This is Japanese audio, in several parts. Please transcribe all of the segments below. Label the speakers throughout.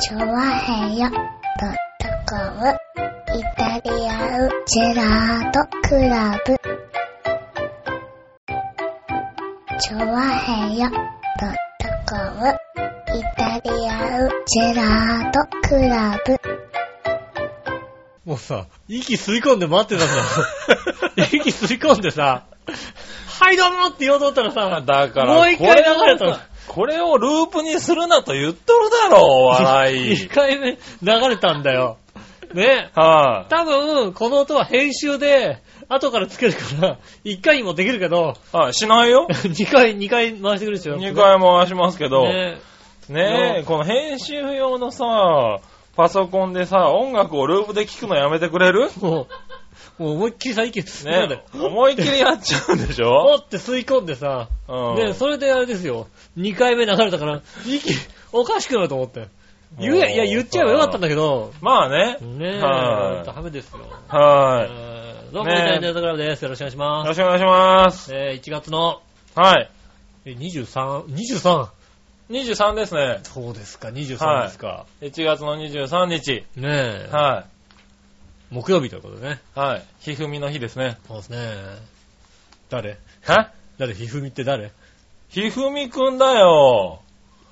Speaker 1: チョワヘヨドットコムイタリアンジェラートクラブチョワヘヨドットコムイタリアンジェラートクラブ
Speaker 2: もうさ、息吸い込んで待ってたんだよ。息吸い込んでさ、はいどうもって言おうと思ったらさ、
Speaker 3: だから、
Speaker 2: もう一回流れ
Speaker 3: こを
Speaker 2: た
Speaker 3: さ。これをループにするなと言っとるだろう、お笑
Speaker 2: 一
Speaker 3: い。
Speaker 2: 回目流れたんだよ。ね。
Speaker 3: はい、
Speaker 2: 多分、この音は編集で、後からつけるから、一回にもできるけ ど、
Speaker 3: はい、しない よ。
Speaker 2: 二回、二回回してくれるでしょ。
Speaker 3: 2回回しますけど、ね
Speaker 2: ね
Speaker 3: え、この編集用のさ、パソコンでさ、音楽をループで聴くのやめてくれる
Speaker 2: もう、もう思いっきりさ、息吸い込んで
Speaker 3: ね、思いっきりやっちゃうんでし
Speaker 2: お
Speaker 3: ょ
Speaker 2: って吸い込んでさ、
Speaker 3: うん。
Speaker 2: ね、それであれですよ、2回目流れたから、息、おかしくなると思って。言え、いや、言っちゃえばよかったんだけど、
Speaker 3: まあね。
Speaker 2: ねえ、
Speaker 3: はい
Speaker 2: ダメですよ。
Speaker 3: はい、
Speaker 2: えーどうも、イタリアンジェラートクラブです。よろしくお願いし
Speaker 3: よ
Speaker 2: ま
Speaker 3: ろしくお願いします。
Speaker 2: す。えー1月の、
Speaker 3: はい。
Speaker 2: え23、23?
Speaker 3: 23ですね。
Speaker 2: そうですか、23ですか。
Speaker 3: 1月の23日。
Speaker 2: ねえ、
Speaker 3: は
Speaker 2: 木曜日ということでね。
Speaker 3: い。はい。ひふみの日ですね。
Speaker 2: そうですね。誰
Speaker 3: は
Speaker 2: 誰ひふみって誰
Speaker 3: ひふみくんだよ。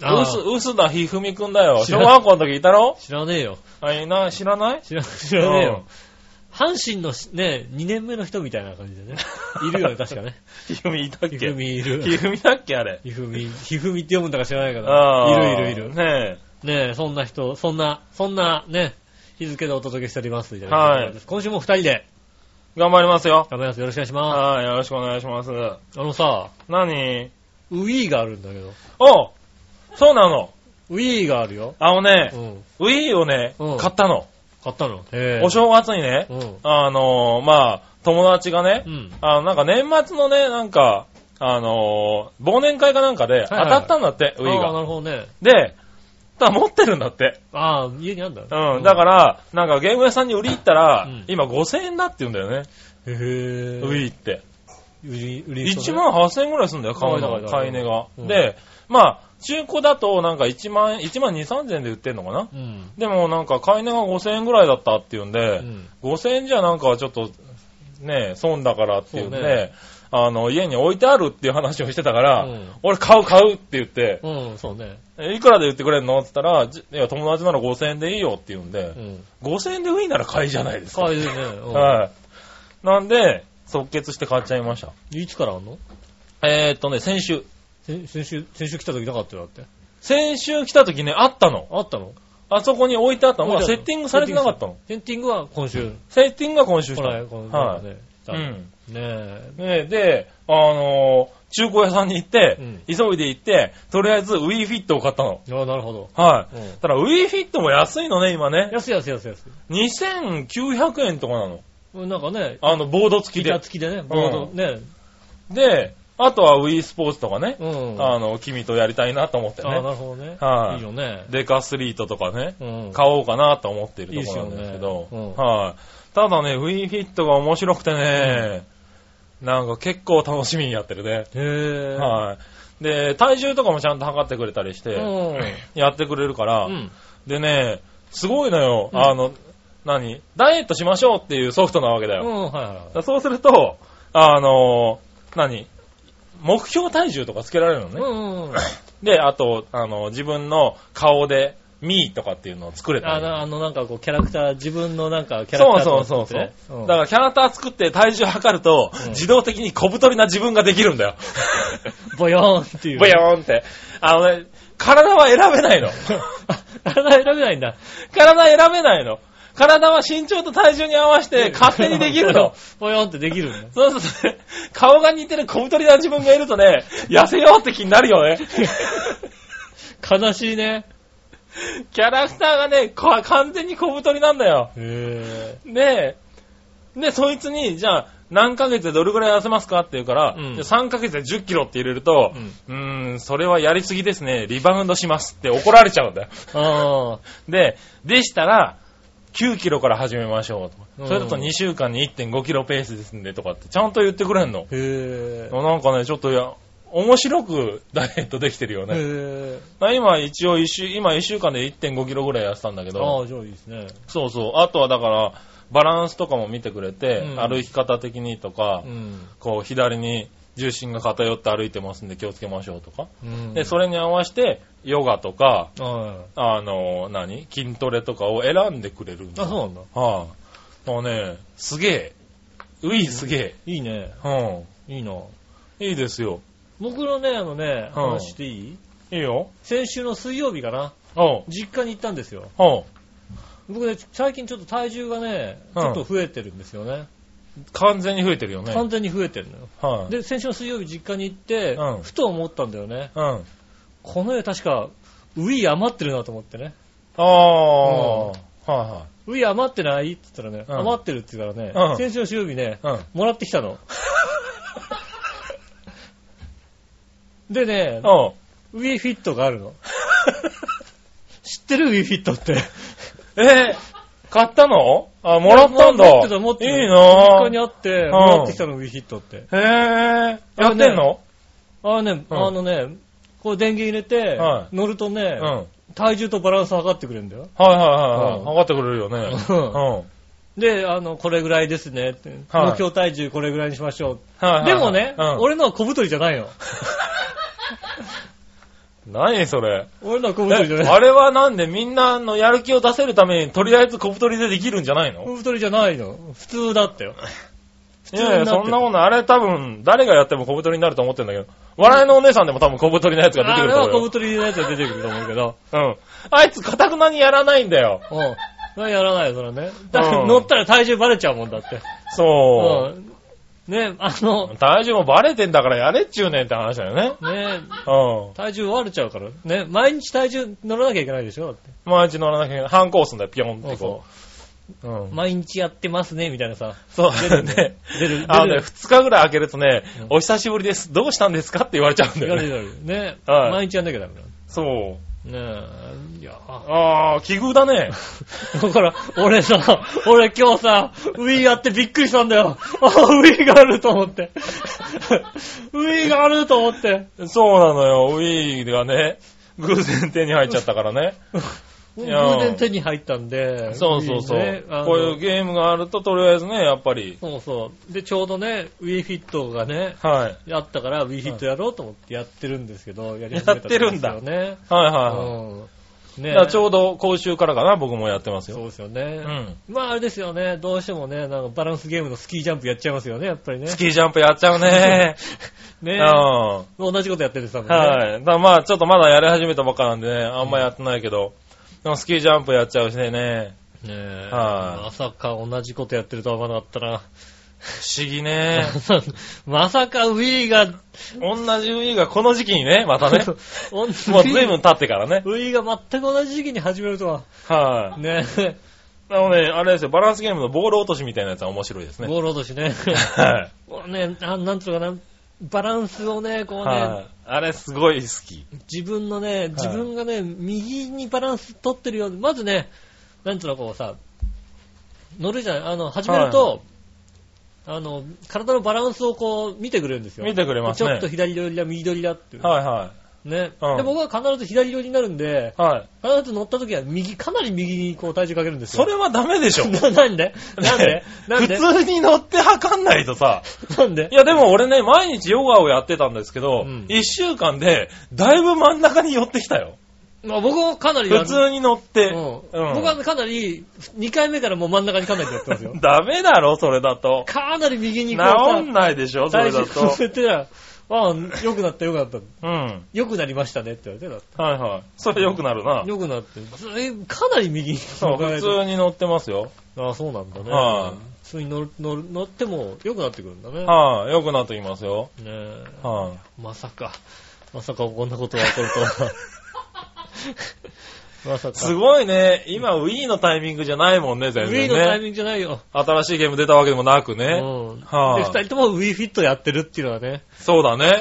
Speaker 3: うす、
Speaker 2: あ
Speaker 3: うすだひふみくんだよ。
Speaker 2: 知
Speaker 3: 小
Speaker 2: ら
Speaker 3: 学校の時いたろ
Speaker 2: ー知らねえよ。
Speaker 3: あ、いな、知らない
Speaker 2: 知ら、知らねえ
Speaker 3: う
Speaker 2: よ
Speaker 3: ん。
Speaker 2: 阪神のしね、2年目の人みたいな感じでね。いるよね、確か ね。
Speaker 3: ひふみいたっ
Speaker 2: ひ
Speaker 3: け
Speaker 2: ふみい
Speaker 3: ひ
Speaker 2: る。
Speaker 3: ふみだっけあれ。
Speaker 2: ひふみ、ひふみって読むんだか知らないか
Speaker 3: あ
Speaker 2: ら。
Speaker 3: ー
Speaker 2: いるいるいる。
Speaker 3: ね
Speaker 2: ねえ、そんな人、そんな、そんなね、日付でお届けしております。
Speaker 3: はい。
Speaker 2: 今週も二人で、
Speaker 3: え。頑張りますよ。
Speaker 2: 頑張ります。よろしくお願いしま
Speaker 3: はい。よろしくお願いします。
Speaker 2: す。あのさ、
Speaker 3: 何
Speaker 2: ウィーがあるんだけど。
Speaker 3: おそうなの。
Speaker 2: ウィーがあるよ。
Speaker 3: あのね
Speaker 2: う、ん。
Speaker 3: ウィーをね
Speaker 2: うん、
Speaker 3: 買ったの。
Speaker 2: 買ったの。へえ
Speaker 3: お正月にね
Speaker 2: う、ん。
Speaker 3: あのー、まあ、友達がね
Speaker 2: う、ん。
Speaker 3: あの、なんか年末のね、なんか、あのー、忘年会かなんかで当
Speaker 2: はい
Speaker 3: たったんだって、ウィー
Speaker 2: あーな
Speaker 3: が。
Speaker 2: るほどね。
Speaker 3: で、ただ持ってるんだって。
Speaker 2: ああ、家にあるんだ。。
Speaker 3: うん。だからら、なんかゲーム屋さんに売り行ったら
Speaker 2: うん、
Speaker 3: 今5000円だって言うんだよね。
Speaker 2: へえ。
Speaker 3: ウィーって。
Speaker 2: 売り、売りそう
Speaker 3: 1
Speaker 2: だね。
Speaker 3: 万8000円ぐらいするんだよ、買う
Speaker 2: はいはい
Speaker 3: の
Speaker 2: は
Speaker 3: が。
Speaker 2: い
Speaker 3: 買い値が。
Speaker 2: うん
Speaker 3: で、まあ、中古だとなんか1万、1万2、3000円で売ってんのかな
Speaker 2: うん。
Speaker 3: でもなんか買い値が5000円ぐらいだったっていうん
Speaker 2: う
Speaker 3: で、
Speaker 2: ん。
Speaker 3: 5000円じゃなんかちょっと、ねえ、損だからっていうんで、
Speaker 2: そうね
Speaker 3: あの、家に置いてあるっていう話をしてたから、
Speaker 2: うん
Speaker 3: 俺買う買うって言って、
Speaker 2: うん、そうね。
Speaker 3: えいくらで売ってくれんのって言ったら、じいや、友達なら5000円でいいよって言うん
Speaker 2: う
Speaker 3: で、
Speaker 2: ん。
Speaker 3: 5000円でウィンなら買いじゃないですか。
Speaker 2: 可愛いね。う
Speaker 3: はい。なんで、即決して買っちゃいました。
Speaker 2: ん。いつからあんの
Speaker 3: えー、っとね、先週。
Speaker 2: 先先週、先週来た時なかったよ、だって。
Speaker 3: 先週来た時ね、あったの。
Speaker 2: あったの
Speaker 3: あそこに置いてあったの。
Speaker 2: 置い
Speaker 3: ま
Speaker 2: て
Speaker 3: あ
Speaker 2: あったの
Speaker 3: セッティングされてなかったの。
Speaker 2: センティングは今週。
Speaker 3: セッティングが今週し
Speaker 2: こ
Speaker 3: た
Speaker 2: の、
Speaker 3: の。
Speaker 2: この、
Speaker 3: はい
Speaker 2: ね。
Speaker 3: うん。
Speaker 2: ねえ。
Speaker 3: ね、で、あのー中古屋さんに行って、
Speaker 2: うん
Speaker 3: 急いで行って、とりあえず Wii Fit を買ったの。
Speaker 2: ああ、なるほど。
Speaker 3: はい。
Speaker 2: うん。
Speaker 3: ただ Wii Fit も安いのね、今ね。
Speaker 2: 安い安い安い安い。
Speaker 3: 2900円とかなの。
Speaker 2: うんなんかね、
Speaker 3: あの、ボード付き
Speaker 2: 板
Speaker 3: で。
Speaker 2: 付きでね、ボード、ね。
Speaker 3: で、あとは Wii スポーツとかね。
Speaker 2: うん。あ
Speaker 3: あの、君とやりたいなと思って
Speaker 2: あ、な
Speaker 3: ね。
Speaker 2: るほどね。
Speaker 3: はい
Speaker 2: いいよね。
Speaker 3: デカスリートとかね、
Speaker 2: うん。
Speaker 3: 買おうかなと思っているところなんですけ
Speaker 2: いい
Speaker 3: ど
Speaker 2: で。すよねうん
Speaker 3: はい。ただね、Wii Fit が面白くてね、なんか結構楽しみにやってるね。
Speaker 2: へえ。
Speaker 3: はい。で、体重とかもちゃんと測ってくれたりして、
Speaker 2: う
Speaker 3: やってくれるから、
Speaker 2: ん。うん。
Speaker 3: でね、すごいのよ、
Speaker 2: うん
Speaker 3: あの、何ダイエットしましょうっていうソフトなわけだ
Speaker 2: う
Speaker 3: よ。
Speaker 2: ん、はいはい
Speaker 3: だ。そうすると、あの、何目標体重とかつけられるの
Speaker 2: う
Speaker 3: ね。
Speaker 2: んうん。
Speaker 3: で、あと、あの、自分の顔で、ミーとかっていうのを作れた
Speaker 2: あ
Speaker 3: のよ
Speaker 2: の、あの、なんかこう、キャラクター、自分のなんか、キャラ
Speaker 3: そう
Speaker 2: クター
Speaker 3: そ
Speaker 2: と
Speaker 3: う
Speaker 2: か作
Speaker 3: そう
Speaker 2: って
Speaker 3: そう。
Speaker 2: ね。
Speaker 3: だからキャラクター作って体重測ると、
Speaker 2: うん
Speaker 3: 自動的に小太りな自分ができるん だよ。
Speaker 2: ら、ボヨーンっていう。
Speaker 3: ボヨーンって。あのね、体は選べないの。
Speaker 2: 体選べないんだ。
Speaker 3: 体選べないの。体は身長と体重に合わせて勝手にでき るの。。
Speaker 2: ぽよんってできるんだ。
Speaker 3: そうそうそうね。顔が似てる小太りな自分がいるとね、痩せようって気になるよ ね。
Speaker 2: 悲しいね。
Speaker 3: キャラクターがね、こ完全に小太りなんだよ。
Speaker 2: へ
Speaker 3: で、で、そいつに、じゃあ、何ヶ月でどれぐらい痩せますかって言うから、
Speaker 2: うん
Speaker 3: じゃあ3ヶ月で10キロって入れると、うーん、それはやりすぎですね。リバウンドしますって怒られちゃうんだよ。
Speaker 2: ぇああ。
Speaker 3: で、でしたら、9キロから始めましょう
Speaker 2: う
Speaker 3: と。
Speaker 2: ん
Speaker 3: それだと2週間に1.5キロペースですんでとかって、ちゃんと言ってくれんの。
Speaker 2: へぇ
Speaker 3: なんかね、ちょっとや、面白くダイエットできてるよね。
Speaker 2: へ
Speaker 3: 今一応一週、今一週間で1.5キロぐらい痩せたんだけ
Speaker 2: ー。あ
Speaker 3: ど、
Speaker 2: あ、じゃあいいですね。
Speaker 3: そうそう。あとはだから、バランスとかも見てくれて、
Speaker 2: うん
Speaker 3: 歩き方的にとか、
Speaker 2: うん。
Speaker 3: こう左に重心が偏って歩いてますんで気をつけましょうとか。
Speaker 2: うん
Speaker 3: で、それに合わせて、ヨガとか、
Speaker 2: は
Speaker 3: あの、何筋トレとかを選んでくれるん
Speaker 2: い。
Speaker 3: だ。
Speaker 2: あ、そうなんだ。
Speaker 3: はあ、もうね、すげえ。うい、すげ
Speaker 2: いいね。
Speaker 3: え。うん。
Speaker 2: いいな。
Speaker 3: いいですよ。
Speaker 2: 僕のね、あのね、
Speaker 3: うん
Speaker 2: 話していい
Speaker 3: いいよ。
Speaker 2: 先週の水曜日かな。
Speaker 3: おう。
Speaker 2: 実家に行ったんですよ。
Speaker 3: おう。
Speaker 2: 僕ね、最近ちょっと体重がね、ち
Speaker 3: うん
Speaker 2: ょっと増えてるんですよね。
Speaker 3: 完全に増えてるよね。
Speaker 2: 完全に増えてるのよ。
Speaker 3: はい。
Speaker 2: で、先週の水曜日実家に行って
Speaker 3: うん、
Speaker 2: ふと思ったんだよね。
Speaker 3: うん。あ
Speaker 2: この絵確か、ウィー余ってるなと思ってね。
Speaker 3: あ、は
Speaker 2: ウィー余ってないって言ったらね、
Speaker 3: うん
Speaker 2: 余ってるって言うからね、
Speaker 3: うん
Speaker 2: 先週の水曜日ね、
Speaker 3: いはい。
Speaker 2: もらってきた の。でね
Speaker 3: うん。、おう。
Speaker 2: ウィーフィットがあるの。知ってるウィーフィットって。
Speaker 3: えー買ったのあ、もらったんだ。
Speaker 2: 持ってた、持ってた。
Speaker 3: い
Speaker 2: 実
Speaker 3: い
Speaker 2: 家に
Speaker 3: な
Speaker 2: あって、
Speaker 3: ん
Speaker 2: もらってきたの、ウィーフィットって。
Speaker 3: へえ。やってんの
Speaker 2: ああね、
Speaker 3: うん
Speaker 2: あのね、こう電源入れて
Speaker 3: は、
Speaker 2: 乗ると
Speaker 3: う
Speaker 2: ね
Speaker 3: ん。、はい
Speaker 2: 体重とバランス測ってくれるんだよ。
Speaker 3: はいはいは
Speaker 2: う
Speaker 3: い。
Speaker 2: ん
Speaker 3: 上がってくれるよね。
Speaker 2: うん
Speaker 3: うん。はい
Speaker 2: で、あの、これぐらいですねって。
Speaker 3: はい
Speaker 2: 目標体重これぐらいにしましょ
Speaker 3: はいは
Speaker 2: う。
Speaker 3: い
Speaker 2: でもね、
Speaker 3: うん
Speaker 2: 俺のは小太りじゃないの。
Speaker 3: 何それ。
Speaker 2: 俺のは小
Speaker 3: え
Speaker 2: 太りじゃない。
Speaker 3: あれはなんでみんなのやる気を出せるために、とりあえず小太りでできるんじゃないの
Speaker 2: 小太りじゃないの。普通だったよ。普
Speaker 3: い
Speaker 2: に
Speaker 3: やいや、
Speaker 2: ってる
Speaker 3: そんなもの、あれ多分、誰がやっても小太りになると思ってんだけど、笑いのお姉さんでも多分小太りのやつが出て
Speaker 2: あ
Speaker 3: くる
Speaker 2: れ
Speaker 3: と
Speaker 2: は
Speaker 3: 思
Speaker 2: 小
Speaker 3: うよ。
Speaker 2: 太りのやつが出てくると思うけど。
Speaker 3: うん。あいつ、かたくなにやらないんだよ。
Speaker 2: うん。それはやらないよ、それはね。だって
Speaker 3: うん
Speaker 2: 乗ったら体重バレちゃうもんだって。。
Speaker 3: そう
Speaker 2: ん。ね、あの
Speaker 3: う。、体重もバレてんだからやれっちゅうねんって話だよね。
Speaker 2: ね、
Speaker 3: う
Speaker 2: 体重割れちゃうから。ね、毎日体重乗らなきゃいけないでしょだって。
Speaker 3: ん。毎日乗らなきゃいけない。反抗すんだよ、ピョンって
Speaker 2: そ
Speaker 3: こ
Speaker 2: う
Speaker 3: う。うん。
Speaker 2: 毎日やってますね、みたいなさ。
Speaker 3: そう、
Speaker 2: 出るね
Speaker 3: ね。
Speaker 2: 出る
Speaker 3: あの
Speaker 2: 出
Speaker 3: ね、
Speaker 2: る
Speaker 3: 二日ぐらい開けるとね
Speaker 2: うん、
Speaker 3: お久しぶりです。どうしたんですかって言われちゃうんだ
Speaker 2: や
Speaker 3: よ
Speaker 2: る
Speaker 3: ね。
Speaker 2: やる。ね、
Speaker 3: はい
Speaker 2: 毎日やんなきゃダメだ。
Speaker 3: そう。
Speaker 2: ねえ、いや、
Speaker 3: ああ、奇遇 だね。
Speaker 2: だから、俺さ、俺今日さ、ウィーやってびっくりしたんだよ。あウィーがあると思って。 ウィーがあると思って。
Speaker 3: そうなのよ。ウィーがね、偶然手に入っちゃったか らね。
Speaker 2: 偶
Speaker 3: や
Speaker 2: 然手に入ったんで。
Speaker 3: そうそうそう。
Speaker 2: ウィーねあの
Speaker 3: こういうゲームがあると、とりあえずね、やっぱり。
Speaker 2: そうそう。で、ちょうどね、ウィーフィットがね、
Speaker 3: はい。
Speaker 2: あったから、ウィーフィットやろうと思ってやってるんですけど、やり始
Speaker 3: や
Speaker 2: め
Speaker 3: ったてるん
Speaker 2: です
Speaker 3: だ
Speaker 2: よね。
Speaker 3: はいは
Speaker 2: う
Speaker 3: いはい。
Speaker 2: ん。ね
Speaker 3: だからちょうど今週からかな、僕もやってます
Speaker 2: そう
Speaker 3: よ。
Speaker 2: ですよね。
Speaker 3: うん。
Speaker 2: まああれですよね、どうしてもね、なんかバランスゲームのスキージャンプやっちゃいますよね、やっぱりね。
Speaker 3: スキージャンプやっちゃうね。う
Speaker 2: ね
Speaker 3: ん。は
Speaker 2: 同じことやってるんです、多
Speaker 3: い。
Speaker 2: 分ね。
Speaker 3: だからまあ、ちょっとまだやり始めたばっかなんでね、あんまやってないけど。でもスキージャンプやっちゃうしねね。
Speaker 2: ねえ。
Speaker 3: はい
Speaker 2: まさか同じことやってるとは思わなかったな。
Speaker 3: 不思議 ね。
Speaker 2: まさかウィーが、ね、
Speaker 3: 同じウィーがこの時期にね、また ね。
Speaker 2: もう
Speaker 3: もう随分経ってからね。
Speaker 2: ウィーが全く同じ時期に始めるとは。
Speaker 3: はい。
Speaker 2: ねえ。
Speaker 3: あのね、あれですよ、バランスゲームのボール落としみたいなやつは面白いですね。
Speaker 2: ボール落としね。
Speaker 3: はい。
Speaker 2: もうね、あなんつうのかな、バランスをね、こう
Speaker 3: はい
Speaker 2: ね、
Speaker 3: あれすごい好き。
Speaker 2: 自分のね、自分がね、右にバランス取ってるように、まずね、なんつうの、こうさ、乗るじゃん、あの、始めると、あの、体のバランスをこう、見てくれるんですよ。
Speaker 3: 見てくれますね
Speaker 2: ちょっと左寄りだ、右寄りだっていう。
Speaker 3: はいは
Speaker 2: ね。
Speaker 3: うん
Speaker 2: で、僕は必ず左寄りになるんで、
Speaker 3: い。はい。
Speaker 2: 必ず乗った時は右、かなり右にこう体重かけるんですよ。
Speaker 3: それはダメでしょ。
Speaker 2: ななんでなん で なんで
Speaker 3: 普通に乗って測んないとさ。
Speaker 2: なんで
Speaker 3: いやでも俺ね、毎日ヨガをやってたんですけど
Speaker 2: うん、
Speaker 3: 一週間で、だいぶ真ん中に寄ってきたよ。
Speaker 2: まあ僕もかなり
Speaker 3: 普通に乗って。
Speaker 2: う
Speaker 3: うん。
Speaker 2: ん、僕はかなり、2回目からもう真ん中にかなりやってます よ
Speaker 3: ダメだろ、それだと。
Speaker 2: かなり右に
Speaker 3: 治
Speaker 2: こうさ
Speaker 3: んないでしょ、それ
Speaker 2: 体重
Speaker 3: だ
Speaker 2: 乗
Speaker 3: と。
Speaker 2: せてたら、ああ、良くなった良くなった。
Speaker 3: うん。はい
Speaker 2: 良くなりましたねって言われてだって
Speaker 3: はい。それ良くなるな。
Speaker 2: 良くなって、ずいかなり右に
Speaker 3: そう、普通に乗ってますよ。
Speaker 2: ああ、そうなんだね。
Speaker 3: はい
Speaker 2: 普通に乗る乗る乗っても良くなってくるんだね。
Speaker 3: はい、良くなってきますよ。
Speaker 2: ねえ
Speaker 3: はい、
Speaker 2: まさか、まさかこんなことが起こるとは。 まさか。
Speaker 3: すごいね。今、Wii のタイミングじゃないもんね、全
Speaker 2: Wii
Speaker 3: 然
Speaker 2: のタイ
Speaker 3: ね。
Speaker 2: ミングじゃないよ。
Speaker 3: 新しいゲーム出たわけでもなく
Speaker 2: う
Speaker 3: ね。
Speaker 2: ん。で、
Speaker 3: はい
Speaker 2: 二人とも Wii Fit やってるっていうのはね。
Speaker 3: そうだね。はい、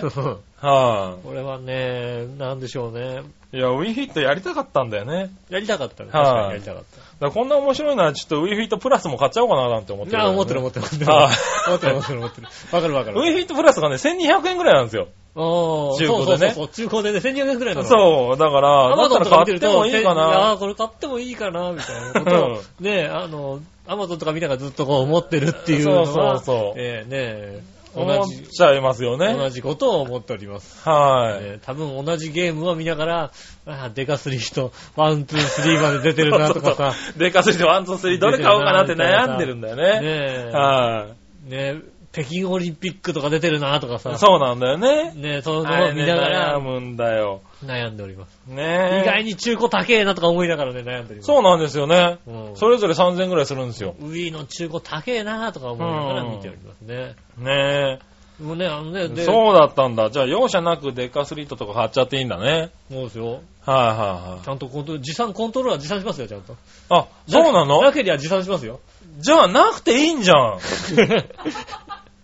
Speaker 3: は
Speaker 2: これはね、なんでしょうね。
Speaker 3: い。いや、ウィーフィットやりたかったんだよね。
Speaker 2: やりたかったね。
Speaker 3: はい
Speaker 2: 確かにやりたかっ
Speaker 3: だからこんな面白いなら、ちょっとウィーフィットプラスも買っちゃおうかななんて思って
Speaker 2: た。
Speaker 3: る、
Speaker 2: ああ、思ってる
Speaker 3: ウ
Speaker 2: 思
Speaker 3: ィ
Speaker 2: ってる思ってる。
Speaker 3: はい
Speaker 2: 思ってる思ってる思ってる。わかる わかる。
Speaker 3: ーフィットプラスがね、1200円くらいなんですよ。
Speaker 2: おー
Speaker 3: 中
Speaker 2: そうそうそう
Speaker 3: 古でね
Speaker 2: そう、中古でね、1200円くらいなの。う。
Speaker 3: そう、だから、
Speaker 2: ア
Speaker 3: だ
Speaker 2: マ
Speaker 3: った
Speaker 2: ゾン
Speaker 3: ら
Speaker 2: とか見て
Speaker 3: 買っ
Speaker 2: る
Speaker 3: て
Speaker 2: と、
Speaker 3: もいいか
Speaker 2: ああ
Speaker 3: な。
Speaker 2: ー、これ買ってもいいかな、みたいなことを、ねえ、あの、アマゾンとか見ながらずっとこう思ってるっていうのは、
Speaker 3: そうそうそう
Speaker 2: ええねえ、
Speaker 3: 思
Speaker 2: 同
Speaker 3: っ
Speaker 2: じ、
Speaker 3: ちゃいますよ
Speaker 2: 同
Speaker 3: ね。
Speaker 2: じことを思っております。
Speaker 3: はい。
Speaker 2: ね多分同じゲームを見ながら、あデカスリーとワン、ツー、スリーまで出てるなとかさ、
Speaker 3: でかすぎてワン、ツー、スリー、どれ買おうかなって悩んでるんだよね。
Speaker 2: ね
Speaker 3: は
Speaker 2: え、ねえ北京オリンピックとか出てるなとかさ
Speaker 3: い。、そうなんだよね。
Speaker 2: ねえ、そういう
Speaker 3: あ
Speaker 2: のを
Speaker 3: れ
Speaker 2: 見
Speaker 3: ね
Speaker 2: なが
Speaker 3: 悩
Speaker 2: ら
Speaker 3: むんだよ。
Speaker 2: 悩んでおります。
Speaker 3: ねえ。
Speaker 2: 意外に中古高えなとか思いながらね、悩んでおります。
Speaker 3: そうなんですよね。
Speaker 2: うん
Speaker 3: それぞれ3000円くらいするんですよ。
Speaker 2: ウィーの中古高えなとか思いながら見ておりますね。
Speaker 3: ね
Speaker 2: もうね、あのね、
Speaker 3: え。
Speaker 2: で、
Speaker 3: そうだったんだ。じゃあ、容赦なくデカスリートとか買っちゃっていいんだね。
Speaker 2: そうですよ。
Speaker 3: は
Speaker 2: ちゃんとコントロール、持参コントローラー持参しますよ、ちゃんと。
Speaker 3: いはいはい。あ、そうなの
Speaker 2: なけりゃ持参します よ。
Speaker 3: じゃあ、なくていいんじゃん。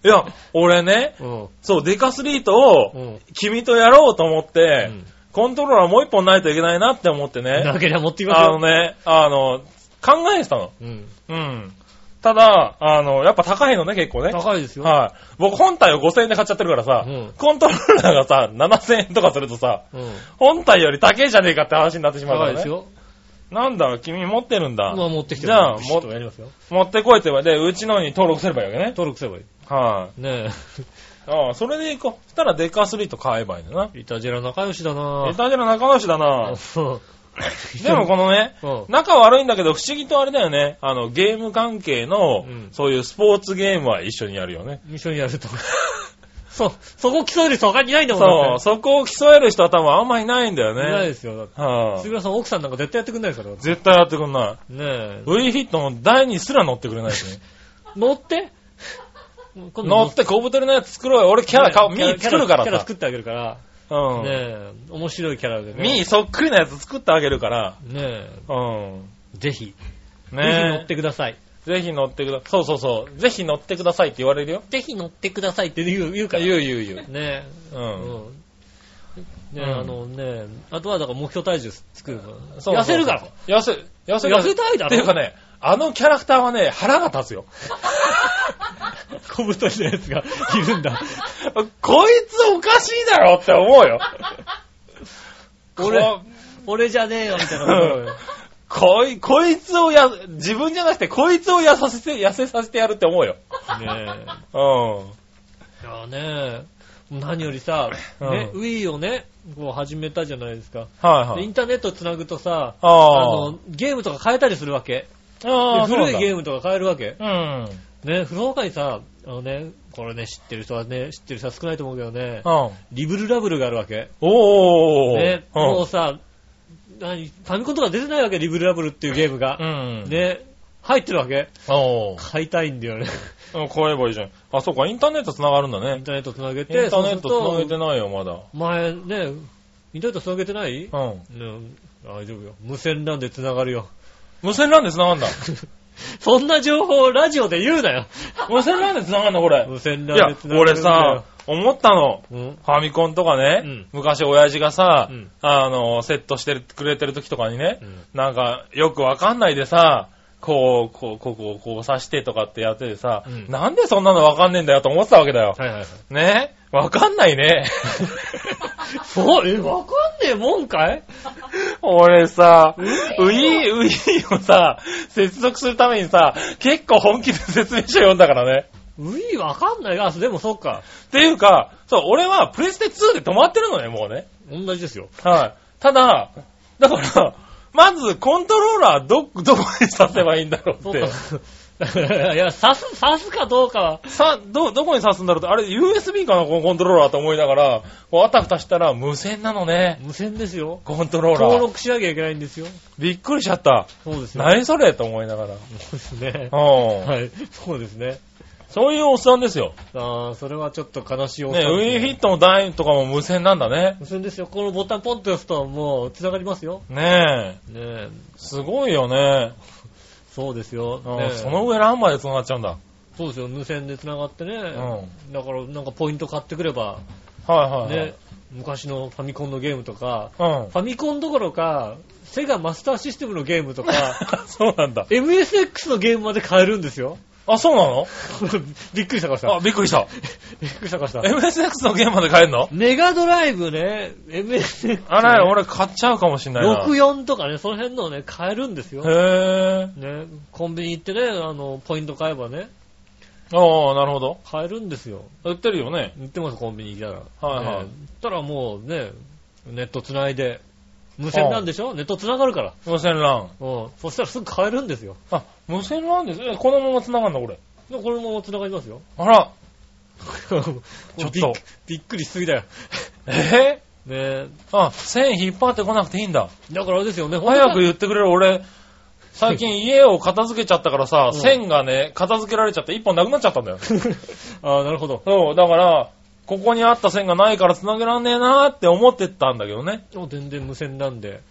Speaker 3: いや、俺ね、
Speaker 2: うん。
Speaker 3: そう、デカスリートを
Speaker 2: う、ん。
Speaker 3: 君とやろうと思っ
Speaker 2: う
Speaker 3: て、
Speaker 2: ん
Speaker 3: コントローラーもう一本ないといけないなって思ってね
Speaker 2: な、けりゃ持っていきます
Speaker 3: あの
Speaker 2: よ。
Speaker 3: ね、あの、考えてたの。
Speaker 2: うん。
Speaker 3: うん。ただ、あの、やっぱ高いのね、結構ね。
Speaker 2: 高いですよ。
Speaker 3: はい。僕本体を5000円で買っちゃってるからさ、
Speaker 2: うん
Speaker 3: コントローラーがさ、7000円とかするとさ、
Speaker 2: うん。
Speaker 3: 本体より高いじゃねえかって話になってしまう
Speaker 2: 高
Speaker 3: から
Speaker 2: い
Speaker 3: ね。
Speaker 2: ですよ。
Speaker 3: なんだ、君持ってるんだ。
Speaker 2: まあ持ってきて
Speaker 3: じゃあ
Speaker 2: ピシッとやりますよ。
Speaker 3: 持ってこいって言われて、うちのに登録すればいいわけね。
Speaker 2: 登録すればいい。
Speaker 3: はい、
Speaker 2: ね
Speaker 3: ああ、それで行こう。そしたらデカスリート買えばいいんだな。
Speaker 2: え。イタジェラ仲良しだな
Speaker 3: エタジェラ仲良しだな。
Speaker 2: ぁ。
Speaker 3: でもこのね、
Speaker 2: うん。
Speaker 3: 仲悪いんだけど不思議とあれだよね。あの、ゲーム関係
Speaker 2: う
Speaker 3: の、
Speaker 2: ん
Speaker 3: そういうスポーツゲームは一緒にやるよね。
Speaker 2: 一緒にやると。 そう、そこ競える人他にいないんだもん
Speaker 3: そ
Speaker 2: だ
Speaker 3: う、
Speaker 2: って
Speaker 3: そこを競える人は多分あんまいないんだよね。
Speaker 2: いないですよ。だって
Speaker 3: はあ
Speaker 2: 杉、村さん奥さんなんか絶対やってくんないですから。だって
Speaker 3: 絶対やってくんない。
Speaker 2: ねえ。
Speaker 3: ウィーフィットの台にすら乗ってくれないしね。
Speaker 2: 乗って今度
Speaker 3: 乗って小太りのやつ作ろうよ。俺キャラ顔、ミ
Speaker 2: キャラ
Speaker 3: ー作るから
Speaker 2: キャラ
Speaker 3: さ
Speaker 2: 作。ってあげるから。
Speaker 3: うん。
Speaker 2: ねえ。面白いキャラでね。
Speaker 3: ミーそっくりなやつ作ってあげるから。
Speaker 2: ね
Speaker 3: うん。
Speaker 2: え。ぜひ。ぜひ乗
Speaker 3: ね
Speaker 2: ってください。
Speaker 3: え。ぜひ乗ってくだ、そうそうそう。ぜひ乗ってくださいって言われるよ。
Speaker 2: ぜひ乗ってくださいって言う言うから。
Speaker 3: 言う言う言う。
Speaker 2: ねえ。
Speaker 3: うん。
Speaker 2: ね、
Speaker 3: うん
Speaker 2: あのね、あとはだから目標体重作るから。
Speaker 3: そうそうそう
Speaker 2: 痩せるから。
Speaker 3: 痩せ、痩せ
Speaker 2: 痩せたいだろ。
Speaker 3: っていうかね、あのキャラクターはね、腹が立つよ。
Speaker 2: 小太りのやつが いるんだ。
Speaker 3: こいつおかしいだろって思うよ。
Speaker 2: 俺
Speaker 3: こ、
Speaker 2: 俺じゃねえよ、みたいなこと を。
Speaker 3: こい、こいつをや、自分じゃなくて、こいつをやさせて、痩せさせてやるって思うよ。
Speaker 2: ね
Speaker 3: う
Speaker 2: え。
Speaker 3: ん。
Speaker 2: いやね何よりさ、
Speaker 3: うん
Speaker 2: ね、Wii をね、こう始めたじゃないですか。
Speaker 3: はいは
Speaker 2: でイ
Speaker 3: い。
Speaker 2: ンターネット繋ぐとさ、
Speaker 3: あ
Speaker 2: あ
Speaker 3: あ
Speaker 2: の、ゲームとか変えたりするわけ。で
Speaker 3: ああ、
Speaker 2: 古いゲ
Speaker 3: ー
Speaker 2: ームとか変えるわけ。
Speaker 3: ム。うん。
Speaker 2: ね、不老会さ、あのね、これね、知ってる人はね、知ってる人は少ないと思うけどね、
Speaker 3: うん。
Speaker 2: リブルラブルがあるわけ。
Speaker 3: おー。
Speaker 2: ね、
Speaker 3: う
Speaker 2: もうんさ、何、ファミコンとか出てないわけ、リブルラブルっていうゲームが。
Speaker 3: うん。。
Speaker 2: ね、入ってるわけ。
Speaker 3: おー。
Speaker 2: 買いたいんだよね。
Speaker 3: うん買えばいいじゃん。あ、そうか、インターネット繋がるんだ
Speaker 2: イン
Speaker 3: ね。
Speaker 2: ターネット繋げ
Speaker 3: インターネ
Speaker 2: て、そうす
Speaker 3: ッ
Speaker 2: る
Speaker 3: ト繋げて
Speaker 2: と、
Speaker 3: ないよ、まだ。
Speaker 2: 前ね、インターネット繋げてない、
Speaker 3: うん。
Speaker 2: うん、大丈夫よ。無線 LAN で繋がるよ。
Speaker 3: 無線 LAN で繋が るんだ。
Speaker 2: そんな情報をラジオで言うなよ。
Speaker 3: 無線 LAN で繋がるんだ、これ。
Speaker 2: 無線
Speaker 3: い
Speaker 2: LAN
Speaker 3: や
Speaker 2: で、繋がる
Speaker 3: 俺
Speaker 2: んだよ
Speaker 3: さ。、思ったの。
Speaker 2: うん。
Speaker 3: ファミコンとかね、
Speaker 2: うん
Speaker 3: 昔親父がさ、
Speaker 2: うん
Speaker 3: あの、セットしてくれてる時とかにね、
Speaker 2: うん
Speaker 3: なんか、よくわかんないでさ、こう、こう、こう、こう、こう刺してとかってやっててさ、
Speaker 2: うん
Speaker 3: なんでそんなのわかんねえんだよと思ってたわけだよ。
Speaker 2: はいはいはい。
Speaker 3: ねわかんないね。
Speaker 2: そう、え、わかんねえもんかい
Speaker 3: 俺さ、ウィー、ウィーをさ、接続するためにさ、結構本気で説明書読んだからね。
Speaker 2: ウィーわかんないが、でもそっか。
Speaker 3: っていうか、そう、俺はプレステ2で止まってるのね、もうね。
Speaker 2: 同じですよ。
Speaker 3: はい。ただ、だから、まずコントローラーど、どこに刺せばいいんだろう
Speaker 2: そ
Speaker 3: っ
Speaker 2: うか
Speaker 3: て。。
Speaker 2: いや、刺す、刺すかどうかは。
Speaker 3: さ、ど、どこに刺すんだろうって、あれ USB かな、このコントローラーと思いながら、こうあたふたしたら無線なのね、
Speaker 2: 無線ですよ。
Speaker 3: コントロー
Speaker 2: 登
Speaker 3: ラー。
Speaker 2: 録しなきゃいけないんですよ。
Speaker 3: びっくりしちゃった。
Speaker 2: そうですよ。
Speaker 3: 何それと思いながら。
Speaker 2: そうですね。
Speaker 3: うん。
Speaker 2: はい。そうですね。
Speaker 3: そういうおっさんですよ。
Speaker 2: ああ、それはちょっと悲しいおっさ
Speaker 3: ね、
Speaker 2: ん
Speaker 3: ウ
Speaker 2: です
Speaker 3: ィンフィットの台とかも無線なんだね。
Speaker 2: 無線ですよ。このボタンポンと押すともう繋がりますよ。
Speaker 3: ねえ、
Speaker 2: ねえ。
Speaker 3: すごいよね。
Speaker 2: そうですよ。
Speaker 3: うん
Speaker 2: ねえ
Speaker 3: その上ランまで繋がっちゃうんだ。
Speaker 2: そうですよ。無線で繋がってね。
Speaker 3: う
Speaker 2: だから、なんかポイント買ってくれば、
Speaker 3: ん。はいはい、はい。
Speaker 2: ね、昔のファミコンのゲームとか、
Speaker 3: うん
Speaker 2: フ。ァミコンどころか、セガマスターシステムのゲームと か、
Speaker 3: そうなんだ。
Speaker 2: MSX のゲームまで買えるんですよ。
Speaker 3: あ、そうなの
Speaker 2: びっくりしたかした
Speaker 3: あ、。びっくりした。
Speaker 2: びっくりしたか した。
Speaker 3: MSX のゲームまで買えるの
Speaker 2: メガドライブね、MSX、
Speaker 3: あら、俺買っちゃうかもしんないな。
Speaker 2: 64とかね、その辺のをね、買えるんですよ。
Speaker 3: へぇ
Speaker 2: ね、コンビニ行ってね、あの、ポイント買えばね、
Speaker 3: ー。ああ、なるほど。
Speaker 2: 買えるんですよ。
Speaker 3: 売ってるよね。
Speaker 2: 売ってます、コンビニ行ったら。
Speaker 3: はいはい
Speaker 2: ねたらもうね、ネット繋いで、無線なんでしょネット繋がるから。
Speaker 3: 無線 LAN。
Speaker 2: うん。そしたらすぐ買えるんですよ。
Speaker 3: あ、無線 LAN です。え、このまま繋がんのこれ。
Speaker 2: でこのまま繋がります よ。
Speaker 3: あら、
Speaker 2: ちょ
Speaker 3: っと
Speaker 2: びっくりしすぎだよ。
Speaker 3: え
Speaker 2: ねえ。
Speaker 3: ぇ、あ、線引っ張ってこなくていいんだ。
Speaker 2: だからあれですよね、
Speaker 3: 早く
Speaker 2: 本
Speaker 3: 言ってくれる。俺、最 近家を片付けちゃったからさ、
Speaker 2: うん
Speaker 3: 線がね、片付けられちゃって一本なくなっちゃったんだよ。
Speaker 2: 当は。ああ、なるほど。
Speaker 3: そう、だから、ここにあった線がないから繋げらんねえなーって思ってたんだけどね。
Speaker 2: もう全然無線なんで。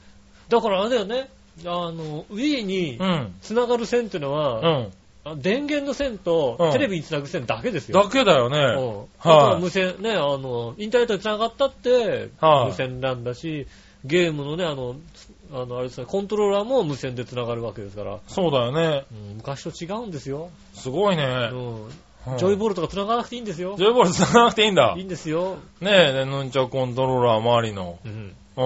Speaker 2: だからあれだよね、あの、Wii に
Speaker 3: うん。
Speaker 2: 繋がる線っていうのは、
Speaker 3: うん。
Speaker 2: あ電源の線と
Speaker 3: うん
Speaker 2: テレビに繋ぐ線だけですよ。
Speaker 3: だけだよ
Speaker 2: う
Speaker 3: ね。
Speaker 2: んだ
Speaker 3: はい
Speaker 2: から無線、ね、あの、インターネットに繋がったって、
Speaker 3: はい
Speaker 2: 無線なんだし、ゲームのね、あの、あの、あれですね、コントローラーも無線で繋がるわけですから、
Speaker 3: そうだよね。
Speaker 2: うん昔と違うんですよ。
Speaker 3: すごいね
Speaker 2: う。ん
Speaker 3: うん
Speaker 2: ジョイボールとか繋がなくていいんですよ
Speaker 3: ジ。ョイボール繋がなくていいんだ。
Speaker 2: いい
Speaker 3: ね
Speaker 2: んですよ。
Speaker 3: え、ねヌンチャコントローラー周りの。
Speaker 2: うん。
Speaker 3: う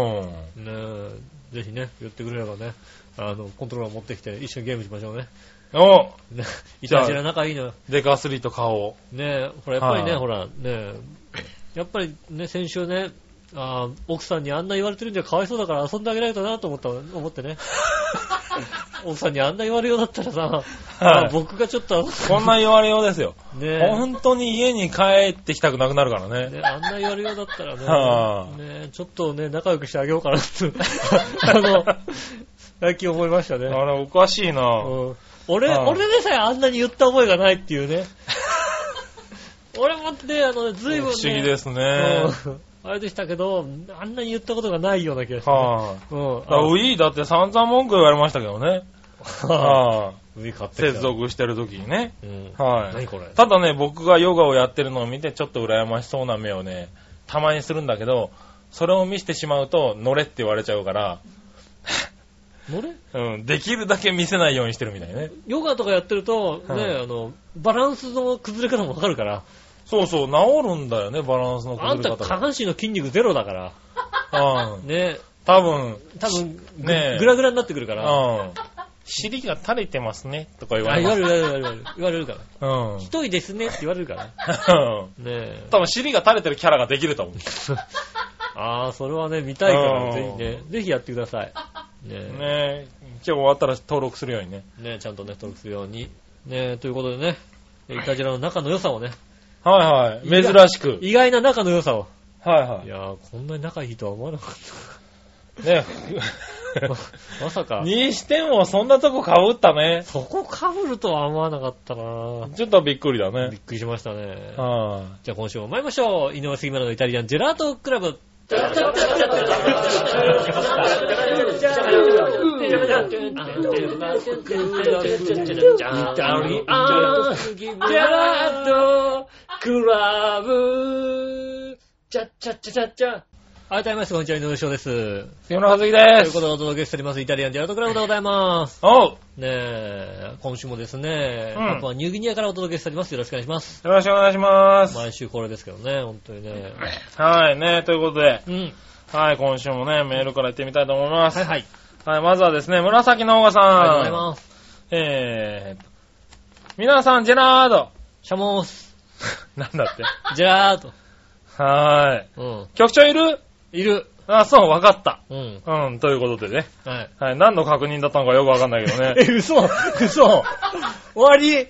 Speaker 3: ん。
Speaker 2: ねえ、ぜひね、言ってくれればね、あの、コントローラー持ってきて一緒にゲームしましょうね。
Speaker 3: お
Speaker 2: ね、い
Speaker 3: じゃあ
Speaker 2: たじら仲いいのよ。
Speaker 3: デカスリと顔。
Speaker 2: ねえ、ほら、やっぱりね、
Speaker 3: はい
Speaker 2: ほら、ねえ、やっぱりね、先週ね、あー奥さんにあんな言われてるんじゃかわいそうだから遊んであげないとなと思った、思って ね。奥さんにあんな言われようだったらさ、まあ僕がちょっと、
Speaker 3: こんな言われようですよ。
Speaker 2: ね
Speaker 3: 本当に家に帰ってきたくなくなるから
Speaker 2: え、
Speaker 3: ね。
Speaker 2: ねあんな言われようだったらね、
Speaker 3: はあ
Speaker 2: ねえちょっとね、仲良くしてあげようかなって、 あの、最近思いましたね。
Speaker 3: あれおかしいな
Speaker 2: うん俺、
Speaker 3: はい
Speaker 2: 俺でさえあんなに言った覚えがないっていう ね。俺もね、あのね、ずい
Speaker 3: 不
Speaker 2: ぶんね。
Speaker 3: 思議ですね。
Speaker 2: うんあれでしたけど、あんなに言ったことがないような気がして、ね。
Speaker 3: は
Speaker 2: うん。
Speaker 3: い。だからウ
Speaker 2: ウ
Speaker 3: ィーだって散々文句言われましたけどね。
Speaker 2: ィ
Speaker 3: はい。
Speaker 2: 買って
Speaker 3: 接
Speaker 2: きた。
Speaker 3: 続してる時にね。
Speaker 2: うん。
Speaker 3: はい。
Speaker 2: 何これ
Speaker 3: ただね、僕がヨガをやってるのを見て、ちょっと羨ましそうな目をね、たまにするんだけど、それを見せてしまうと、乗れって言われちゃうから、
Speaker 2: 乗れ
Speaker 3: うん、できるだけ見せないようにしてるみたいね。
Speaker 2: ヨガとかやってると、ね、
Speaker 3: はい
Speaker 2: あの、バランスの崩れ方もわかるから、
Speaker 3: そうそう、治るんだよね、バランスの
Speaker 2: あんた
Speaker 3: 崩れ方
Speaker 2: 下
Speaker 3: が。
Speaker 2: 半身の筋肉ゼロだから、
Speaker 3: うん。
Speaker 2: ね、
Speaker 3: 多分、
Speaker 2: 多分、ぐ
Speaker 3: ねえ
Speaker 2: グラグラになってくるから、
Speaker 3: うん。尻が垂れてますね、とか言わ
Speaker 2: あ
Speaker 3: れ
Speaker 2: 言
Speaker 3: ま
Speaker 2: わ
Speaker 3: す
Speaker 2: れ。る言われる言われる言われるから、
Speaker 3: うん。
Speaker 2: 太いですねって言われるから、ねえ。
Speaker 3: 多分尻が垂れてるキャラができると思う。
Speaker 2: ああ、それはね、見たいから、
Speaker 3: うん
Speaker 2: ぜひね、ぜひやってください。ねね
Speaker 3: ね今日終わったら登録するようにね。
Speaker 2: ちゃんとね、登録するように。ねということでね、イタジラの仲の良さをね、
Speaker 3: はいはい。珍しく。
Speaker 2: 意外な仲の良さを。
Speaker 3: はいはい
Speaker 2: やー、こんなに仲いいとは思わなかっ
Speaker 3: い。 ね
Speaker 2: た。ままさか、
Speaker 3: にしても、そんなとこ被ったね。
Speaker 2: そこ被るとは思わなかったな
Speaker 3: ちょっとびっくりだ
Speaker 2: びっ
Speaker 3: ね。
Speaker 2: くりしましたね。
Speaker 3: は
Speaker 2: じゃあ今週も参りましょう。井上杉村のイタリアンジェラートクラブ。改めまして、こんにちは、井上翔です。
Speaker 3: い。杉村はずき
Speaker 2: と
Speaker 3: で
Speaker 2: いう
Speaker 3: す
Speaker 2: こ。とでお届けしております、イタリアンジェラートクラブでございます。
Speaker 3: おうよ
Speaker 2: ねえ、今週もですね、
Speaker 3: うん
Speaker 2: パプアニューギニアからお届けしております。よろしくお願いします。
Speaker 3: ろしくお願いします。
Speaker 2: 毎週これですけどね、本当にね。
Speaker 3: はい、ね、ということで、
Speaker 2: うん。
Speaker 3: はい、今週もね、メールから行ってみたいと思います。
Speaker 2: はいはい。
Speaker 3: はい、まずはですね、紫のほがさん。
Speaker 2: ありがとうございます。
Speaker 3: えーと、皆さん、ジェラード。
Speaker 2: シャモー ス、
Speaker 3: なんだって。
Speaker 2: ジェラート。
Speaker 3: はーい。
Speaker 2: うん。
Speaker 3: 局長いる
Speaker 2: いる。
Speaker 3: あ、そう、わかった。
Speaker 2: うん。
Speaker 3: うん、ということでね。
Speaker 2: はい。
Speaker 3: はい、何の確認だったのかよくわかんないけどね。
Speaker 2: え、嘘嘘終わり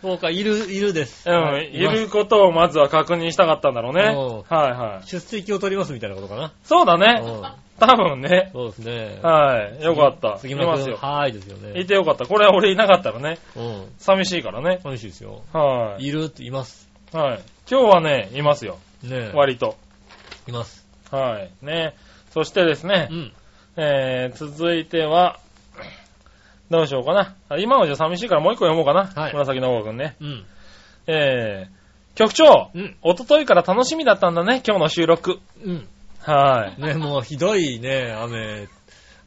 Speaker 2: そうか、いる、いるです。
Speaker 3: うん、
Speaker 2: はい
Speaker 3: ることをまずは確認したかったんだろうね。
Speaker 2: お
Speaker 3: はいはい。
Speaker 2: 出席を取りますみたいなことかな。
Speaker 3: そうだ
Speaker 2: う
Speaker 3: ね。
Speaker 2: ん。
Speaker 3: 多分ね。
Speaker 2: そうですね。
Speaker 3: はい。よかった。
Speaker 2: 杉
Speaker 3: い
Speaker 2: 村
Speaker 3: ます
Speaker 2: 君、
Speaker 3: よ。
Speaker 2: はーいですよ
Speaker 3: い
Speaker 2: ね。
Speaker 3: てよかった。これ俺いなかったらね、
Speaker 2: うん。
Speaker 3: 寂しいからね。
Speaker 2: 楽しいですよ。
Speaker 3: はい。
Speaker 2: いるって言います。
Speaker 3: はい。今日はね、いますよ。
Speaker 2: ねえ。
Speaker 3: 割と。
Speaker 2: います。
Speaker 3: はい。ね。そしてですね
Speaker 2: う、ん。
Speaker 3: えー、続いては、どうしようかな。あ今のじゃ寂しいからもう一個読もうかな。
Speaker 2: はい
Speaker 3: 紫の王くんね。
Speaker 2: うん。
Speaker 3: えー、局長、
Speaker 2: うん。
Speaker 3: おとといから楽しみだったんだね、今日の収録。
Speaker 2: うん。
Speaker 3: はい。
Speaker 2: ね、もうひどいね、雨、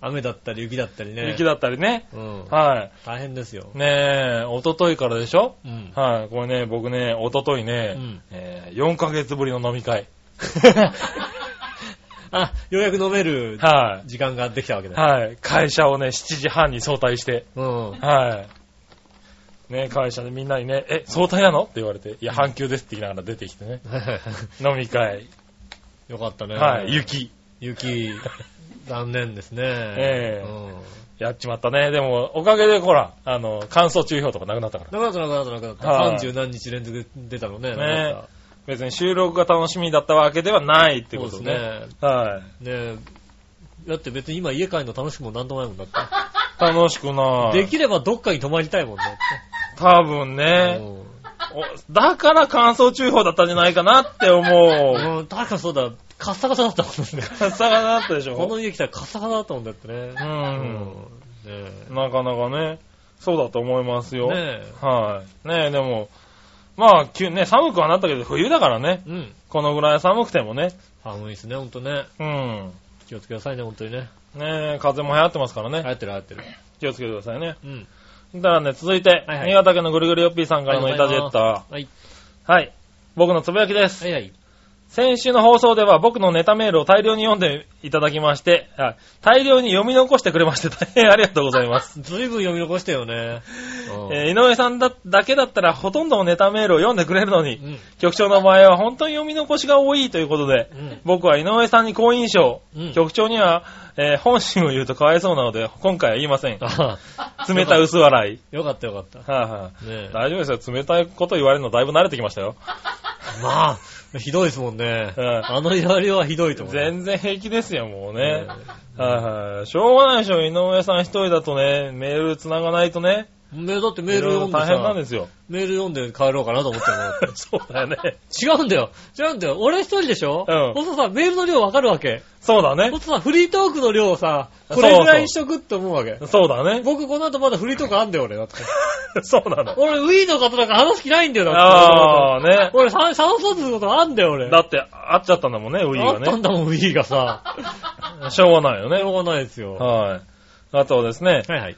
Speaker 2: 雨だったり雪だったりね。
Speaker 3: 雪だったりね。
Speaker 2: うん。
Speaker 3: は
Speaker 2: 大変ですよ
Speaker 3: い。。ねえ、おとといからでしょ
Speaker 2: うん。
Speaker 3: はい。これね、僕ね、おとといね、
Speaker 2: うん
Speaker 3: えー4ヶ月ぶりの飲み 会。
Speaker 2: あ、ようやく飲める
Speaker 3: は
Speaker 2: 時間ができたわけ
Speaker 3: い。
Speaker 2: だ。
Speaker 3: はい。会社をね、7時半に早退して。
Speaker 2: うん。
Speaker 3: はい。ね、会社でみんなにね、え、早退なのって言われて、いや、半休ですって言いながら出てきてね。飲み会。
Speaker 2: よかったね。
Speaker 3: はい。。雪。
Speaker 2: 雪、残念ですね。
Speaker 3: ええ
Speaker 2: うん
Speaker 3: やっちまったね。でも、おかげで、ほら、あの、乾燥注意報とかなくなったか
Speaker 2: な
Speaker 3: ら。
Speaker 2: くなったなくなったなくなった。
Speaker 3: は
Speaker 2: 三
Speaker 3: い
Speaker 2: 十何日連続出たのね。
Speaker 3: ね
Speaker 2: なくなっ
Speaker 3: 別に収録が楽しみだったわけではないって
Speaker 2: た
Speaker 3: こ
Speaker 2: そ
Speaker 3: と
Speaker 2: う
Speaker 3: ね。
Speaker 2: です
Speaker 3: はい。
Speaker 2: ね。ねだって別に今家帰るの楽しくもなんともないもんだって。
Speaker 3: 楽しくない。
Speaker 2: できればどっかに泊まりたいもんだって。
Speaker 3: 多分ね、
Speaker 2: うん
Speaker 3: おだから乾燥注意報だったんじゃないかなって思う。
Speaker 2: うん、確かそうだ、カッサカサだったもんね。
Speaker 3: さすがだったでしょ。
Speaker 2: この家来たらカッサカサだったもんだってね。
Speaker 3: うん。
Speaker 2: うんね
Speaker 3: なかなかね、そうだと思います
Speaker 2: え。
Speaker 3: よ。
Speaker 2: ねえ。
Speaker 3: はい。ねえ、でも、まあ、急ね、寒くはなったけど、冬だからね。
Speaker 2: うん。
Speaker 3: このぐらい寒くてもね。
Speaker 2: 寒いですね、ほんとね。
Speaker 3: うん。
Speaker 2: 気をつけなさいね、ほんとにね。
Speaker 3: ねえ、風も流行ってますから
Speaker 2: 流
Speaker 3: ね。
Speaker 2: 行ってる流行ってる。
Speaker 3: 気をつけてくださいね。
Speaker 2: うん。
Speaker 3: だからね、続いて、
Speaker 2: はいはい
Speaker 3: 新潟県のぐるぐるよっぴーさんからの
Speaker 2: あ
Speaker 3: イ
Speaker 2: りが
Speaker 3: タ
Speaker 2: と
Speaker 3: ジ
Speaker 2: う
Speaker 3: ェ
Speaker 2: ご
Speaker 3: ッ
Speaker 2: ざい
Speaker 3: タ
Speaker 2: はい。
Speaker 3: ー。はい。僕のつぶやきです。
Speaker 2: はいはい。
Speaker 3: 先週の放送では僕のネタメールを大量に読んでいただきまして、あ大量に読み残してくれまして大変ありがとうございます。
Speaker 2: ずいぶん読み残したよね。うん
Speaker 3: えー井上さんだだけだったらほとんどのネタメールを読んでくれるのに、
Speaker 2: うん。
Speaker 3: 局長の場合は本当に読み残しが多いということで、
Speaker 2: うん
Speaker 3: 僕は井上さんに好印象、
Speaker 2: うん
Speaker 3: 局長には、えー本心を言うとかわいそうなので、今回は言いません。
Speaker 2: あ
Speaker 3: 冷た薄笑い。
Speaker 2: よかったよかった。
Speaker 3: はいはい
Speaker 2: ねえ。
Speaker 3: 大丈夫ですよ。冷たいこと言われるのだいぶ慣れてきましたよ。
Speaker 2: まあ、ひどいですもんね。
Speaker 3: うん
Speaker 2: あのやりはひどいと思う。
Speaker 3: 全然平気ですよ、もうね。
Speaker 2: ね
Speaker 3: はいはい。しょうがないでしょ、井上さん一人だとね、メール繋がないとね。
Speaker 2: メールだってメール読んで
Speaker 3: 大変なんで
Speaker 2: さ、
Speaker 3: すよ。
Speaker 2: メール読んで帰ろうかなと思ったの。
Speaker 3: そうだよね。
Speaker 2: 違うんだよ。違うんだよ。俺一人でしょ
Speaker 3: うん
Speaker 2: おさん、メールの量わかるわけ。
Speaker 3: そうだね
Speaker 2: お。さん、フリートークの量をさ、
Speaker 3: そ
Speaker 2: こ
Speaker 3: うそう
Speaker 2: れぐらいにしとくって思うわけ。
Speaker 3: そうだ ね。
Speaker 2: 僕この後まだフリートークあんだよ、俺。だって
Speaker 3: そうなの。
Speaker 2: 俺、ウィーの方なんか話す気ないんだよ、だって。
Speaker 3: ああ、ね。
Speaker 2: 俺、さ話そうとすることあんだよ、俺。
Speaker 3: だって、会っちゃったんだもんね、ウィ
Speaker 2: あ
Speaker 3: ー
Speaker 2: った
Speaker 3: が
Speaker 2: んだもん、ウィーがさ。
Speaker 3: ね。しょうがないよ
Speaker 2: し
Speaker 3: ね。
Speaker 2: ょうがないですよ。は
Speaker 3: はい。あとですね、
Speaker 2: いはい。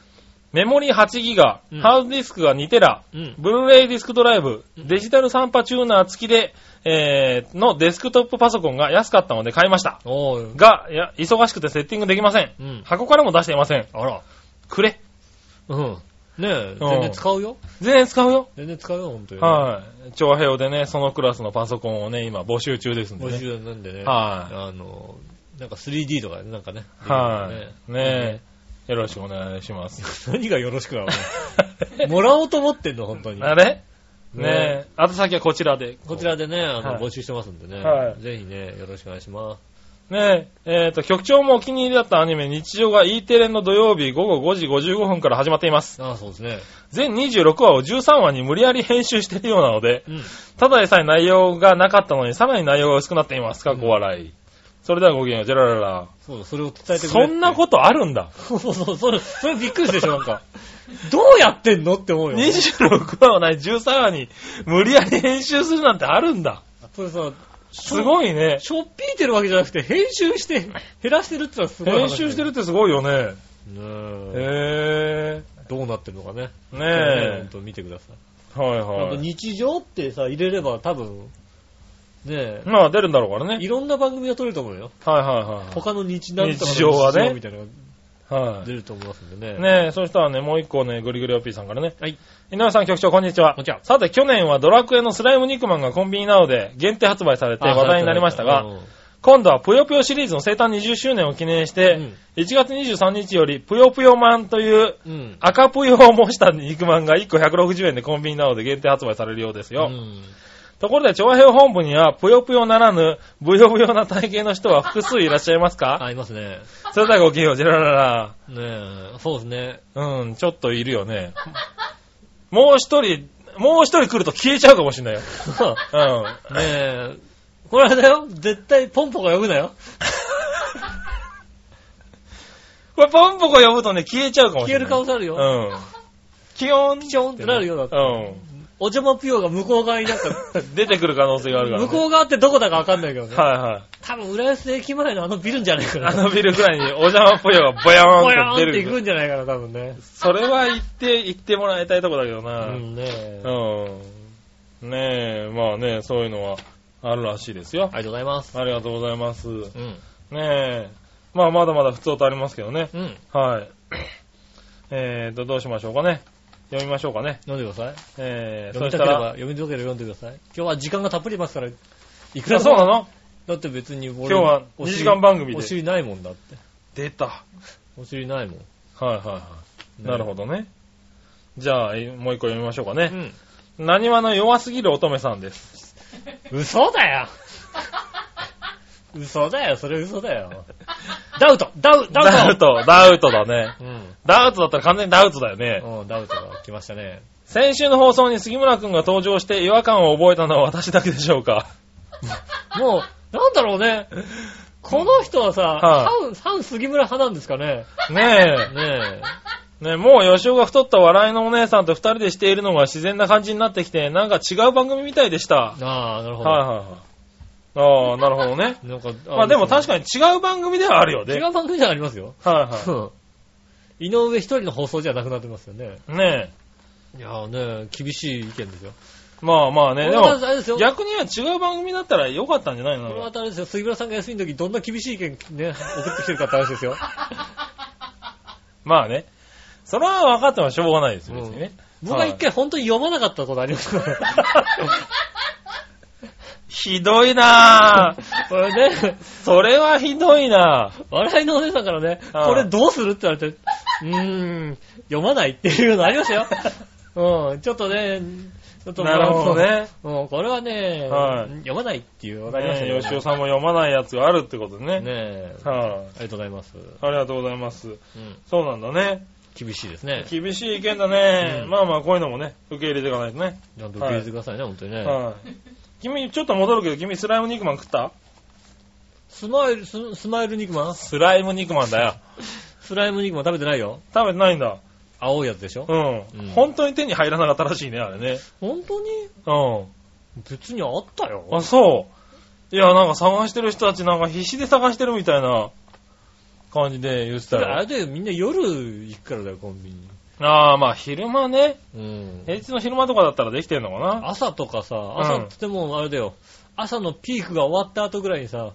Speaker 3: メモリ8ギガ
Speaker 2: うん、
Speaker 3: ハードディスクが2テラ、
Speaker 2: うん。
Speaker 3: ブルーレイディスクドライブ、デジタルサンパチューナー付きで、えー、のデスクトップパソコンが安かったので買いました。
Speaker 2: おー
Speaker 3: が、いや、忙しくてセッティングできません。
Speaker 2: うん
Speaker 3: 箱からも出していません。
Speaker 2: あら。
Speaker 3: くれ。
Speaker 2: うん。ねえ、全然使うよ。
Speaker 3: 全然使うよ。
Speaker 2: 全然使うよ、本当に。
Speaker 3: はい。長平でね、そのクラスのパソコンをね、今募集中ですんで
Speaker 2: 募
Speaker 3: ね。
Speaker 2: 集なんでね。
Speaker 3: はい
Speaker 2: あの、なんか 3D とかね、なんかね。
Speaker 3: はい。ね
Speaker 2: ね
Speaker 3: え、よろしくお願いしま す。
Speaker 2: 何がよろしくなのもらおうと思ってんの、本当に。
Speaker 3: あれね
Speaker 2: ね
Speaker 3: え、あと先はこちらで。
Speaker 2: こちらでね、あの、
Speaker 3: はい
Speaker 2: 募集してますんでね。
Speaker 3: はい
Speaker 2: ぜひね、よろしくお願いします。
Speaker 3: ねえ、えっ、と、局長もお気に入りだったアニメ、日常が E テレの土曜日午後5時55分から始まっています。
Speaker 2: ああ、そうですね。
Speaker 3: 全26話を13話に無理やり編集しているようなので、
Speaker 2: うん。
Speaker 3: ただでさえ内容がなかったのに、さらに内容が薄くなっています。過去笑い。それではごきげんよう、ジェラララ。
Speaker 2: そう、それを伝えてくれ
Speaker 3: そんな
Speaker 2: と
Speaker 3: ことあるんだ。
Speaker 2: そうそうそう、それ、それびっくりしたでしょ、なん か。どうやってんのって思うよ。
Speaker 3: 26話はない、13話に無理やり編集するなんてあるんだ。
Speaker 2: それさ、
Speaker 3: すごいね。
Speaker 2: しょっぴいてるわけじゃなくて、編集して、減らしてるってのはすごい話だよ。
Speaker 3: 編集してるってすごいよね。
Speaker 2: ねえ
Speaker 3: へ
Speaker 2: どうなってるのかね。
Speaker 3: ぇ
Speaker 2: 本
Speaker 3: ー。ね
Speaker 2: 当見てください。
Speaker 3: え。はい
Speaker 2: なんか
Speaker 3: は
Speaker 2: 日常ってさ、入れれば多分、ねえ
Speaker 3: い。、まあ出るんだろうからね。
Speaker 2: いろんな番組が撮れると思うよ。
Speaker 3: はいはい
Speaker 2: 他の日なんとかの
Speaker 3: 日常はね
Speaker 2: 日常みたいなのが
Speaker 3: はい。は
Speaker 2: 出ると思いますんでね。
Speaker 3: い。ねえ、そしたらね、もう一個ね、グリグリオピーさんからね。
Speaker 2: はい。
Speaker 3: 井上さん局長、こんにちは。
Speaker 2: こんにちは
Speaker 3: さて、去年はドラクエのスライム肉まんがコンビニなどで限定発売されて話題になりましたが、
Speaker 2: うん
Speaker 3: 今度はぷよぷよシリーズの生誕20周年を記念して、
Speaker 2: うん
Speaker 3: 1月23日よりぷよぷよまんという
Speaker 2: うん。
Speaker 3: 赤ぷよを模した肉まんが1個160円でコンビニなどで限定発売されるようですよ。
Speaker 2: うん
Speaker 3: ところで、長平本部にはぷよぷよならぬ、ぶよぶよな体型の人は複数いらっしゃいますか
Speaker 2: あ、いますね。
Speaker 3: それではごきげんよう、ジェララ
Speaker 2: ねえ、そうですね。
Speaker 3: ラ。うん、ちょっといるよね。もう一人、もう一人来ると消えちゃうかもしれないよ。うん。
Speaker 2: ねえ、これあれだよ。絶対ポンポが呼ぶなよ。
Speaker 3: これ、ポンポコ呼ぶとね、消えちゃうかもし
Speaker 2: 消え
Speaker 3: れな
Speaker 2: る可能
Speaker 3: い。
Speaker 2: 性あるよ。
Speaker 3: うん。キヨン
Speaker 2: ピチョンってなるよだって
Speaker 3: うん。
Speaker 2: お邪魔ピオが向こう側になん か、
Speaker 3: 出てくる可能性があるから、ね。
Speaker 2: 向こう側ってどこだかわかんないけどね。
Speaker 3: はいはい。
Speaker 2: 多分、浦安駅前のあのビルんじゃないか
Speaker 3: あ
Speaker 2: な。
Speaker 3: のビルぐらいにお邪魔っぽいのがボヤ
Speaker 2: ぽやー
Speaker 3: ーン
Speaker 2: ン
Speaker 3: っ
Speaker 2: ってて
Speaker 3: 出る
Speaker 2: 行くんじゃないかな、多分ね。
Speaker 3: それは言って、言ってもらいたいとこだけど
Speaker 2: う
Speaker 3: な。
Speaker 2: んねえ。あ
Speaker 3: うん。ねえ、まあね、そういうのはあるらしいですよ。
Speaker 2: りがとうございます。
Speaker 3: ありがとうございます。ね
Speaker 2: うん。
Speaker 3: え。まあ、まだまだ普通とありますけどね。
Speaker 2: うん。
Speaker 3: はい。えーと、どうしましょうかね。読みましょうかね。
Speaker 2: 読んでください。
Speaker 3: えー、
Speaker 2: 読み
Speaker 3: そした
Speaker 2: たければ、
Speaker 3: ら、
Speaker 2: 読みたければ読んでください。今日は時間がたっぷりありますから、いく
Speaker 3: あ
Speaker 2: ら
Speaker 3: そう
Speaker 2: の
Speaker 3: なの
Speaker 2: だって別に今
Speaker 3: 今日は2時間番組で
Speaker 2: お尻ないもんだって。
Speaker 3: 出た。は
Speaker 2: お尻ないもん。
Speaker 3: いはいはい。なるほどね。じゃあ、えもう一個読みましょうか
Speaker 2: う
Speaker 3: ね。
Speaker 2: ん。
Speaker 3: なにわの弱すぎる乙女さんです。
Speaker 2: 嘘だよ嘘だよ、それ嘘だよ。ダウトダウ、ダウト
Speaker 3: ダウト、ダウトだね。
Speaker 2: うん。
Speaker 3: ダウトだったら完全にダウトだよね。
Speaker 2: うん、ダウトが来ましたね。
Speaker 3: 先週の放送に杉村くんが登場して違和感を覚えたのは私だけでしょ うか。
Speaker 2: もう、なんだろうね。この人はさ、
Speaker 3: はい
Speaker 2: 反、反杉村派なんですかね。
Speaker 3: ね
Speaker 2: ね
Speaker 3: え。ねえ、もう吉尾が太った笑いのお姉さんと二人でしているのが自然な感じになってきて、なんか違う番組みたいでした。は
Speaker 2: え。ああ、なる
Speaker 3: い
Speaker 2: ほど。
Speaker 3: はいはい。ああ、なるほどね。
Speaker 2: なんか、
Speaker 3: まあでも確
Speaker 2: か
Speaker 3: かに違う番組ではあるよね。
Speaker 2: 違う番組じゃありますよ。
Speaker 3: はいは
Speaker 2: うん井上一人の放送じゃなくなってますよね。
Speaker 3: い。ね
Speaker 2: いやーね、厳しい意見ですよ。
Speaker 3: え。まあまあね。で
Speaker 2: これは
Speaker 3: も、
Speaker 2: あれですよ。
Speaker 3: 逆には違う番組だったらよかったんじゃない
Speaker 2: こ
Speaker 3: の
Speaker 2: れはあれですよ。杉村さんが休みの時どんな厳しい意見ね、送ってきてるかって話ですよ。
Speaker 3: まあね。それは分かってもしょうがないですよ、別にね。
Speaker 2: 僕は一回本当に読まなかったことありますから。
Speaker 3: ひどいな ぁ。
Speaker 2: これね、
Speaker 3: それはひどいなぁ。
Speaker 2: 笑いのお姉さんからね、
Speaker 3: はい
Speaker 2: これどうするって言われて、うーん、読まないっていうのありましたよ。うん、ちょっとね、ちょっともう
Speaker 3: なるほど。ね。
Speaker 2: うん、これはね、
Speaker 3: はい
Speaker 2: 読まないっていうのがありました
Speaker 3: ね
Speaker 2: よ
Speaker 3: 吉尾さんも読まないやつがあるってことでね。
Speaker 2: ねえ
Speaker 3: は
Speaker 2: ありがとうございます。
Speaker 3: い、あ。りがとうございます。
Speaker 2: うん、
Speaker 3: そうなんだね。
Speaker 2: 厳しいですね。
Speaker 3: 厳しい意見だね。
Speaker 2: うん
Speaker 3: まあまあ、こういうのもね、受け入れていかないとね。
Speaker 2: ちゃんと受け入れてくださいね、本当にね。
Speaker 3: はい。君、ちょっと戻るけど、君、スライム肉まん食った
Speaker 2: スマイル、ススマイル肉まん
Speaker 3: スライム肉まんだよ。
Speaker 2: スライム肉まん食べてないよ。
Speaker 3: 食べてないんだ。
Speaker 2: 青いやつでしょ
Speaker 3: う
Speaker 2: う
Speaker 3: ん。
Speaker 2: ん
Speaker 3: 本当に手に入らなかったらしいね、あれね。
Speaker 2: 本当に
Speaker 3: う
Speaker 2: 別にあったよ。
Speaker 3: ん。あ、そう。いや、なんか探してる人たちなんか必死で探してるみたいな感じで言ってた
Speaker 2: それあれ。
Speaker 3: よ
Speaker 2: だよ、みんな夜行くからだよ、コンビニ。
Speaker 3: ああ、まあ昼間ね。
Speaker 2: うん。
Speaker 3: 平日の昼間とかだったらできてんのかな。
Speaker 2: 朝とかさ、朝って言ってもあれだよ、朝のピークが終わった後ぐらいにさ、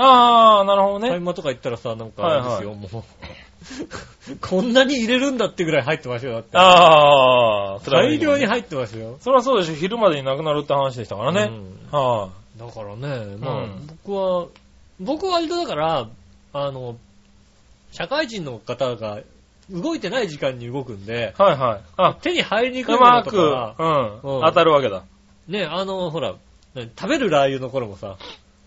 Speaker 3: ああ、なるほど
Speaker 2: タイ
Speaker 3: ね。
Speaker 2: マーとか行ったらさ、なんかあれですよ、もう。 こんなに入れるんだってぐらい入ってましたよ、だって。
Speaker 3: ああ、辛
Speaker 2: 大
Speaker 3: いね
Speaker 2: 量に。入ってましたよ。
Speaker 3: それはそうでしょ。昼までになくなるって話でしたからね。は
Speaker 2: だからね、まあ、
Speaker 3: うん
Speaker 2: 僕は、僕は割とだから、あの、社会人の方が動いてない時間に動くんで、
Speaker 3: い、はいはい。あ、
Speaker 2: 手に入りにくいも
Speaker 3: うま
Speaker 2: の
Speaker 3: く、
Speaker 2: と
Speaker 3: う
Speaker 2: か、
Speaker 3: ん、
Speaker 2: うん
Speaker 3: 当たるわけだ。
Speaker 2: ね、あの、ほら、何食べるラー油の頃もさ、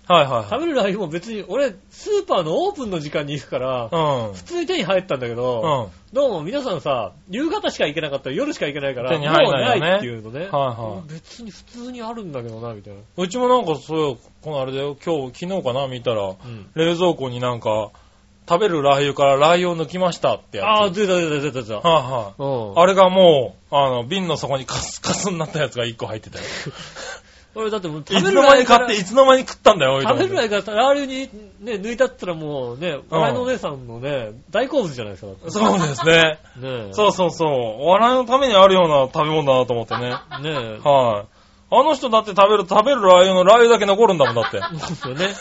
Speaker 3: はいは
Speaker 2: 食べるラー油も別に俺、スーパーのオープンの時間に行くから
Speaker 3: い、はい。
Speaker 2: 普通に手に入ったんだけ
Speaker 3: う
Speaker 2: ど、
Speaker 3: ん。うん。
Speaker 2: どうも皆さんさ、夕方しか行けなかったり、夜しか行けないから、
Speaker 3: 手に入らない
Speaker 2: も
Speaker 3: よね
Speaker 2: うないっていうのね、
Speaker 3: はいはい
Speaker 2: 別に普通にあるんだけどな、みたいな。
Speaker 3: うちもなんかそう、このあれだよ、今日、昨日かな、見たら、
Speaker 2: うん
Speaker 3: 冷蔵庫になんか、食べるラー油からラー油を抜きましたってやつ。
Speaker 2: ああ、
Speaker 3: はい、
Speaker 2: 出た出た出た出た。
Speaker 3: はい、
Speaker 2: うん
Speaker 3: あれがもう、あの、瓶の底にカスカスになったやつが1個入ってたよ。
Speaker 2: 俺だってもう
Speaker 3: い
Speaker 2: 食べ
Speaker 3: つ
Speaker 2: る
Speaker 3: の
Speaker 2: ラ
Speaker 3: 間
Speaker 2: ー油
Speaker 3: に
Speaker 2: か
Speaker 3: 買っ
Speaker 2: ら
Speaker 3: て、いつの間に食ったんだよ、みたい
Speaker 2: 食
Speaker 3: な
Speaker 2: べるラー油からラー油にね、抜いたったらもうね、お前のお姉さんのね、大好物じゃないですか。だって
Speaker 3: そうです ね。
Speaker 2: ねえ。
Speaker 3: そうそうそう。お笑いのためにあるような食べ物だなと思って ね。
Speaker 2: う。ねえ。
Speaker 3: はい。あの人だって食べる、食べるラー油のラー油だけ残るんだもんだ って。
Speaker 2: そうですよね。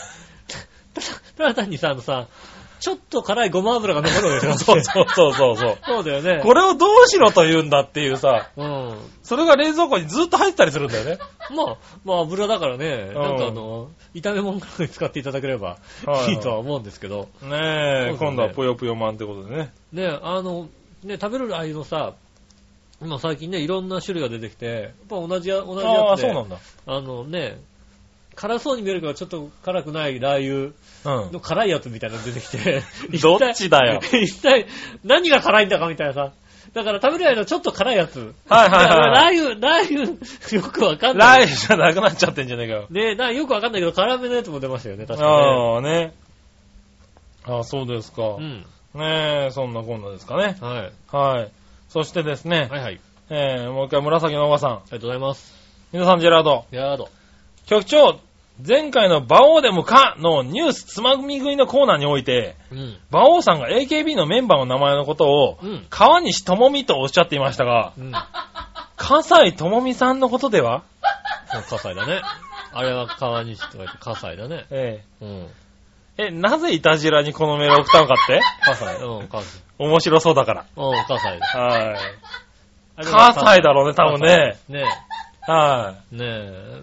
Speaker 2: ただ単にさ、あのさ、ちょっと辛いごま油が残るわけでしょ。
Speaker 3: そうそうそうそ うそう。
Speaker 2: そうだよね。
Speaker 3: これをどうしろと言うんだっていうさ、
Speaker 2: うん。
Speaker 3: それが冷蔵庫にずっと入ってたりするん だよね。
Speaker 2: まあ、まあ油だからね、
Speaker 3: ん
Speaker 2: なんかあの、炒め物からで使っていただければ
Speaker 3: はいはい
Speaker 2: いいとは思うんですけど、
Speaker 3: ね
Speaker 2: そ
Speaker 3: え、
Speaker 2: うですね
Speaker 3: 今度はぷよぷよマンってことでね。
Speaker 2: ねえ、あの、ね、食べるラー油のさ、今最近ね、いろんな種類が出てきて、やっぱ同じや、同じやつで。
Speaker 3: ああ、そうなんだ。
Speaker 2: あのね、辛そうに見えるけど、ちょっと辛くないラー
Speaker 3: う
Speaker 2: 油
Speaker 3: ん。。
Speaker 2: の辛いやつみたいなの出てきて
Speaker 3: どっちだよ
Speaker 2: 一体一体、何が辛いんだかみたいなさ。だから食べる間のちょっと辛いや つ。
Speaker 3: はいはいはい。
Speaker 2: い。ラー油、ラー油、よくわかん
Speaker 3: ラ
Speaker 2: ない。
Speaker 3: ー油じゃなくなっちゃってんじゃねえかよ。
Speaker 2: ねなよくわかんないけど、辛めのやつも出ましたよね、確か
Speaker 3: ああ、ね。ああ、そうですか。
Speaker 2: にね。
Speaker 3: ねえ、そんなこんなですかね。
Speaker 2: うん。はい。
Speaker 3: はい。そしてですね、
Speaker 2: はいはい。
Speaker 3: えー、もう一回紫のおばさん。
Speaker 2: りがとうございます。
Speaker 3: 皆さん、ジェラード。
Speaker 2: やーど。
Speaker 3: 局長、前回の馬王でもかのニュースつまみ食いのコーナーにおいて、
Speaker 2: うん。
Speaker 3: 馬王さんが AKB のメンバーの名前のことを、
Speaker 2: うん。
Speaker 3: 川西智美とおっしゃっていましたが、
Speaker 2: うん。
Speaker 3: 笠西智美さんのことでは
Speaker 2: 火災だね。あれは川西って書いて火災だね。
Speaker 3: え
Speaker 2: うん。
Speaker 3: え、えなぜイタジラにこのメールを送ったのかって
Speaker 2: 火災。うん、火災。
Speaker 3: 面白そうだから。
Speaker 2: うん、火災。
Speaker 3: はい。火災だろうね、多分ね。
Speaker 2: ね
Speaker 3: は
Speaker 2: え、ねえ。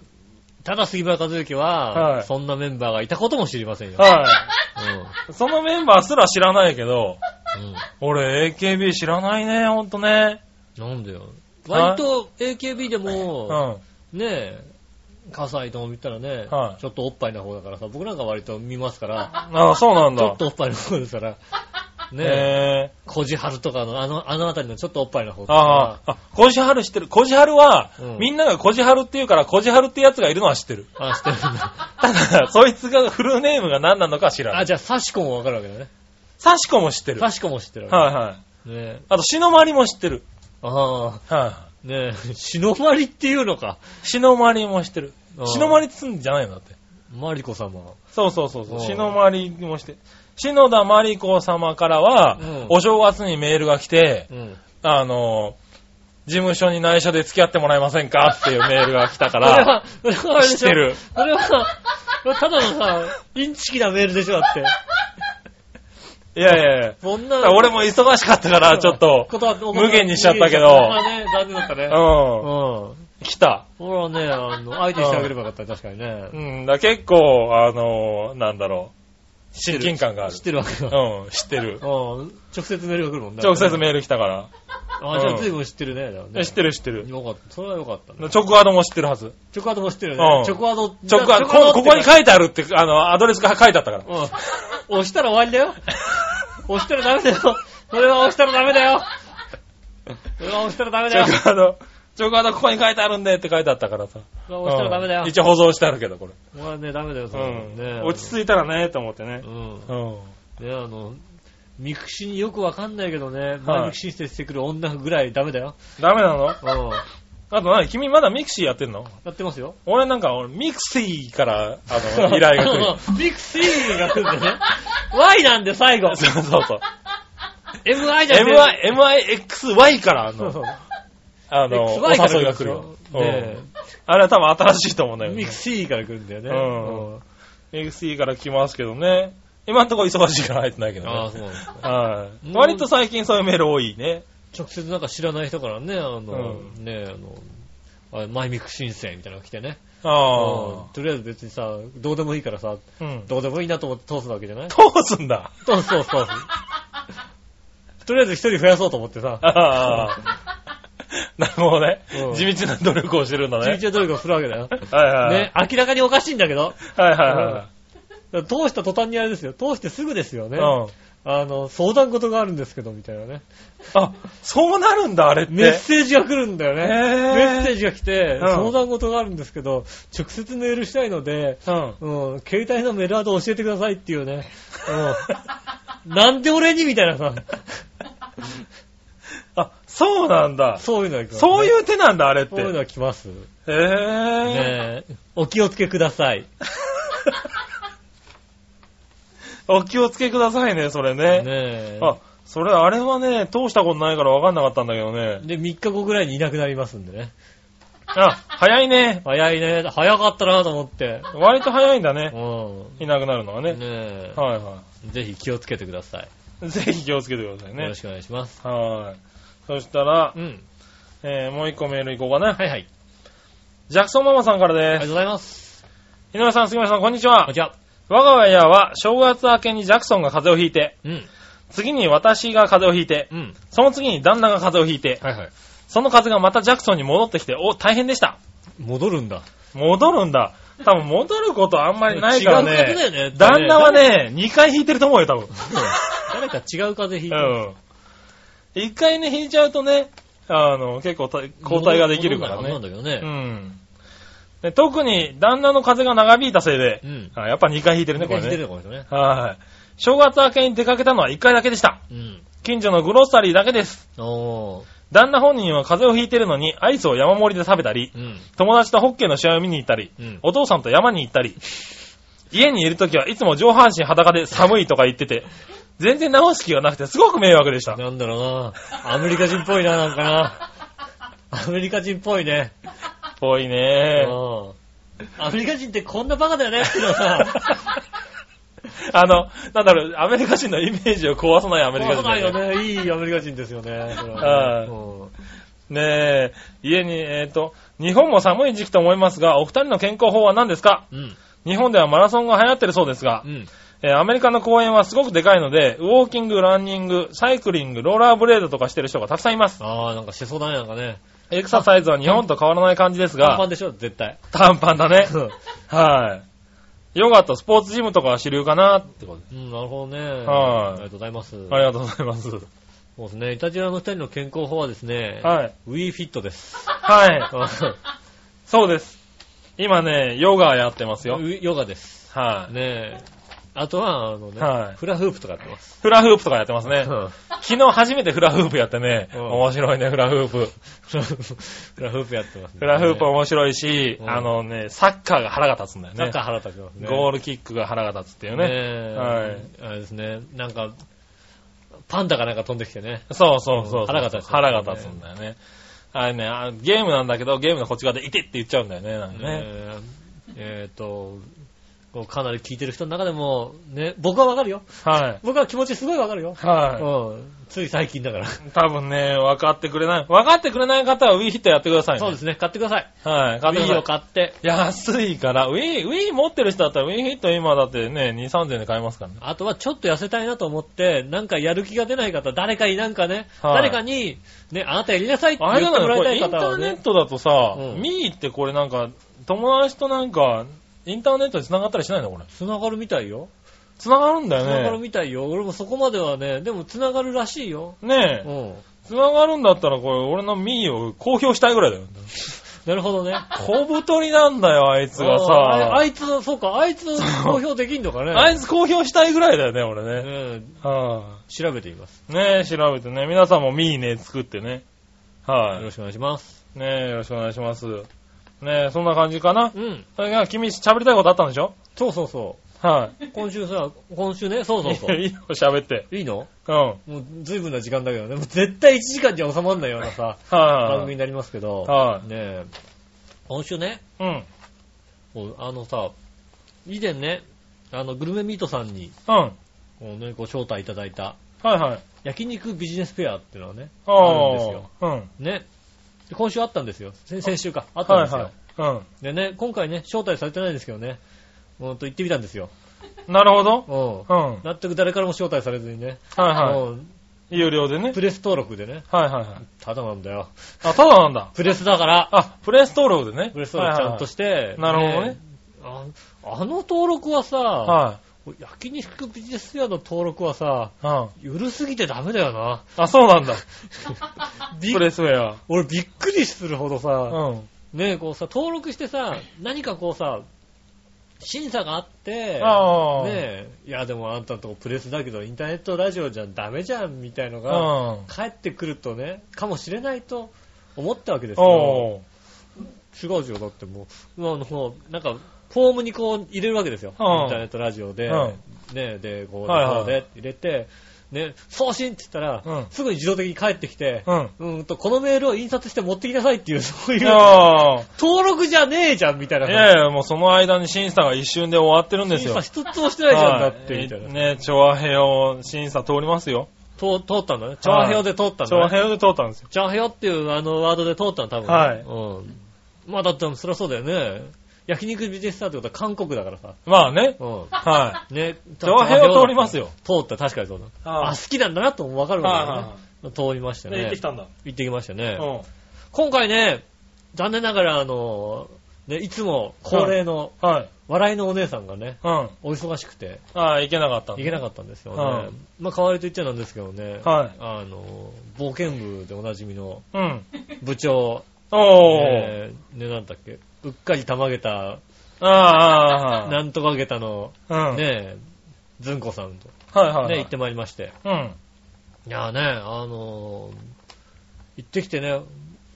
Speaker 2: ただ杉村和之は、
Speaker 3: はい
Speaker 2: そんなメンバーがいたことも知りません
Speaker 3: い。
Speaker 2: よ。
Speaker 3: は
Speaker 2: う
Speaker 3: い。そのメンバーすら知らないけど、
Speaker 2: ん。う
Speaker 3: 俺 AKB 知らないね、ほんとね。
Speaker 2: ん。なんだよ。
Speaker 3: はい
Speaker 2: 割と AKB で
Speaker 3: う
Speaker 2: も、
Speaker 3: ん。
Speaker 2: ねえ、葛西とも言ったらね、
Speaker 3: はい
Speaker 2: ちょっとおっぱいな方だからさ、僕なんか割と見ますから、
Speaker 3: あそうなん
Speaker 2: ちょ
Speaker 3: だ
Speaker 2: っ。とおっぱいの方ですから、ねえ、
Speaker 3: え
Speaker 2: 小路春とかのあの、あのあたりのちょっとおっぱいの方
Speaker 3: ー、あーあ、小路春知ってる。小路春は、
Speaker 2: うん
Speaker 3: みんなが小路春って言うから、小路春ってやつがいるのは知っ てる。
Speaker 2: あ、してるんだ。
Speaker 3: ただ、そいつがフルネームが何なのかは知らな
Speaker 2: あ、
Speaker 3: い。
Speaker 2: じゃあ、サシコもわかるわけだね。
Speaker 3: サシコも知ってる。は
Speaker 2: サシコも知ってる
Speaker 3: い
Speaker 2: わ
Speaker 3: はい。
Speaker 2: け。ねえ。
Speaker 3: あと、シノマリも知ってる。
Speaker 2: あ
Speaker 3: は
Speaker 2: あ、ねえ、 しのまりっていうのか。
Speaker 3: い。シノマリも知ってる
Speaker 2: う。ん
Speaker 3: シノマリってすんじゃないのだって。
Speaker 2: マリコ様。
Speaker 3: そうそうそうそうう。
Speaker 2: ん
Speaker 3: シノマリもして。篠田マリコ様からは、
Speaker 2: うん
Speaker 3: お正月にメールが来て、
Speaker 2: うん。
Speaker 3: あの、事務所に内緒で付き合ってもらえませんかっていうメールが来た
Speaker 2: そ
Speaker 3: か
Speaker 2: れ
Speaker 3: ら、
Speaker 2: は、それはあれでし
Speaker 3: 知ってる
Speaker 2: ょ。それは、それはただのさ、インチキなメールでしょ、だって。
Speaker 3: いやいやいや。
Speaker 2: そん
Speaker 3: だ
Speaker 2: な
Speaker 3: か。ら俺も忙しかったから、ちょっと、
Speaker 2: ことは
Speaker 3: 無限にしちゃったけど
Speaker 2: それはね、残念だったね。う。
Speaker 3: うんん、来た。
Speaker 2: ほらね、あの、相手してあげればよかったね、確かにね
Speaker 3: う。ん、だから結構、あの、なんだろう、親近感がある
Speaker 2: 知っ。てるわけだ。
Speaker 3: うん、知って
Speaker 2: う
Speaker 3: る
Speaker 2: ん。。直接メールが来るもんね。
Speaker 3: 直接メール来たから。
Speaker 2: あ、じゃあ随分知ってるね。だからね
Speaker 3: え知ってる知ってる。
Speaker 2: よかった。それはよかったね。
Speaker 3: チョコアドも知ってるはず。
Speaker 2: チョコアドも知ってる
Speaker 3: う
Speaker 2: よね
Speaker 3: ん。
Speaker 2: チョコアド、
Speaker 3: チョコアド、
Speaker 2: チョ
Speaker 3: こここに
Speaker 2: い
Speaker 3: 書いてあるって、あの、アドレスが書いてあったから。
Speaker 2: うん。押したら終わりだよ。押したらダメだよ。それは押したらダメだよ。それは押したらダメ
Speaker 3: チ
Speaker 2: だよ。
Speaker 3: ョコアド、チョコアドここに書いてあるんでって書いてあったからさ。
Speaker 2: それは押したらダメだよ
Speaker 3: うん。一応保存してあるけど、これ。
Speaker 2: これはね、ダメだよ、そうれはね
Speaker 3: ん。。落ち着いたらね、と思ってね
Speaker 2: う。ん。
Speaker 3: うん。
Speaker 2: ね、あの、ミクシによくわかんないけどね、
Speaker 3: は
Speaker 2: 前
Speaker 3: い
Speaker 2: ミクシに接してくる女ぐらいダメだよ。
Speaker 3: ダメなのあ
Speaker 2: うん。
Speaker 3: と何君まだミクシーやってんの
Speaker 2: やってますよ。
Speaker 3: 俺なんか、俺ミクシーから、あの、依頼が来 る。
Speaker 2: そうそうミクシーが来るんだよね。Y なんで最後。
Speaker 3: そうそうそう。
Speaker 2: MI じゃん。
Speaker 3: MI MIXY からあ
Speaker 2: そうそ
Speaker 3: の
Speaker 2: う。
Speaker 3: あの、お
Speaker 2: XY から
Speaker 3: 誘いが来るよ。
Speaker 2: ねえ
Speaker 3: うんあれは多分新しいと思うんだよ
Speaker 2: ミ
Speaker 3: ね
Speaker 2: ク。シーから来るんだよね。
Speaker 3: うん。XE から来ますけどね。今んとこ忙しいから入ってないけど
Speaker 2: ああ、
Speaker 3: ね。
Speaker 2: そうなんだ
Speaker 3: はい。
Speaker 2: うん
Speaker 3: 割と最近そういうメール多いね。
Speaker 2: 直接なんか知らない人からね、あの、
Speaker 3: う
Speaker 2: ね、あの、あマイミク申請みたいなのが来てね。
Speaker 3: あ
Speaker 2: うんとりあえず別にさ、どうでもいいからさ、
Speaker 3: あ。うん。
Speaker 2: どうでもいいなと思って通すわけじゃない
Speaker 3: 通すんだ。
Speaker 2: そうそうそう。 とりあえず一人増やそうと思ってさ、
Speaker 3: ああ。 なるほどね
Speaker 2: う。ん
Speaker 3: 地道な努力をしてるんだ
Speaker 2: 地
Speaker 3: ね。
Speaker 2: 道な努力をするわけだよ。
Speaker 3: はいはいはい
Speaker 2: ね、明らかにおかしいんだけど、
Speaker 3: はいはいは
Speaker 2: だから通した途端にあれですよ、通してすぐですよ
Speaker 3: い。
Speaker 2: ね。
Speaker 3: うん。
Speaker 2: あの、相談事があるんですけど、みたいなね。
Speaker 3: あ、そうなるんだ、あれって。
Speaker 2: メッセージが来るんだよね。
Speaker 3: へー
Speaker 2: メッセージが来て、
Speaker 3: うん
Speaker 2: 相談事があるんですけど、直接メールしたいので、
Speaker 3: うん。
Speaker 2: うん、携帯のメールアド教えてくださいっていうね。うん、 なんで俺にみたいなさ、
Speaker 3: あ、そうなんだ。
Speaker 2: そういうのが来ます、
Speaker 3: そういう手なんだ、あれっ
Speaker 2: そういうの
Speaker 3: て。
Speaker 2: が来ます。
Speaker 3: へえ。
Speaker 2: ねえ、お気をつけください。
Speaker 3: お気をつけくださいね、それ
Speaker 2: ね
Speaker 3: ね。
Speaker 2: え。
Speaker 3: あ、それあれはね、通したことないから分かんなかったんだけどね。
Speaker 2: で、3日後ぐらいにいなくなりますんでね。
Speaker 3: あ、早いね。
Speaker 2: 早いね。早かったなと思って。
Speaker 3: 割と早いんだ
Speaker 2: う
Speaker 3: ね。
Speaker 2: ん。
Speaker 3: いなくなるのは
Speaker 2: ね
Speaker 3: ね。
Speaker 2: え。
Speaker 3: はいは
Speaker 2: ぜひ気をつけてください。
Speaker 3: い。ぜひ気をつけてください
Speaker 2: よ
Speaker 3: ね
Speaker 2: ろ。しくお願いします。
Speaker 3: はい。そしたら
Speaker 2: う、ん。
Speaker 3: えーもう一個メールいこうかな。
Speaker 2: はいはい。
Speaker 3: ジャクソンママさんか
Speaker 2: あり
Speaker 3: ら
Speaker 2: が
Speaker 3: で
Speaker 2: とう
Speaker 3: す。
Speaker 2: ございます。
Speaker 3: 井上さん、杉村さん、こんにち
Speaker 2: こん
Speaker 3: は
Speaker 2: に。ちは。
Speaker 3: 我が家は正月明けにジャクソンが風邪をひいて、
Speaker 2: うん。
Speaker 3: 次に私が風邪をひいて、
Speaker 2: うん。
Speaker 3: その次に旦那が風邪をひいて、
Speaker 2: はいはい。
Speaker 3: その風がまたジャクソンに戻ってきて、お、大変でした。
Speaker 2: 戻るんだ。
Speaker 3: 戻るんだ。多分戻ることあんまりないから
Speaker 2: 違う風だよ
Speaker 3: ね。
Speaker 2: ね。
Speaker 3: 旦那は、ね、2回引いてると思うよ、多 分。
Speaker 2: 誰か違う風邪ひいてる。
Speaker 3: うん。1回ね、引いちゃうとね、あの、結構た交代ができるから
Speaker 2: 戻
Speaker 3: ね
Speaker 2: ん。ないはず
Speaker 3: う
Speaker 2: なんだ
Speaker 3: ん。で特に旦那の風が長引いたせいで
Speaker 2: け、どね。
Speaker 3: あやっぱ2回引いて
Speaker 2: う
Speaker 3: る
Speaker 2: ん。
Speaker 3: ね、これ
Speaker 2: 似てるね
Speaker 3: ね。
Speaker 2: この人ね。
Speaker 3: はい。正月明けに出かけたのは1回だけでした。
Speaker 2: うん。
Speaker 3: 近所のグロッサリーだけです。
Speaker 2: おー。
Speaker 3: 旦那本人は風邪をひいてるのに、アイスを山盛りで食べたり、
Speaker 2: うん。
Speaker 3: 友達とホッケーの試合を見に行ったり、
Speaker 2: うん
Speaker 3: お父さんと山に行ったり、家にいるときはいつも上半身裸で寒いとか言ってて、全然直す気がなくてすごく迷惑でした。
Speaker 2: なんだろうなアメリカ人っぽいな、なんかな。アメリカ人っぽいね。
Speaker 3: ぽいね
Speaker 2: うんアメリカ人ってこんなバカだよねってのさ、
Speaker 3: あの、なんだろう、アメリカ人のイメージを壊さないアメリカ人
Speaker 2: な
Speaker 3: だ
Speaker 2: い
Speaker 3: よ
Speaker 2: よ
Speaker 3: ね。
Speaker 2: ね。いいアメリカ人ですよね。それ
Speaker 3: は
Speaker 2: はいうん
Speaker 3: ねえ、家に、えっ、と、日本も寒い時期と思いますが、お二人の健康法は何ですか
Speaker 2: うん。
Speaker 3: 日本ではマラソンが流行ってるそうですが
Speaker 2: う、ん。
Speaker 3: えーアメリカの公園はすごくでかいので、ウォーキング、ランニング、サイクリング、ローラーブレードとかしてる人がたくさんいます。
Speaker 2: ああ、なんかしそうだね、なんかね。
Speaker 3: エクササイズは日本と変わらない感じです
Speaker 2: パンパ
Speaker 3: が
Speaker 2: ン、でしょ、絶対。
Speaker 3: 短パンだね。
Speaker 2: うん
Speaker 3: はい。ヨガとスポーツジムとかは主流かなってことで
Speaker 2: うん、なるほどね。
Speaker 3: は
Speaker 2: あ
Speaker 3: い
Speaker 2: りがとうございます。
Speaker 3: す。ありがとうございます。
Speaker 2: そうですね。イタジラの二人の健康法はですね、
Speaker 3: はい。
Speaker 2: ウィーフィットです。
Speaker 3: はい。
Speaker 2: う
Speaker 3: そうです。今ね、ヨガやってますよ
Speaker 2: ん。ヨガです。
Speaker 3: はい。
Speaker 2: ねえ。あとは、あのね、
Speaker 3: はい
Speaker 2: フラフープとかやってます。
Speaker 3: フ ラフープとかやってますね
Speaker 2: う。ん
Speaker 3: 昨日初めてフラフープやってね、
Speaker 2: うん
Speaker 3: 面白いね、フラフー プ。
Speaker 2: フラフープフラフープやってますね。
Speaker 3: フラフープ面白いし、
Speaker 2: うん
Speaker 3: あのね、サッカーが腹が立つんだよ
Speaker 2: なん
Speaker 3: ね。
Speaker 2: か腹立ちますね。
Speaker 3: ゴールキックが腹が立つっていう
Speaker 2: ね
Speaker 3: ね。
Speaker 2: え
Speaker 3: はい
Speaker 2: あれですね。なんか、パンダかなんか飛んできてね。
Speaker 3: そうそうそうそう。
Speaker 2: 腹が立つ
Speaker 3: 腹が立つんだよね。あれね、あゲームなんだけど、ゲームのこっち側でいてって言っちゃうんだよね、なんかね。
Speaker 2: えーえっと、こうかなり聞いてる人の中でも、ね、僕はわかるよ。
Speaker 3: はい。
Speaker 2: 僕は気持ちすごいわかるよ。
Speaker 3: は
Speaker 2: うん。つい最近だから。
Speaker 3: い。多分ね、分かってくれない。分かってくれない方は Wii ヒットやってくださいね。
Speaker 2: そうですね。買ってください。
Speaker 3: す。はい。買ってく
Speaker 2: Wii
Speaker 3: だ
Speaker 2: を
Speaker 3: さい。
Speaker 2: 買って。
Speaker 3: 安いから、Wii、Wii 持ってる人だったら Wii ヒット今だってね、2、3000で買えますからね。
Speaker 2: あとはちょっと痩せたいなと思って、なんかやる気が出ない方、誰かになんかね、
Speaker 3: はい
Speaker 2: 誰かに、ね、あなたやりなさいって
Speaker 3: あれ
Speaker 2: 言
Speaker 3: だ
Speaker 2: っても
Speaker 3: な、
Speaker 2: らい
Speaker 3: こ
Speaker 2: たい
Speaker 3: れインタ
Speaker 2: 方
Speaker 3: ー
Speaker 2: は
Speaker 3: ネ
Speaker 2: ね
Speaker 3: ッ。トだとさ、
Speaker 2: うん
Speaker 3: Wii ってこれなんか、友達となんか、インターネットで繋がったりしないのこれ。
Speaker 2: つながるみたいよ。
Speaker 3: 繋がるんだ
Speaker 2: つなが
Speaker 3: よ
Speaker 2: る
Speaker 3: ね。
Speaker 2: みたいよ。俺もそこまではね、でもつながるらしいよ。
Speaker 3: ねえ。
Speaker 2: うん。
Speaker 3: 繋がるんだったら、これ、俺のミーを公表したいぐらいだよ。
Speaker 2: なるほどね。
Speaker 3: 小太りなんだよ、あいつ が
Speaker 2: あああ
Speaker 3: さ。
Speaker 2: いつ、そうか、あいつ公表できんのかね。
Speaker 3: あいつ公表したいぐらいだよね、俺ね。
Speaker 2: ね
Speaker 3: は
Speaker 2: 調べてみます。
Speaker 3: いねえ、調べてね。皆さんもミーね、作ってね。は
Speaker 2: よろしくお願いします。
Speaker 3: い。ねえ、よろしくお願いします。ねえ、そんな感じかな。
Speaker 2: うん。
Speaker 3: それが、君、喋りたいことあったんでしょ
Speaker 2: そうそうそ
Speaker 3: は
Speaker 2: う。今週さ、今週ね、そう
Speaker 3: い。
Speaker 2: そうそう。
Speaker 3: いいよ、喋って。
Speaker 2: いいの
Speaker 3: うん。はい
Speaker 2: もう随分な時間だけどね。もう絶対1時間じゃ収まんないようなさ、番
Speaker 3: は
Speaker 2: 組
Speaker 3: い
Speaker 2: になりますけど。
Speaker 3: は
Speaker 2: ね
Speaker 3: い。
Speaker 2: え。今週ね、
Speaker 3: うん。
Speaker 2: もうあのさ、以前ね、あの、グルメミートさんに、
Speaker 3: うん。はい
Speaker 2: こうね、ご招待いただいた、
Speaker 3: はい。
Speaker 2: 焼肉ビジネスフェアっていうのはね、
Speaker 3: あ
Speaker 2: あるんです
Speaker 3: ー
Speaker 2: よ。
Speaker 3: うん。
Speaker 2: ね。で今週あったんですよ。先先週か。あったん
Speaker 3: は
Speaker 2: で
Speaker 3: い
Speaker 2: すよ。
Speaker 3: はい。う
Speaker 2: でね、今回ね、招待されてないんですけどね、うんと行ってみたんですよ。
Speaker 3: ん。なるほど。
Speaker 2: うん
Speaker 3: う。ん。はい
Speaker 2: 全く誰からも招待されずにね、
Speaker 3: は
Speaker 2: うん
Speaker 3: い。有料でね。
Speaker 2: プレス登録でね、
Speaker 3: はいはいはい。
Speaker 2: ただなんだよ。
Speaker 3: あ、ただなんだ。
Speaker 2: プレスだから、
Speaker 3: あ、プレス登録でね。
Speaker 2: プレス登録ちゃんとして、
Speaker 3: はいはいはいなるほどね
Speaker 2: あ。あの登録はさ、
Speaker 3: は
Speaker 2: 焼肉ビジネス屋の登録はさ、
Speaker 3: いはい。はい。うん。
Speaker 2: 緩すぎてダメだよな。
Speaker 3: あ、そうな んだ。
Speaker 2: び
Speaker 3: プレスウェ
Speaker 2: 俺びっくりするほど
Speaker 3: ア。
Speaker 2: さ、
Speaker 3: うん。
Speaker 2: ねこうさ、登録してさ、何かこうさ、審査があって、
Speaker 3: ああ。
Speaker 2: ねえ、いやでもあんたのとこプレスだけどインターネットラジオじゃダメじゃんみたいの
Speaker 3: う
Speaker 2: が、
Speaker 3: ん。
Speaker 2: 帰ってくるとね、かもしれないと思ったわけですよ。
Speaker 3: おー
Speaker 2: 違う違う、だってもう、まああのなんか、フォームにこう入れるわけですよ。イン
Speaker 3: うん
Speaker 2: ターネットラジオで、
Speaker 3: うん
Speaker 2: ねで、こう、
Speaker 3: はいはい
Speaker 2: こうで入れて、ね、送信って言ったら、
Speaker 3: うん
Speaker 2: すぐに自動的に帰ってきて、
Speaker 3: うん。
Speaker 2: うん、と、このメールを印刷して持ってきなさいっていう、そういう、
Speaker 3: あ
Speaker 2: 登録じゃねえじゃんみたい
Speaker 3: あ。
Speaker 2: な。
Speaker 3: いやいや、もうその間に審査が一瞬で終わってるんですよ。
Speaker 2: 審査一つもしてないじゃんだって、
Speaker 3: はい
Speaker 2: みたいな。
Speaker 3: ね、調和平を審査通りますよ。
Speaker 2: と通ったんだね。調和表で通ったんだね。
Speaker 3: 調和平で通ったんですよ。
Speaker 2: チャーヘヨっていうあのワードで通ったの多分。
Speaker 3: はい
Speaker 2: うん。まあだってそりゃそうだよね。焼肉ビジネスターってことは韓国だからさ。
Speaker 3: まあね。
Speaker 2: う
Speaker 3: は
Speaker 2: ん。ね。
Speaker 3: い。調和平を通りますよ。
Speaker 2: 通った確かにそうだ。
Speaker 3: は
Speaker 2: あ、
Speaker 3: い
Speaker 2: 好きなんだなと分かるわけだよね
Speaker 3: は。
Speaker 2: 通りましたね。
Speaker 3: で行ってきたんだ。
Speaker 2: 行ってきましたね。
Speaker 3: うん。
Speaker 2: 今回ね、残念ながらあの、ね、いつも恒例の
Speaker 3: はい。
Speaker 2: 笑いのお姉さんがね、
Speaker 3: うん。あ
Speaker 2: お忙しくて
Speaker 3: あ、いけなかったんだ
Speaker 2: 行けなかったんですよね。
Speaker 3: はい
Speaker 2: まあ代わりと言っちゃなんですけどね。
Speaker 3: はい。
Speaker 2: あの、冒険部でおなじみの
Speaker 3: うん。
Speaker 2: 部長、
Speaker 3: おー。
Speaker 2: えーね、なんだっけ、うっかりたまげた、
Speaker 3: ああ、ああ
Speaker 2: なんとかげたの、
Speaker 3: ああ。うん。
Speaker 2: ねえ、ずんこさんと、
Speaker 3: はいはいはい。
Speaker 2: ね、行ってまいりまして。
Speaker 3: うん。
Speaker 2: いやーね、あのー行ってきてね、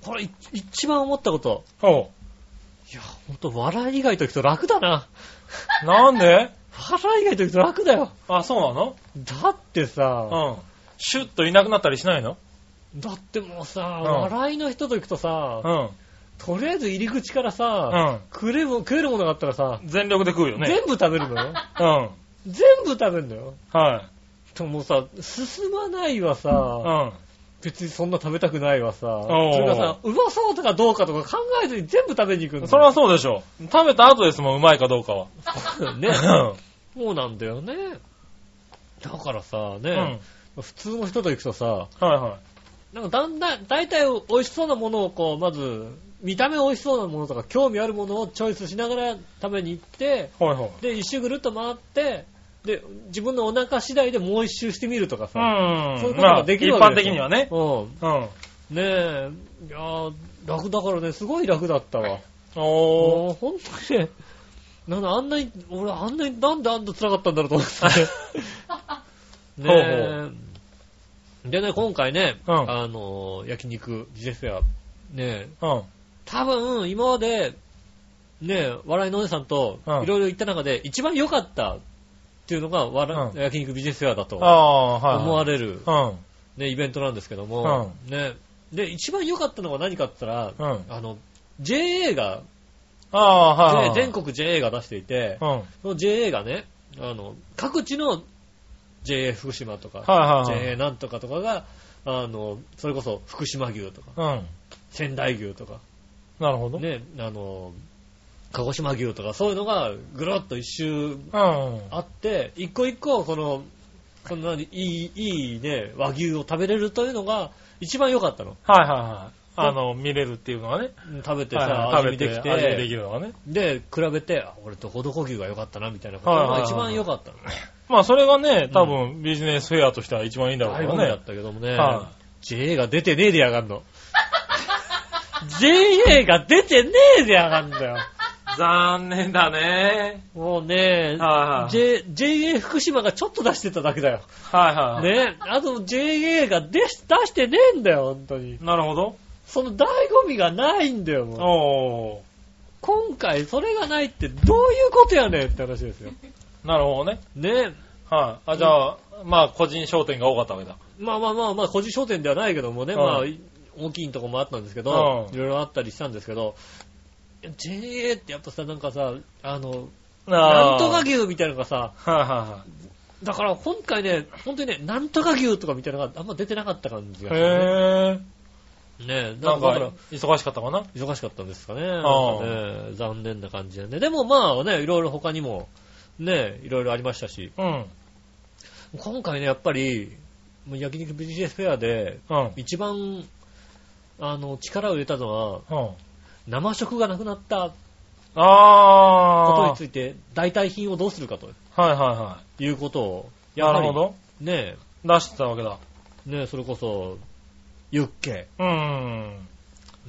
Speaker 2: これい一番思ったこと。
Speaker 3: ほ
Speaker 2: いや、ほんと、笑い以外と行くと楽だな。
Speaker 3: う。なんで
Speaker 2: 笑い以外と行くと楽だよ。
Speaker 3: あ、そうなの
Speaker 2: だってさ、
Speaker 3: うん。シュッといなくなったりしないの
Speaker 2: だってもうさ、
Speaker 3: ん
Speaker 2: 笑いの人と行くとさ、
Speaker 3: うん。
Speaker 2: とりあえず入り口から
Speaker 3: う
Speaker 2: さ、
Speaker 3: ん。
Speaker 2: 食えるも食えるものがあったらさ、
Speaker 3: 全力で食うよね。
Speaker 2: 全部食べるの よ。
Speaker 3: うん。
Speaker 2: 全部食べるのよ。
Speaker 3: はい。
Speaker 2: でもさ、進まないわさ、
Speaker 3: うん。
Speaker 2: 別にそんな食べたくないわさ、
Speaker 3: おう
Speaker 2: それがさ、うまそうとかどうかとか考えずに全部食べに行くんだよ
Speaker 3: それはそうでしょ。食べた後ですもん、うまいかどうかは。
Speaker 2: ね。そうなんだよね。だからさ、
Speaker 3: うん。うん。
Speaker 2: ね、普通の人と行くとさ、
Speaker 3: はいはい。
Speaker 2: なんかだんだん、大体美味しそうなものをこう、まず、見た目美味しそうなものとか、興味あるものをチョイスしながら食べに行って、
Speaker 3: はいはい。
Speaker 2: で、一周ぐるっと回って、で、自分のお腹次第でもう一周してみるとかさ、
Speaker 3: うん。
Speaker 2: そういうことができる
Speaker 3: まあ
Speaker 2: わ
Speaker 3: 一般
Speaker 2: け
Speaker 3: 的
Speaker 2: でしょ
Speaker 3: にはね。
Speaker 2: うん。
Speaker 3: うん。
Speaker 2: ねえ、いやー楽だからね、すごい楽だったわ。
Speaker 3: おー。
Speaker 2: もう本当にね、なんだ、あんなに、俺あんなになんであんな辛かったんだろうと思って。ね
Speaker 3: ほ
Speaker 2: え。でね、今回ね、
Speaker 3: うん
Speaker 2: あのー、焼肉、自転車、ねえ、
Speaker 3: うん。
Speaker 2: 多分今まで、ねえ、笑いのお姉さんと
Speaker 3: うん
Speaker 2: いろいろ行った中で、一番良かったっていうのが、笑
Speaker 3: う
Speaker 2: 焼肉ビジネスフェアだと
Speaker 3: ああ、はいはい。
Speaker 2: 思われる、
Speaker 3: うん。
Speaker 2: ね、イベントなんですけども、ねえ、で、一番良かったのは何かって言ったら、
Speaker 3: うん
Speaker 2: あの、JA が、
Speaker 3: ああ、はいはい。
Speaker 2: 全国 JA が出していて、
Speaker 3: うん。はい
Speaker 2: その JA がね、あの、各地の JA 福島とか、
Speaker 3: はいはい。
Speaker 2: JA なんとかとかが、あの、それこそ福島牛とか、
Speaker 3: うん。
Speaker 2: 仙台牛とか、
Speaker 3: なるほど。
Speaker 2: ね、あの、鹿児島牛とか、そういうのがぐるっと一周
Speaker 3: うん。
Speaker 2: あって、一個一個、この、そんなにいい、いいね、和牛を食べれるというのが、一番良かったの。
Speaker 3: はいはいはい。あの、見れるっていうのがね。
Speaker 2: 食べて
Speaker 3: はい
Speaker 2: さ、
Speaker 3: はい
Speaker 2: 味見できて、
Speaker 3: 味見できるのがね。
Speaker 2: で、比べて、あ俺どこどこ牛が良かったな、みたいなこと
Speaker 3: はいはい
Speaker 2: が
Speaker 3: はい
Speaker 2: 一番良かったの。
Speaker 3: まあ、それがね、多分、ビジネスフェアとしては一番いいんだろう
Speaker 2: 醍
Speaker 3: け
Speaker 2: 醐
Speaker 3: ど
Speaker 2: 味だ
Speaker 3: ね
Speaker 2: っ。たけどもね、
Speaker 3: は
Speaker 2: JA が出てねえでやがんの。JA が出てねえでやがんだよ。
Speaker 3: 残念だね。
Speaker 2: もうね、
Speaker 3: はいはい
Speaker 2: J- JA 福島がちょっと出してただけだよ。
Speaker 3: はいはい。
Speaker 2: ね、あと JA が出し出してねえんだよ、本当に。
Speaker 3: なるほど。
Speaker 2: その醍醐味がないんだよ、もう。
Speaker 3: お
Speaker 2: 今回それがないってどういうことやねんって話ですよ。
Speaker 3: ー。なるほどね。
Speaker 2: ね、
Speaker 3: はい。あ、じゃあ、まあ、個人商店が多かったわけだ。
Speaker 2: まあまあまあまあ、個人商店ではないけどもね、まあ
Speaker 3: はい、
Speaker 2: 大きいとこもあったんですけど、
Speaker 3: うん
Speaker 2: いろいろあったりしたんですけど、JA ってやっぱさ、なんかさ、あの、なんとか
Speaker 3: はい
Speaker 2: 牛みたいなのがさ、
Speaker 3: は
Speaker 2: だから今回ね、本当にね、なんとか牛とかみたいなのがあんま出てなかった感じ
Speaker 3: い
Speaker 2: が
Speaker 3: はい。
Speaker 2: するね。ね
Speaker 3: へ
Speaker 2: え、
Speaker 3: ー。な
Speaker 2: なんん
Speaker 3: か
Speaker 2: かだから、、
Speaker 3: 忙しかったかな
Speaker 2: 忙しかったんですかね。なんかね残念な感じでね。でもまあね、いろいろ他にも、ね、いろいろありましたし、
Speaker 3: うん。
Speaker 2: 今回ね、やっぱり、もう焼肉ビジネスフェアで、
Speaker 3: うん。
Speaker 2: 一番、あの、力を入れたのは、
Speaker 3: うん。
Speaker 2: 生食がなくなったこと
Speaker 3: あ
Speaker 2: について、代替品をどうするかと
Speaker 3: ー。はいはいは
Speaker 2: いうことを、
Speaker 3: い。
Speaker 2: やは
Speaker 3: な
Speaker 2: り
Speaker 3: るほど。
Speaker 2: ね
Speaker 3: 出してたわけだ。
Speaker 2: え、ねえ、それこそ、ユッケ、
Speaker 3: うん。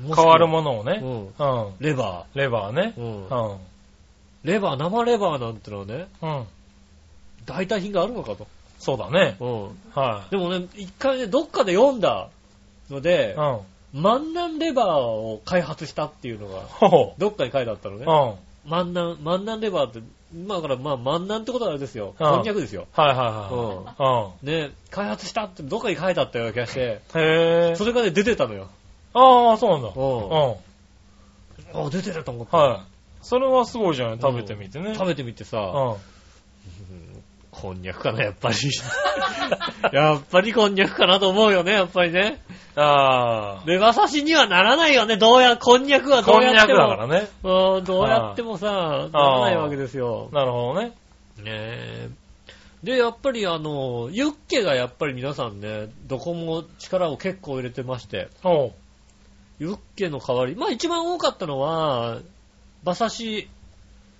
Speaker 2: 変
Speaker 3: 変わるものをね。
Speaker 2: の、
Speaker 3: うん。
Speaker 2: レバ
Speaker 3: レバーね
Speaker 2: ー、。うん
Speaker 3: うん。
Speaker 2: レバー、生レバーなんてのはね、
Speaker 3: うん。
Speaker 2: 代替品があるのかと。
Speaker 3: そうだね。
Speaker 2: うん
Speaker 3: は
Speaker 2: でもね、一回ね、どっかで読んだの
Speaker 3: い。
Speaker 2: で
Speaker 3: う、ん。
Speaker 2: 万南レバーを開発したっていうのが、
Speaker 3: ほほ。
Speaker 2: どっかに書いてあったの
Speaker 3: う
Speaker 2: ね
Speaker 3: ん。。はい
Speaker 2: 万南、万南レバーって、まあだからまあ万南ってことはあれですよ。
Speaker 3: うん
Speaker 2: こんにゃくですよ。
Speaker 3: はいうは
Speaker 2: ね、開発したってどっかに書いてあったような気がして、
Speaker 3: い。うん。へー
Speaker 2: そ。れがね、出てたのよ。
Speaker 3: ああ、そうなんだ。
Speaker 2: う。
Speaker 3: うん
Speaker 2: あ、出てると思って。
Speaker 3: ん。はい。それはすごいじゃない食べてみてね。
Speaker 2: 食べてみて
Speaker 3: う
Speaker 2: さ、
Speaker 3: ん。
Speaker 2: こんにゃくかな、やっぱり。 やっぱりこんにゃくかなと思うよね、やっぱりね。
Speaker 3: あ
Speaker 2: レバ刺しにはならないよね、どうや、こんにゃくは
Speaker 3: あ。
Speaker 2: ど
Speaker 3: こん
Speaker 2: う
Speaker 3: に
Speaker 2: や
Speaker 3: ゃ
Speaker 2: っ
Speaker 3: く
Speaker 2: て
Speaker 3: だ
Speaker 2: も。
Speaker 3: からね。
Speaker 2: うんどうやってもさ、ならないわけですよ。
Speaker 3: なるほどね。
Speaker 2: ねえ。で、やっぱりあの、ユッケがやっぱり皆さんね、どこも力を結構入れてまして、
Speaker 3: おう。
Speaker 2: ユッケの代わり、まあ一番多かったのは、馬刺し。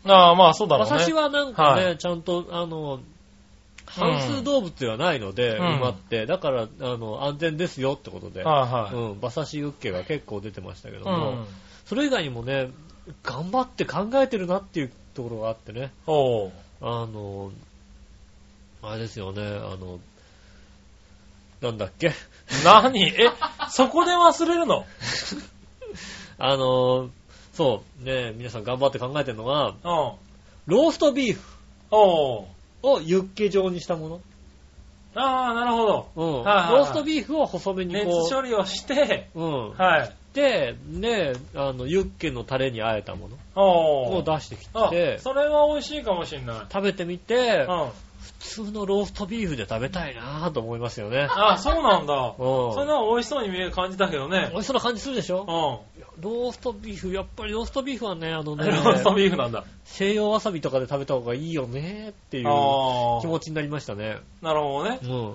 Speaker 3: ああ、まあそうだろ
Speaker 2: 馬
Speaker 3: うね。
Speaker 2: 刺しはなんかね、
Speaker 3: は
Speaker 2: ちゃんと、あの、半数動物ではないので、
Speaker 3: うん
Speaker 2: 馬って、だから、あの、安全ですよってことで、
Speaker 3: はいは
Speaker 2: うん、馬刺しユッケが結構出てましたけど
Speaker 3: い。う
Speaker 2: も、
Speaker 3: ん。
Speaker 2: それ以外にもね、頑張って考えてるなっていうところがあってね、
Speaker 3: おう。
Speaker 2: あの、あれですよね、あの、なんだっけ
Speaker 3: 何え、そこで忘れるの。
Speaker 2: あのーそう、ね、皆さん頑張って考えてるのが、
Speaker 3: うん。
Speaker 2: ローストビーフ
Speaker 3: おう
Speaker 2: をユッケ状にしたもの。
Speaker 3: ああ、なるほど。
Speaker 2: うん。
Speaker 3: はいはいはい
Speaker 2: ローストビーフを細めに
Speaker 3: 熱
Speaker 2: こ
Speaker 3: 処理をして、
Speaker 2: う、うん。
Speaker 3: はい。
Speaker 2: で、ね、あの、ユッケのタレに和えたもの
Speaker 3: お
Speaker 2: を
Speaker 3: う。
Speaker 2: 出してき
Speaker 3: あ
Speaker 2: て、
Speaker 3: それは美味しいかもしんない。
Speaker 2: 食べてみて
Speaker 3: う、ん。
Speaker 2: 普通のローストビーフで食べたいなぁと思いますよね。
Speaker 3: あ、そうなんだ。
Speaker 2: う
Speaker 3: そん
Speaker 2: ん。
Speaker 3: なの美味しそうに見え感じたけどね
Speaker 2: 美。味しそうな感じするでし
Speaker 3: うん。
Speaker 2: ょロ
Speaker 3: ロ
Speaker 2: ーストビーフ、やっぱりローストビーフはね、あのね、
Speaker 3: ーストビーフなんだ。
Speaker 2: 西洋わさびとかで食べた方がいいよねっていう
Speaker 3: あ
Speaker 2: 気持ちになりましたね。
Speaker 3: あ。なるほどね
Speaker 2: う。ん。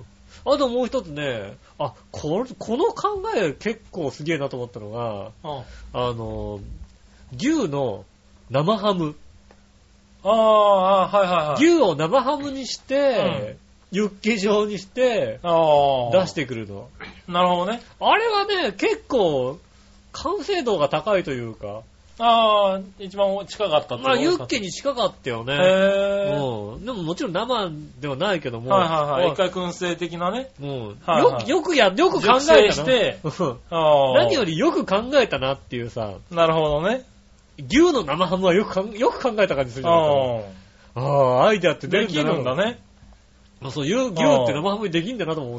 Speaker 2: あともう一つね、あ、これ、この考え結構すげえなと思ったのが、
Speaker 3: うん。
Speaker 2: あの、牛の生ハム。
Speaker 3: ああ、はいはいはい。
Speaker 2: 牛を生ハムにして、ユッケ状にして、
Speaker 3: ああ。
Speaker 2: 出してくるの。
Speaker 3: なるほどね。
Speaker 2: あれはね、結構、完成度が高いというか、
Speaker 3: ああ、一番近かったって
Speaker 2: まあ、ユッ
Speaker 3: ケ
Speaker 2: ケに近かったよ
Speaker 3: へ
Speaker 2: ね。
Speaker 3: え。
Speaker 2: うん。でももちろん生ではないけども、
Speaker 3: はいはいはい。一
Speaker 2: あ
Speaker 3: 回燻製的なね。
Speaker 2: うん
Speaker 3: はいはい
Speaker 2: よく、よくや、よく考え
Speaker 3: 熟成
Speaker 2: た
Speaker 3: し
Speaker 2: な。
Speaker 3: て
Speaker 2: うん
Speaker 3: ああ。
Speaker 2: 何よりよく考えたなっていうさ、
Speaker 3: なるほどね。
Speaker 2: 牛の生ハムはよくかんよく考えた感じするじゃないですか。
Speaker 3: あ
Speaker 2: ああ、アイデアって
Speaker 3: あ。
Speaker 2: 出る
Speaker 3: で
Speaker 2: ん
Speaker 3: き
Speaker 2: だな
Speaker 3: るんだね。
Speaker 2: あそう、牛牛って生ハムにできんだなとも思っ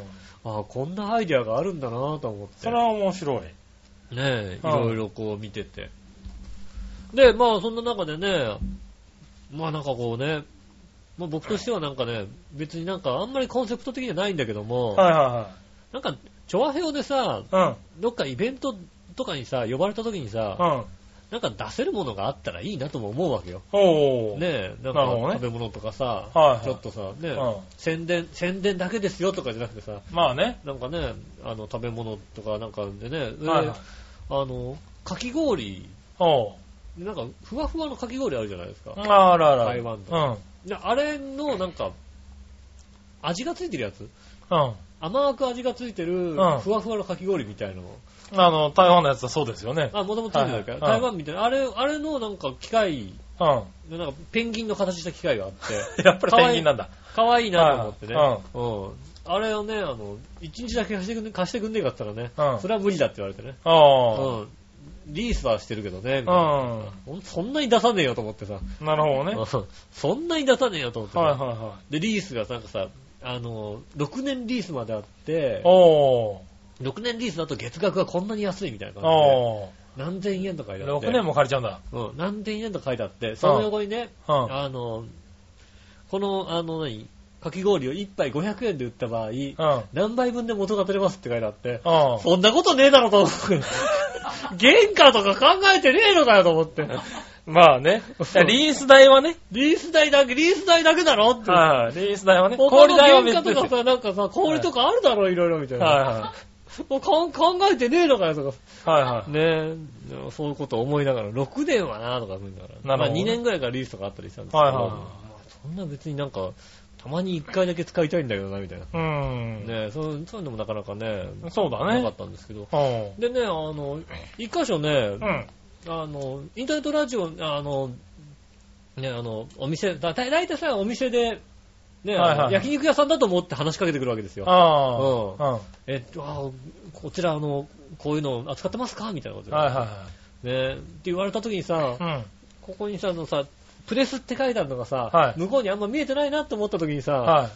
Speaker 2: てさ、
Speaker 3: うん。
Speaker 2: ああ、こんなアイデアがあるんだなと思って。
Speaker 3: それは面白い。
Speaker 2: ねえ、い
Speaker 3: うん
Speaker 2: ろいろこう見てて。で、まあそんな中でね、まあなんかこうね、まあ、僕としてはなんかね、別になんかあんまりコンセプト的じゃないんだけども、
Speaker 3: はいは
Speaker 2: なんか、チョアヘオでさ、
Speaker 3: いはい。
Speaker 2: どっかイベントとかにさ、呼ばれた時に
Speaker 3: う
Speaker 2: さ、
Speaker 3: ん。うん。
Speaker 2: なんか出せるものがあったらいいなとも思うわけよ。
Speaker 3: お
Speaker 2: ね
Speaker 3: お。
Speaker 2: え、なん
Speaker 3: なるほど
Speaker 2: か
Speaker 3: ね
Speaker 2: 食べ物とかさ、
Speaker 3: はいはい
Speaker 2: ちょっとさ、ねえ、
Speaker 3: うん
Speaker 2: 宣伝、宣伝だけですよとかじゃなくてさ、
Speaker 3: まあね。
Speaker 2: なんかね、あの食べ物とかなんかでね、で
Speaker 3: はいはい。
Speaker 2: あの、かき氷
Speaker 3: おう。
Speaker 2: なんか、ふわふわのかき氷あるじゃないですか。
Speaker 3: あらあら。
Speaker 2: 台湾
Speaker 3: うん。うん。
Speaker 2: であれの、なんか、味がついてるやつ
Speaker 3: あ
Speaker 2: 甘く味がついてる、ふ
Speaker 3: うん
Speaker 2: わふわのかき氷みたいの。
Speaker 3: の、台湾のやつはそうですよね。
Speaker 2: あ、もともとついてるから、
Speaker 3: はいは
Speaker 2: 台
Speaker 3: い
Speaker 2: 湾みたいな。あれ、あれのなんか機械、
Speaker 3: うん。
Speaker 2: なんかペンギンの形した機械があって、
Speaker 3: やっぱりペンギンなんだ。
Speaker 2: かわいいなと思ってね。
Speaker 3: はい
Speaker 2: うん。あれをね、あの、一日だけ貸してくんね、貸してくんねえかって言ったらね、
Speaker 3: うん
Speaker 2: それは無理だって言われてね。
Speaker 3: あ
Speaker 2: うん。リースはしてるけどね、みたいな
Speaker 3: あ。う
Speaker 2: そんなに出さねえよと思ってさ。
Speaker 3: ん。なるほどね。
Speaker 2: うんそんなに出さねえよと思ってさ。
Speaker 3: はいはいは
Speaker 2: で、リースがなんかさ、あの、6年リースまであって
Speaker 3: い。、おー。
Speaker 2: 6年リースだと月額がこんなに安いみたいな感
Speaker 3: おー。
Speaker 2: じで、何千円とか書いてあって、
Speaker 3: 6年も借りちゃうんだ。
Speaker 2: うん、何千円とか書いてあって、その横にね、
Speaker 3: うん。はい
Speaker 2: あの、この、あの何、かき氷を1杯500円で売った場合、
Speaker 3: うん。
Speaker 2: 何杯分で元が取れますって書いてあって、
Speaker 3: うん。
Speaker 2: そんなことねえだろと 思って、原価とか考えてねえのかよと思って、
Speaker 3: まあね。いやリース代はね。
Speaker 2: リース代だけ、リース代だけだろって。
Speaker 3: はい。リース代はね。
Speaker 2: 他の
Speaker 3: 氷代は
Speaker 2: 原
Speaker 3: 別
Speaker 2: 価
Speaker 3: で
Speaker 2: と
Speaker 3: す
Speaker 2: か
Speaker 3: よ。
Speaker 2: さ、なんかさ、氷とかあるだろ、いろいろみたいな。
Speaker 3: は
Speaker 2: もうかん考えてねえのかよとか。
Speaker 3: いはい。はいはい。
Speaker 2: ねえ、そういうこと思いながら、6年はなとか思いながら。
Speaker 3: なるほどね
Speaker 2: まあ2年ぐらいからリースとかあったりしたんですけど、
Speaker 3: はいは
Speaker 2: そんな別になんか、たまに1回だけ使いたいんだけどな、みたいな。
Speaker 3: い。うん。
Speaker 2: ねえ、そうそういうのもなかなかね、
Speaker 3: そうだ
Speaker 2: なか
Speaker 3: ね
Speaker 2: っ。たんですけど。
Speaker 3: うん。
Speaker 2: でね、あの、一箇所ね、
Speaker 3: うん。
Speaker 2: あの、インターネットラジオ、あの、ね、あの、お店、だだいたいさ、お店で、ね、
Speaker 3: はいはい
Speaker 2: あの焼肉屋さんだと思って話しかけてくるわけですよ。
Speaker 3: あ
Speaker 2: う
Speaker 3: あ。うん。
Speaker 2: えっと、あこちら、あの、こういうの扱ってますかみたいなことで、
Speaker 3: はいは
Speaker 2: ね、って言われた時にさ
Speaker 3: い、はい。うん。
Speaker 2: ここにさ、あのさ、プレスって書いてあるのがさ、
Speaker 3: はい
Speaker 2: 向こうにあんま見えてないなと思った時にさ、
Speaker 3: はい。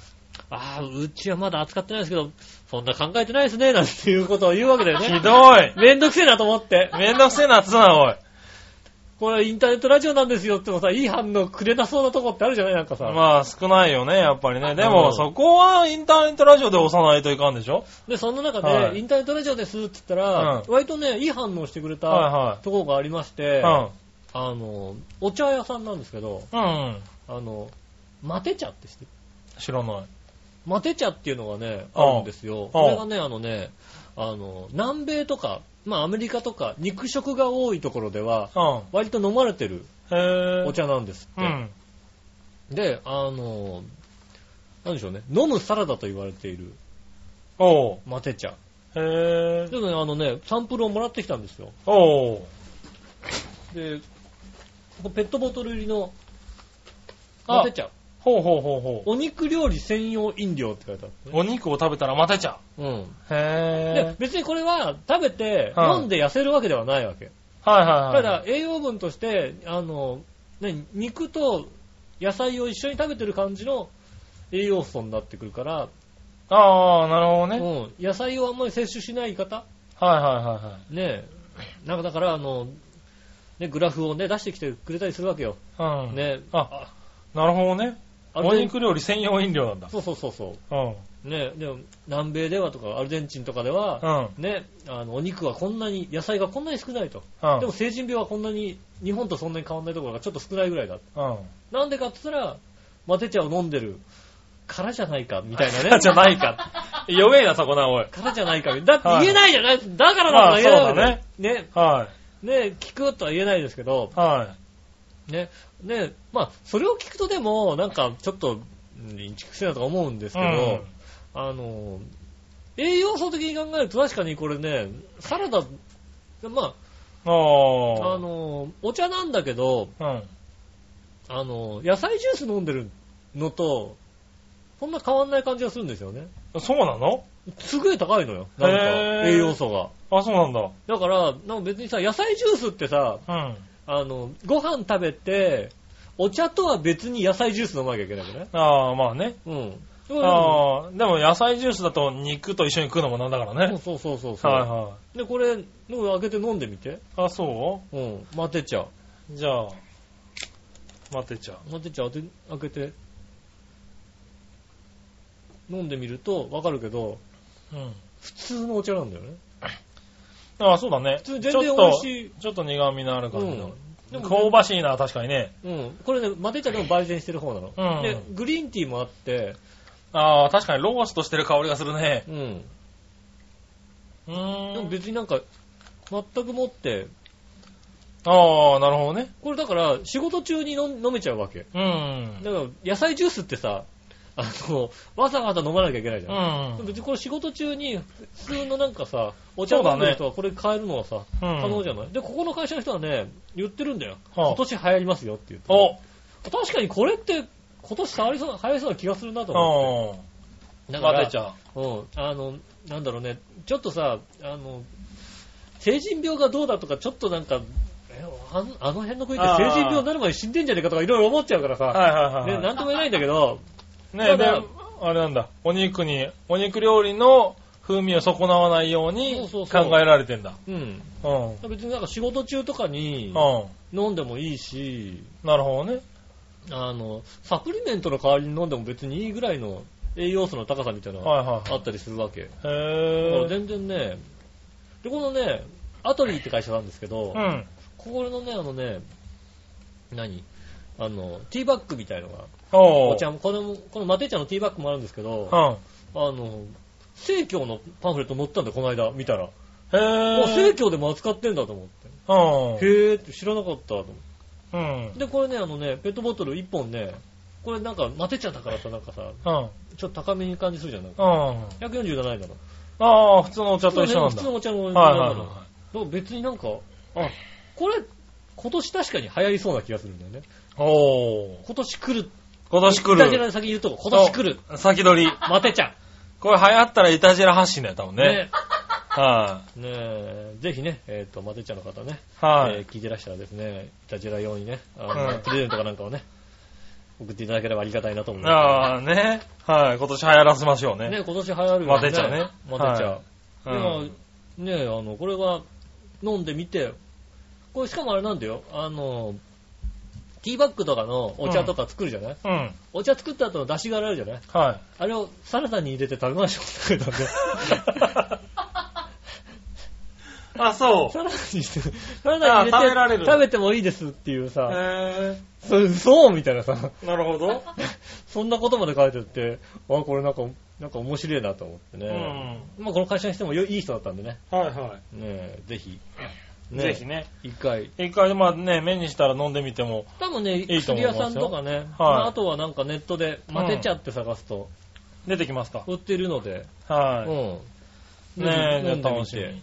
Speaker 2: ああ、うちはまだ扱ってないですけど、そんな考えてないですね、なんていうことを言うわけだよ
Speaker 3: ひ
Speaker 2: ね。
Speaker 3: どい。
Speaker 2: めんどくせえなと思って。
Speaker 3: めんどくせえなっつうな、おい。
Speaker 2: これインターネットラジオなんですよってもさ、いい反応くれなそうなとこってあるじゃないなんかさ。
Speaker 3: まあ、少ないよね、やっぱりね。で
Speaker 2: う
Speaker 3: も、
Speaker 2: ん
Speaker 3: そこはインターネットラジオで押さないといかんでしょ
Speaker 2: で、そんな中で、
Speaker 3: はい
Speaker 2: インターネットラジオですって言ったら、
Speaker 3: う
Speaker 2: 割とね、いい反応してくれた、
Speaker 3: は
Speaker 2: とこがありまし
Speaker 3: い
Speaker 2: て、
Speaker 3: はい。
Speaker 2: あの、お茶屋さんなんですけど、
Speaker 3: うん。うん。
Speaker 2: あの、マテ茶って知ってる
Speaker 3: 知らない。
Speaker 2: マテ茶っていうのがね、
Speaker 3: うん
Speaker 2: あるんですよ。こ
Speaker 3: うん
Speaker 2: れがね、あのね、あの、南米とか、まあアメリカとか、肉食が多いところでは、
Speaker 3: うん。
Speaker 2: 割と飲まれてる
Speaker 3: へぇ
Speaker 2: お。茶なんです
Speaker 3: う
Speaker 2: って。
Speaker 3: ん。
Speaker 2: で、あの、なんでしょうね、飲むサラダと言われている
Speaker 3: おう。
Speaker 2: マテ茶。
Speaker 3: へぇ
Speaker 2: でもね、あのね、サンプルをもらってきたんですよ。
Speaker 3: おう。
Speaker 2: で、ここペットボトル入りの
Speaker 3: あ
Speaker 2: マテ茶。
Speaker 3: はほうほうほうほう。
Speaker 2: お肉料理専用飲料って書いてあるんですね。
Speaker 3: お肉を食べたらまたちゃ
Speaker 2: うん。
Speaker 3: う。
Speaker 2: で
Speaker 3: へぇー。
Speaker 2: 別にこれは食べて、
Speaker 3: はい
Speaker 2: 飲んで痩せるわけではないわけ。
Speaker 3: はいはいは
Speaker 2: た
Speaker 3: い。
Speaker 2: だ、栄養分として、あの、ね、肉と野菜を一緒に食べてる感じの栄養素になってくるから、
Speaker 3: ああ、なるほど
Speaker 2: う
Speaker 3: ね。
Speaker 2: ん、野菜をあんまり摂取しない方
Speaker 3: はいはいはいはい。
Speaker 2: ねえ、なんかだから、あの、ね、グラフをね、出してきてくれたりするわけよ。
Speaker 3: うん。
Speaker 2: ね、
Speaker 3: あ、なるほどね。
Speaker 2: アル
Speaker 3: お
Speaker 2: ゼン
Speaker 3: 肉料理専用飲料なんだ。
Speaker 2: そうそうそうそ
Speaker 3: うん。
Speaker 2: う。ねでも、南米ではとか、アルゼンチンとかでは、
Speaker 3: うん。
Speaker 2: ね、あの、お肉はこんなに、野菜がこんなに少ないと。
Speaker 3: うん。
Speaker 2: でも、成人病はこんなに、日本とそんなに変わんないところがちょっと少ないぐらいだ。
Speaker 3: うん。
Speaker 2: なんでかって言ったら、マテ茶を飲んでるからじゃないか、みたいなね。
Speaker 3: じゃないか。弱えな、そこな、おい。
Speaker 2: からじゃないか。だって
Speaker 3: はい
Speaker 2: 言えないじゃない、だからだから言えないわけ
Speaker 3: ま
Speaker 2: だ
Speaker 3: あ
Speaker 2: よね。
Speaker 3: は
Speaker 2: ね、聞くとは言えないですけど、
Speaker 3: い。は
Speaker 2: ね、ね、まあ、それを聞くとでも、なんか、ちょっと、うんインチキくせえなとか思うんです
Speaker 3: い。
Speaker 2: けど、あの、栄養素的に考えると確かにこれね、サラダ、ま
Speaker 3: うん。
Speaker 2: あ、
Speaker 3: あ
Speaker 2: あの、お茶なんだけど、
Speaker 3: あ。うん。
Speaker 2: あの、野菜ジュース飲んでるのと、そんな変わんない感じがするんですよね。
Speaker 3: そうなの
Speaker 2: すげえ高いのよ、なん
Speaker 3: へ
Speaker 2: か、
Speaker 3: ー
Speaker 2: 栄養素が。
Speaker 3: あ、そうなんだ。
Speaker 2: だから、なんか別にさ、野菜ジュースってさ、
Speaker 3: うん。
Speaker 2: あの、ご飯食べて、お茶とは別に野菜ジュース飲まなきゃいけないよね。
Speaker 3: ああ、まあね。
Speaker 2: うん。
Speaker 3: ああ、でも野菜ジュースだと肉と一緒に食うのもなんだからね。
Speaker 2: そうそうそうそう。
Speaker 3: はいは
Speaker 2: で、これ、開けて飲んでみて。
Speaker 3: い。あ、そ
Speaker 2: うん。待てちゃう。
Speaker 3: うじゃあ、待てちゃう。
Speaker 2: 待てちゃう。開け開けて。飲んでみるとわかるけど、
Speaker 3: うん。
Speaker 2: 普通のお茶なんだよね。
Speaker 3: ああ、そうだね。
Speaker 2: 普通全然美味しい。
Speaker 3: ちょっと苦味のある
Speaker 2: う
Speaker 3: 感じの
Speaker 2: ん。。でも
Speaker 3: 香ばしいな、確かにね。
Speaker 2: うん。これね、マテ茶でも焙煎してる方なの。
Speaker 3: うん
Speaker 2: で、グリーンティーもあって、
Speaker 3: ああ、確かにローストしてる香りがするね。
Speaker 2: うん。
Speaker 3: う
Speaker 2: でも
Speaker 3: ーん。
Speaker 2: 別になんか、全くもって、
Speaker 3: ああ、なるほどね。
Speaker 2: これだから仕事中に飲飲めちゃうわけ。
Speaker 3: うん。
Speaker 2: だから野菜ジュースってさ、あの、わざわざ飲まなきゃいけないじゃん
Speaker 3: う。ん。
Speaker 2: 別にこれ仕事中に普通のなんかさ、お茶飲んでる人はこれ買えるのはさ、可能じゃない、で、ここの会社の人はね、言ってるんだよ。
Speaker 3: はあ
Speaker 2: 今年流行りますよって言って。
Speaker 3: お
Speaker 2: 確かにこれって今年変わりそうな、流行りそうな気がするなと思
Speaker 3: うん。
Speaker 2: って。だから
Speaker 3: 待てちゃ
Speaker 2: うん。あの、なんだろうね、ちょっとさ、あの、成人病がどうだとか、ちょっとなんか、えあのあの辺の国って成人病になる前に死んでんじゃねえかとかいろいろ思っちゃうから
Speaker 3: う。
Speaker 2: さ、
Speaker 3: はいはいはい
Speaker 2: ね、
Speaker 3: は
Speaker 2: なんとも言えないんだけど、
Speaker 3: い。ね
Speaker 2: た
Speaker 3: で、
Speaker 2: だ
Speaker 3: あれなんだ。お肉に、お肉料理の風味を損なわないよう
Speaker 2: そ
Speaker 3: に
Speaker 2: う
Speaker 3: 考
Speaker 2: そうそう
Speaker 3: えられてんだ。
Speaker 2: うん。
Speaker 3: うん。うん。
Speaker 2: 別になんか仕事中とかに飲んでもいいし、
Speaker 3: なるほどね。
Speaker 2: あの、サプリメントの代わりに飲んでも別にいいぐらいの栄養素の高さみたいなのが
Speaker 3: はいはい
Speaker 2: あったりするわけ。
Speaker 3: はい。へぇー。
Speaker 2: 全然ね、で、このね、アトリーって会社なんですけど、
Speaker 3: うん。
Speaker 2: ここのね、あのね、何あの、ティーバッグみたいのが、
Speaker 3: お
Speaker 2: お
Speaker 3: ー
Speaker 2: 茶も、これも、このマテ茶のティーバッグもあるんですけど、あ
Speaker 3: うん。
Speaker 2: の、生協のパンフレット載ったんだよ、この間、見たら。
Speaker 3: へ
Speaker 2: あ、生
Speaker 3: ぇ
Speaker 2: 協でも扱ってんだと思って。
Speaker 3: ー。うん。
Speaker 2: へーって知らなかったと思って。
Speaker 3: うん。
Speaker 2: で、これね、あのね、ペットボトル1本ね、これなんか、マテ茶だからさ、なんかさ、
Speaker 3: うん。
Speaker 2: ちょっと高めに感じするじゃない
Speaker 3: うん。
Speaker 2: 147円なの。
Speaker 3: ああ、普通のお茶と一緒なん
Speaker 2: 普
Speaker 3: だ。
Speaker 2: 通のお茶のお茶
Speaker 3: はいは
Speaker 2: ないの。
Speaker 3: は
Speaker 2: でも別になんか、あ、これ、今年確かに流行りそうな気がするんだよね。
Speaker 3: い。おー。
Speaker 2: 今年来る。
Speaker 3: 今年来
Speaker 2: イタジェラ
Speaker 3: る。
Speaker 2: の先に言うとこ、今年来る。
Speaker 3: 先取り。
Speaker 2: マテ茶。
Speaker 3: これ流行ったらイタジェラ発信だよ、多分ね。
Speaker 2: ね。
Speaker 3: は
Speaker 2: ねえ、ぜひね、えっ、と、マテ茶の方ね、
Speaker 3: い。は
Speaker 2: え
Speaker 3: い
Speaker 2: ー。聞いてらっしゃらですね、イタジェラ用にね、あの、
Speaker 3: うん
Speaker 2: プレゼントかなんかをね、送っていただければありがたいなと思います。
Speaker 3: ああ、ね。はい。今年流行らせましょうね。
Speaker 2: ね、今年流行るよね。
Speaker 3: マテ茶ね
Speaker 2: マテ茶。
Speaker 3: はう
Speaker 2: でも
Speaker 3: ん。、
Speaker 2: ねえ、あの、これは飲んでみて、これしかもあれなんだよ、あの、ティーバッグとかのお茶とか作るじゃない、
Speaker 3: うん。
Speaker 2: お茶作った後の出汁があるじゃない
Speaker 3: はい。
Speaker 2: あれをサラダに入れて食べましょうって言ってたんで。
Speaker 3: あ、そ
Speaker 2: サラダに して、サラダに入れて
Speaker 3: あ食べられる
Speaker 2: 食べてもいいですっていう
Speaker 3: う。
Speaker 2: さ、
Speaker 3: へ
Speaker 2: それ嘘みたいなさ、
Speaker 3: え。なるほど。
Speaker 2: そんなことまで書いてあって、あ、これなんか、なんか面白いなと思って
Speaker 3: うん。
Speaker 2: ね。まあこの会社にしてもよいい人だったんでね。
Speaker 3: はいは
Speaker 2: ねえぜひ。
Speaker 3: い。ぜひ。ね。
Speaker 2: 一回
Speaker 3: 一回、まあね、目にしたら飲んでみても。
Speaker 2: 多分ね、
Speaker 3: いいと
Speaker 2: 薬
Speaker 3: 思い
Speaker 2: 屋
Speaker 3: ますよ
Speaker 2: さんとかね、まああとはなんかネットで、マテ茶って探すと
Speaker 3: 出てきますか。
Speaker 2: 売ってるので、
Speaker 3: は
Speaker 2: う
Speaker 3: い。
Speaker 2: ん。飲
Speaker 3: ね
Speaker 2: ん
Speaker 3: え、
Speaker 2: でみ
Speaker 3: 楽
Speaker 2: て
Speaker 3: しみ。
Speaker 2: ね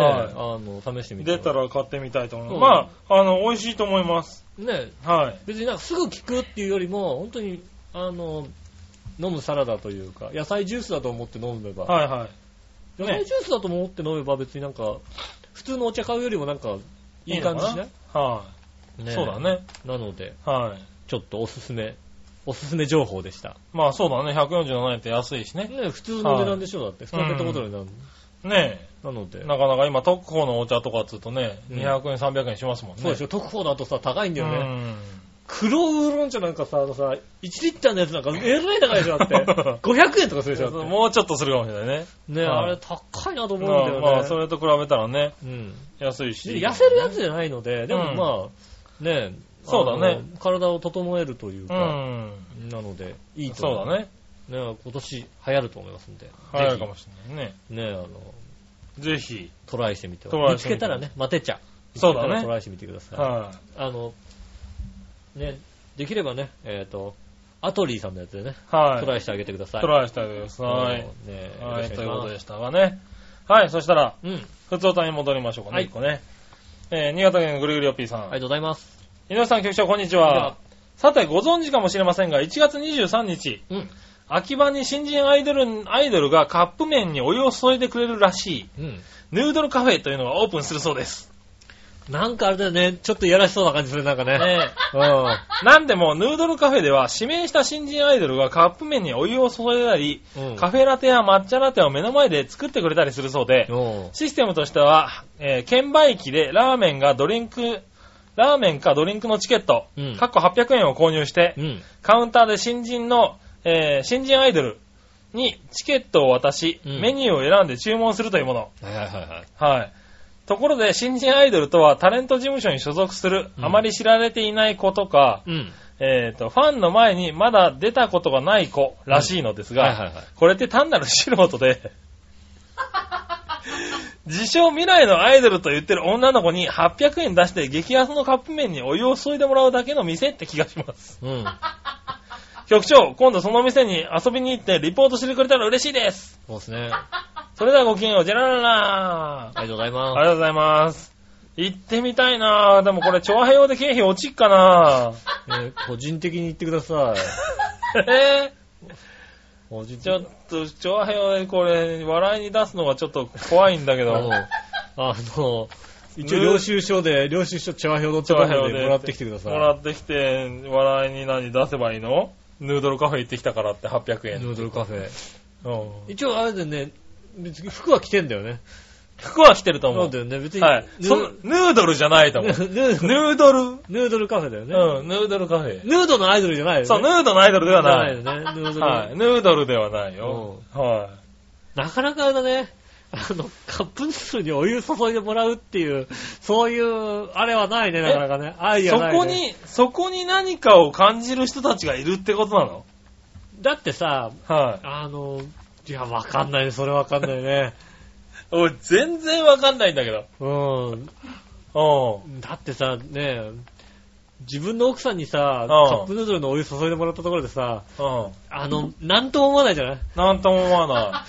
Speaker 2: え、
Speaker 3: はい
Speaker 2: あの、試してみて。
Speaker 3: 出た。ら買ってみたいと思い
Speaker 2: うん
Speaker 3: ます。まあ、あの、美味しいと思います。
Speaker 2: ねえ
Speaker 3: はい。
Speaker 2: 別になんかすぐ聞くっていうよりも、本当に、あの、飲むサラダというか、野菜ジュースだと思って飲めば、
Speaker 3: はいはい。
Speaker 2: 野菜ジュースだと思って飲めば別になんか、普通のお茶買うよりもなんか、いい感じしない
Speaker 3: は
Speaker 2: ね
Speaker 3: い。
Speaker 2: え
Speaker 3: そうだ。ね。
Speaker 2: なので、
Speaker 3: はい。
Speaker 2: ちょっとおすすめ、おすすめ情報でした。
Speaker 3: まあそうだね。147円って安いしね。
Speaker 2: ね普通の値段でしょ、だって。普通のペットボトルなの
Speaker 3: ね
Speaker 2: なので
Speaker 3: え。。なかなか今、特報のお茶とかっつうとね、
Speaker 2: うん
Speaker 3: 200円、300円しますもんね。
Speaker 2: そうでしょ、特報だとさ、高いんだよね。
Speaker 3: うん
Speaker 2: 黒ウーロン茶なんかさ、あのさ、1リッターのやつなんかえらい高いでしょ、だって。500円とか するでしょ、だって。
Speaker 3: もうちょっとするかもしれないね。
Speaker 2: ね
Speaker 3: はい
Speaker 2: あれ高いなと思うん
Speaker 3: ま
Speaker 2: だ
Speaker 3: あ
Speaker 2: よね。
Speaker 3: まあ、それと比べたらね、
Speaker 2: うん。
Speaker 3: 安いし。
Speaker 2: で痩せるやつじゃないので、でも
Speaker 3: うん
Speaker 2: まあ、ね
Speaker 3: そうだね
Speaker 2: あの体を整えるという
Speaker 3: う
Speaker 2: か、
Speaker 3: ん。
Speaker 2: なので、いいと
Speaker 3: そう
Speaker 2: 思
Speaker 3: だね。
Speaker 2: ね今年流行ると思いますんで。
Speaker 3: 流行るかもしれないね。
Speaker 2: ぜひねあの、
Speaker 3: ぜひ。
Speaker 2: トライしてみて
Speaker 3: トラ
Speaker 2: 見
Speaker 3: イし
Speaker 2: つ
Speaker 3: てみ
Speaker 2: け
Speaker 3: て
Speaker 2: たらね、待てちゃ。
Speaker 3: そうだね
Speaker 2: 見つけたらトライしてみてください。
Speaker 3: は
Speaker 2: あの、ね、できればね、えっ、と、アトリーさんのやつでね、
Speaker 3: い。はい。
Speaker 2: トライしてあげてください。
Speaker 3: トライしてあげてくださ
Speaker 2: あの
Speaker 3: い。
Speaker 2: ねよろ
Speaker 3: は
Speaker 2: し
Speaker 3: い、
Speaker 2: く
Speaker 3: という
Speaker 2: お
Speaker 3: こと
Speaker 2: 願い
Speaker 3: で
Speaker 2: し
Speaker 3: したがね。はい、そしたら、
Speaker 2: ます。うん。あり
Speaker 3: 普通歌に戻りましょうかね、
Speaker 2: はい
Speaker 3: 一個ね。えー、新潟県のぐるぐるよっぴーさ
Speaker 2: が
Speaker 3: ん。
Speaker 2: とうございます。
Speaker 3: 井上さん、局長、こんにち
Speaker 2: では
Speaker 3: は。さて、ご存知かもしれませんが、1月23日、
Speaker 2: うん。
Speaker 3: 秋葉に新人アイドル、アイドルがカップ麺にお湯を注いでくれるらしい、
Speaker 2: うん。
Speaker 3: ヌードルカフェというのがオープンするそう です。
Speaker 2: なんかあれだよね、ちょっといやらしそうな感じする、なんかね。
Speaker 3: ね
Speaker 2: うん。
Speaker 3: なんでも、ヌードルカフェでは、指名した新人アイドルがカップ麺にお湯を注いだり、
Speaker 2: うん
Speaker 3: カフェラテや抹茶ラテを目の前で作ってくれたりするそうで、
Speaker 2: お
Speaker 3: システムとしては、えー券売機でラーメンがドリンク、ラーメンかドリンクのチケット、
Speaker 2: うん
Speaker 3: かっこ800円を購入して
Speaker 2: う、ん。
Speaker 3: カウンターで新人の、えー新人アイドルにチケットを渡し、
Speaker 2: うん
Speaker 3: メニューを選んで注文するというもの。
Speaker 2: はいはいはいはい。
Speaker 3: はい。ところで、新人アイドルとはタレント事務所に所属する、
Speaker 2: うん
Speaker 3: あまり知られていない子とか、
Speaker 2: うん。
Speaker 3: えっ、と、ファンの前にまだ出たことがない子らしいのですが、
Speaker 2: はいはいはい。
Speaker 3: これって単なる素人で、自称未来のアイドルと言ってる女の子に800円出して激安のカップ麺にお湯を注いでもらうだけの店って気がします。
Speaker 2: うん。
Speaker 3: 局長、今度その店に遊びに行ってリポートしてくれたら嬉しいです。
Speaker 2: そうですね。あ
Speaker 3: それではごきげんよう、ジェラララ
Speaker 2: りがとうござい
Speaker 3: あ
Speaker 2: ま
Speaker 3: りがとうございます。行ってみたいなぁ。でもこれ、調和用で経費落ちっかなぁ。
Speaker 2: す。ね個人的に言ってください。
Speaker 3: え
Speaker 2: 個人
Speaker 3: ー、
Speaker 2: 的
Speaker 3: ちょっと、調和用でこれ、笑いに出すのがちょっと怖いんだけど。
Speaker 2: うんあの、一応領収書で、領収書、茶和表の茶和表でもらってきてください。
Speaker 3: もらってきて、笑いに何出せばいいのヌードルカフェ行ってきたからって800円。
Speaker 2: ヌードルカフェ。
Speaker 3: うん
Speaker 2: 一応あれでね、別に服は着てんだよね。
Speaker 3: 服は着てると
Speaker 2: そ
Speaker 3: 思
Speaker 2: うだ
Speaker 3: う。
Speaker 2: よね、別に。
Speaker 3: はい。
Speaker 2: ヌ
Speaker 3: そ
Speaker 2: ー
Speaker 3: のヌードルじゃないと思う。
Speaker 2: ヌー
Speaker 3: ヌードル。うん、
Speaker 2: ヌードルカフェだよね。
Speaker 3: ヌードルカフェ。
Speaker 2: ヌードのアイドルじゃないよね。
Speaker 3: そう、ヌードのアイドルではな
Speaker 2: じ
Speaker 3: い。
Speaker 2: ゃないよね。ヌードル。
Speaker 3: はい。ヌードルではないよ。は
Speaker 2: なかなかだね、あの、カップヌードルにお湯注いでもらうっていう、そういう、あれはないね、なかなかね。アイ
Speaker 3: い。
Speaker 2: デ
Speaker 3: そ
Speaker 2: アない、ね。
Speaker 3: こ。に、そこに何かを感じる人たちがいるってことなの
Speaker 2: だってさ、
Speaker 3: はい。
Speaker 2: あの、いや、わかんないね、それわかんないね。
Speaker 3: 俺、全然わかんないんだけど。
Speaker 2: うん。
Speaker 3: う
Speaker 2: だってさ、ね自分の奥さんにさ、
Speaker 3: うん
Speaker 2: カップヌードルのお湯注いでもらったところでさ、
Speaker 3: ん。うん。
Speaker 2: あの、なんとも思わないじゃない
Speaker 3: なんとも思わな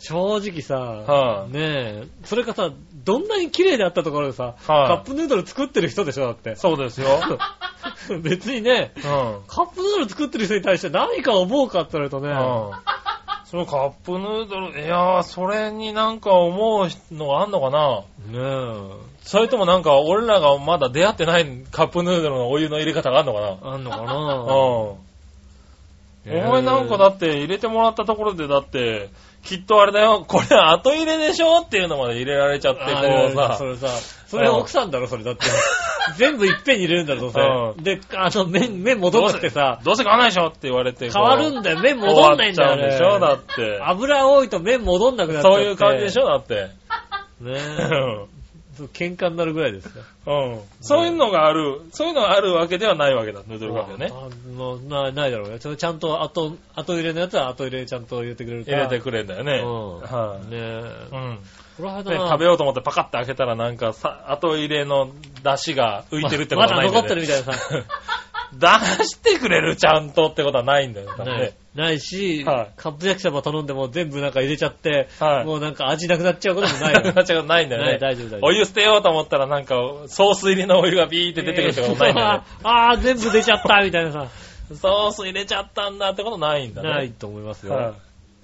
Speaker 2: 正直さ、
Speaker 3: い。はい。
Speaker 2: ねえ、それかさ、どんなに綺麗であったところでさ、カップヌードル作ってる人でしょ、だって。
Speaker 3: そうですよ。
Speaker 2: 別にね
Speaker 3: う、ん。
Speaker 2: カップヌードル作ってる人に対して何か思うかって言われるとね、
Speaker 3: うん。そのカップヌードル、いやー、それになんか思うのがあんのかな
Speaker 2: ね
Speaker 3: それともなんか俺らがまだ出会ってないカップヌードルのお湯の入れ方があんのかな
Speaker 2: え、あんのか
Speaker 3: う。
Speaker 2: なん
Speaker 3: お前なんかだって入れてもらったところでだって、きっとあれだよ、これ後入れでしょっていうのまで入れられちゃって、
Speaker 2: あれ
Speaker 3: こうさ
Speaker 2: そ。れさ、それ
Speaker 3: うん
Speaker 2: 奥さんだろ、それだって。全部いっぺんに入れるんだろ、どう
Speaker 3: う
Speaker 2: せ。で、あの、麺、麺戻ってさ、
Speaker 3: どうせ買わないでしょって言われて。
Speaker 2: 変わるん
Speaker 3: だ
Speaker 2: だよ、麺戻んないんだよ、ね。
Speaker 3: でしょだって。
Speaker 2: 油多いと麺戻んなくなっちゃって
Speaker 3: そういう感じでしょだって。
Speaker 2: ね
Speaker 3: う
Speaker 2: え。
Speaker 3: ん。
Speaker 2: そう喧嘩になるぐらいですよ。
Speaker 3: うんそういうのがある、そういうのがあるわけではないわけだ、ヌードルカフェね。
Speaker 2: あもうなないだろうね。ちょちゃんと後、後入れのやつは後入れちゃんと入れてくれるか
Speaker 3: 入
Speaker 2: ら。
Speaker 3: れてくれんだよね。
Speaker 2: うん
Speaker 3: は
Speaker 2: ね
Speaker 3: い、
Speaker 2: え。
Speaker 3: うん。
Speaker 2: これはだ
Speaker 3: で
Speaker 2: な
Speaker 3: 食べようと思ってパカッて開けたらなんかさ、後入れの出汁が浮いてるってこと
Speaker 2: ま
Speaker 3: は
Speaker 2: まだ
Speaker 3: ないんだ
Speaker 2: 残
Speaker 3: よ、ね。
Speaker 2: ってるみたいなさ。
Speaker 3: 出してくれるちゃんとってことはないんだよ、多分
Speaker 2: ない
Speaker 3: ね。
Speaker 2: ないし、
Speaker 3: はい
Speaker 2: カップ焼きそば頼んでも全部なんか入れちゃって、
Speaker 3: はい
Speaker 2: もうなんか味なくなっちゃうこともないよ。
Speaker 3: 間違いないんだよ
Speaker 2: ない
Speaker 3: ね。
Speaker 2: 大丈夫大丈夫
Speaker 3: お湯捨てようと思ったら なんか、ソース入りのお湯がビーって出てくるってことないんだよね。
Speaker 2: あーあー、全部出ちゃったみたいなさ。
Speaker 3: ソース入れちゃったんだってことないんだね。
Speaker 2: ないと思いますよ。
Speaker 3: は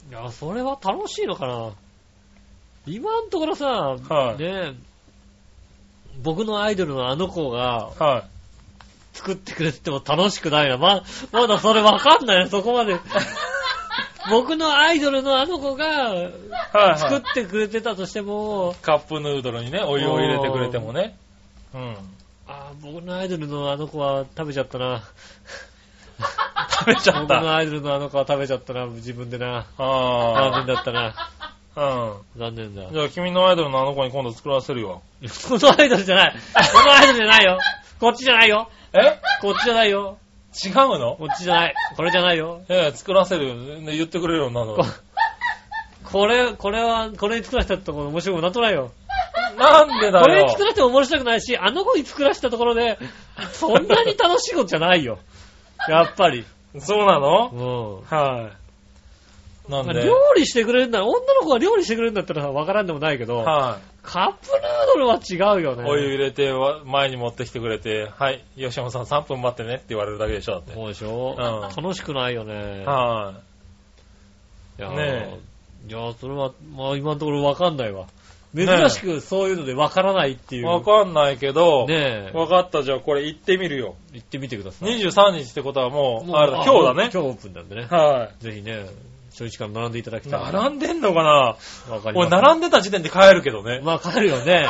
Speaker 3: い
Speaker 2: いや、それは楽しいのかな。今のところさ、
Speaker 3: は
Speaker 2: ね
Speaker 3: い
Speaker 2: え僕のアイドルのあの子が
Speaker 3: は
Speaker 2: 作ってくれてても楽しくないな。ま、まだそれわかんないそこま で。僕のアイドルのあの子が
Speaker 3: い。はい、
Speaker 2: 作
Speaker 3: は
Speaker 2: っ
Speaker 3: い。
Speaker 2: てくれてたとしても、
Speaker 3: カップヌードルにね、お湯を入れてくれてもね。うん。
Speaker 2: あー僕のアイドルのあの子は食べちゃったな。
Speaker 3: 食べちゃっ
Speaker 2: 僕の
Speaker 3: た。
Speaker 2: アイドルのあの子は食べちゃったな、自分でな。残
Speaker 3: あ
Speaker 2: 念だったな。
Speaker 3: あ。うん。
Speaker 2: 残念だ。
Speaker 3: じゃあ、君のアイドルのあの子に今度作らせるよ。
Speaker 2: このアイドルじゃない。このアイドルじゃないよ。こっちじゃないよ。
Speaker 3: え
Speaker 2: こっちじゃないよ。
Speaker 3: 違うの
Speaker 2: こっちじゃない。これじゃないよ。
Speaker 3: ええ、作らせるよ。ね言ってくれるよ、なの。
Speaker 2: ここれ、これは、これに作らせたところ面白くもなんともないよ。
Speaker 3: なんでだ
Speaker 2: これに
Speaker 3: よ
Speaker 2: 作。らせても面白くないし、あの子に作らせたところで、そんなに楽しいことじゃないよ。やっぱり。
Speaker 3: そうな
Speaker 2: う
Speaker 3: の
Speaker 2: ん。
Speaker 3: はい。なん
Speaker 2: まあ
Speaker 3: で
Speaker 2: 料理してくれるんだ、女の子が料理してくれるんだったらわからんでもないけど、
Speaker 3: はい。
Speaker 2: カップヌードルは違うよね。
Speaker 3: お湯入れて、わ前に持ってきてくれて、はい、吉本さん3分待ってねって言われるだけでしょ、だって。
Speaker 2: そうでしょ、
Speaker 3: うん
Speaker 2: 楽しくないよね。
Speaker 3: はい
Speaker 2: やー
Speaker 3: ね
Speaker 2: いやーそれは、まあ今のところわかんないわ。珍しくそういうのでわからないってい
Speaker 3: い。
Speaker 2: う。
Speaker 3: わかんないけど、
Speaker 2: ねえ。
Speaker 3: わかった、じゃあこれ行ってみるよ。
Speaker 2: 行ってみてください。
Speaker 3: 23日ってことはもう、
Speaker 2: もう
Speaker 3: あれだ、今日だね。
Speaker 2: 今日オープンなんでね。
Speaker 3: は
Speaker 2: ぜひね、初日から並んでいただき
Speaker 3: い。
Speaker 2: たい。
Speaker 3: 並んでんのかな
Speaker 2: わかり
Speaker 3: 俺、並
Speaker 2: ん
Speaker 3: んでた時点で帰るけどね。
Speaker 2: まあ帰るよね。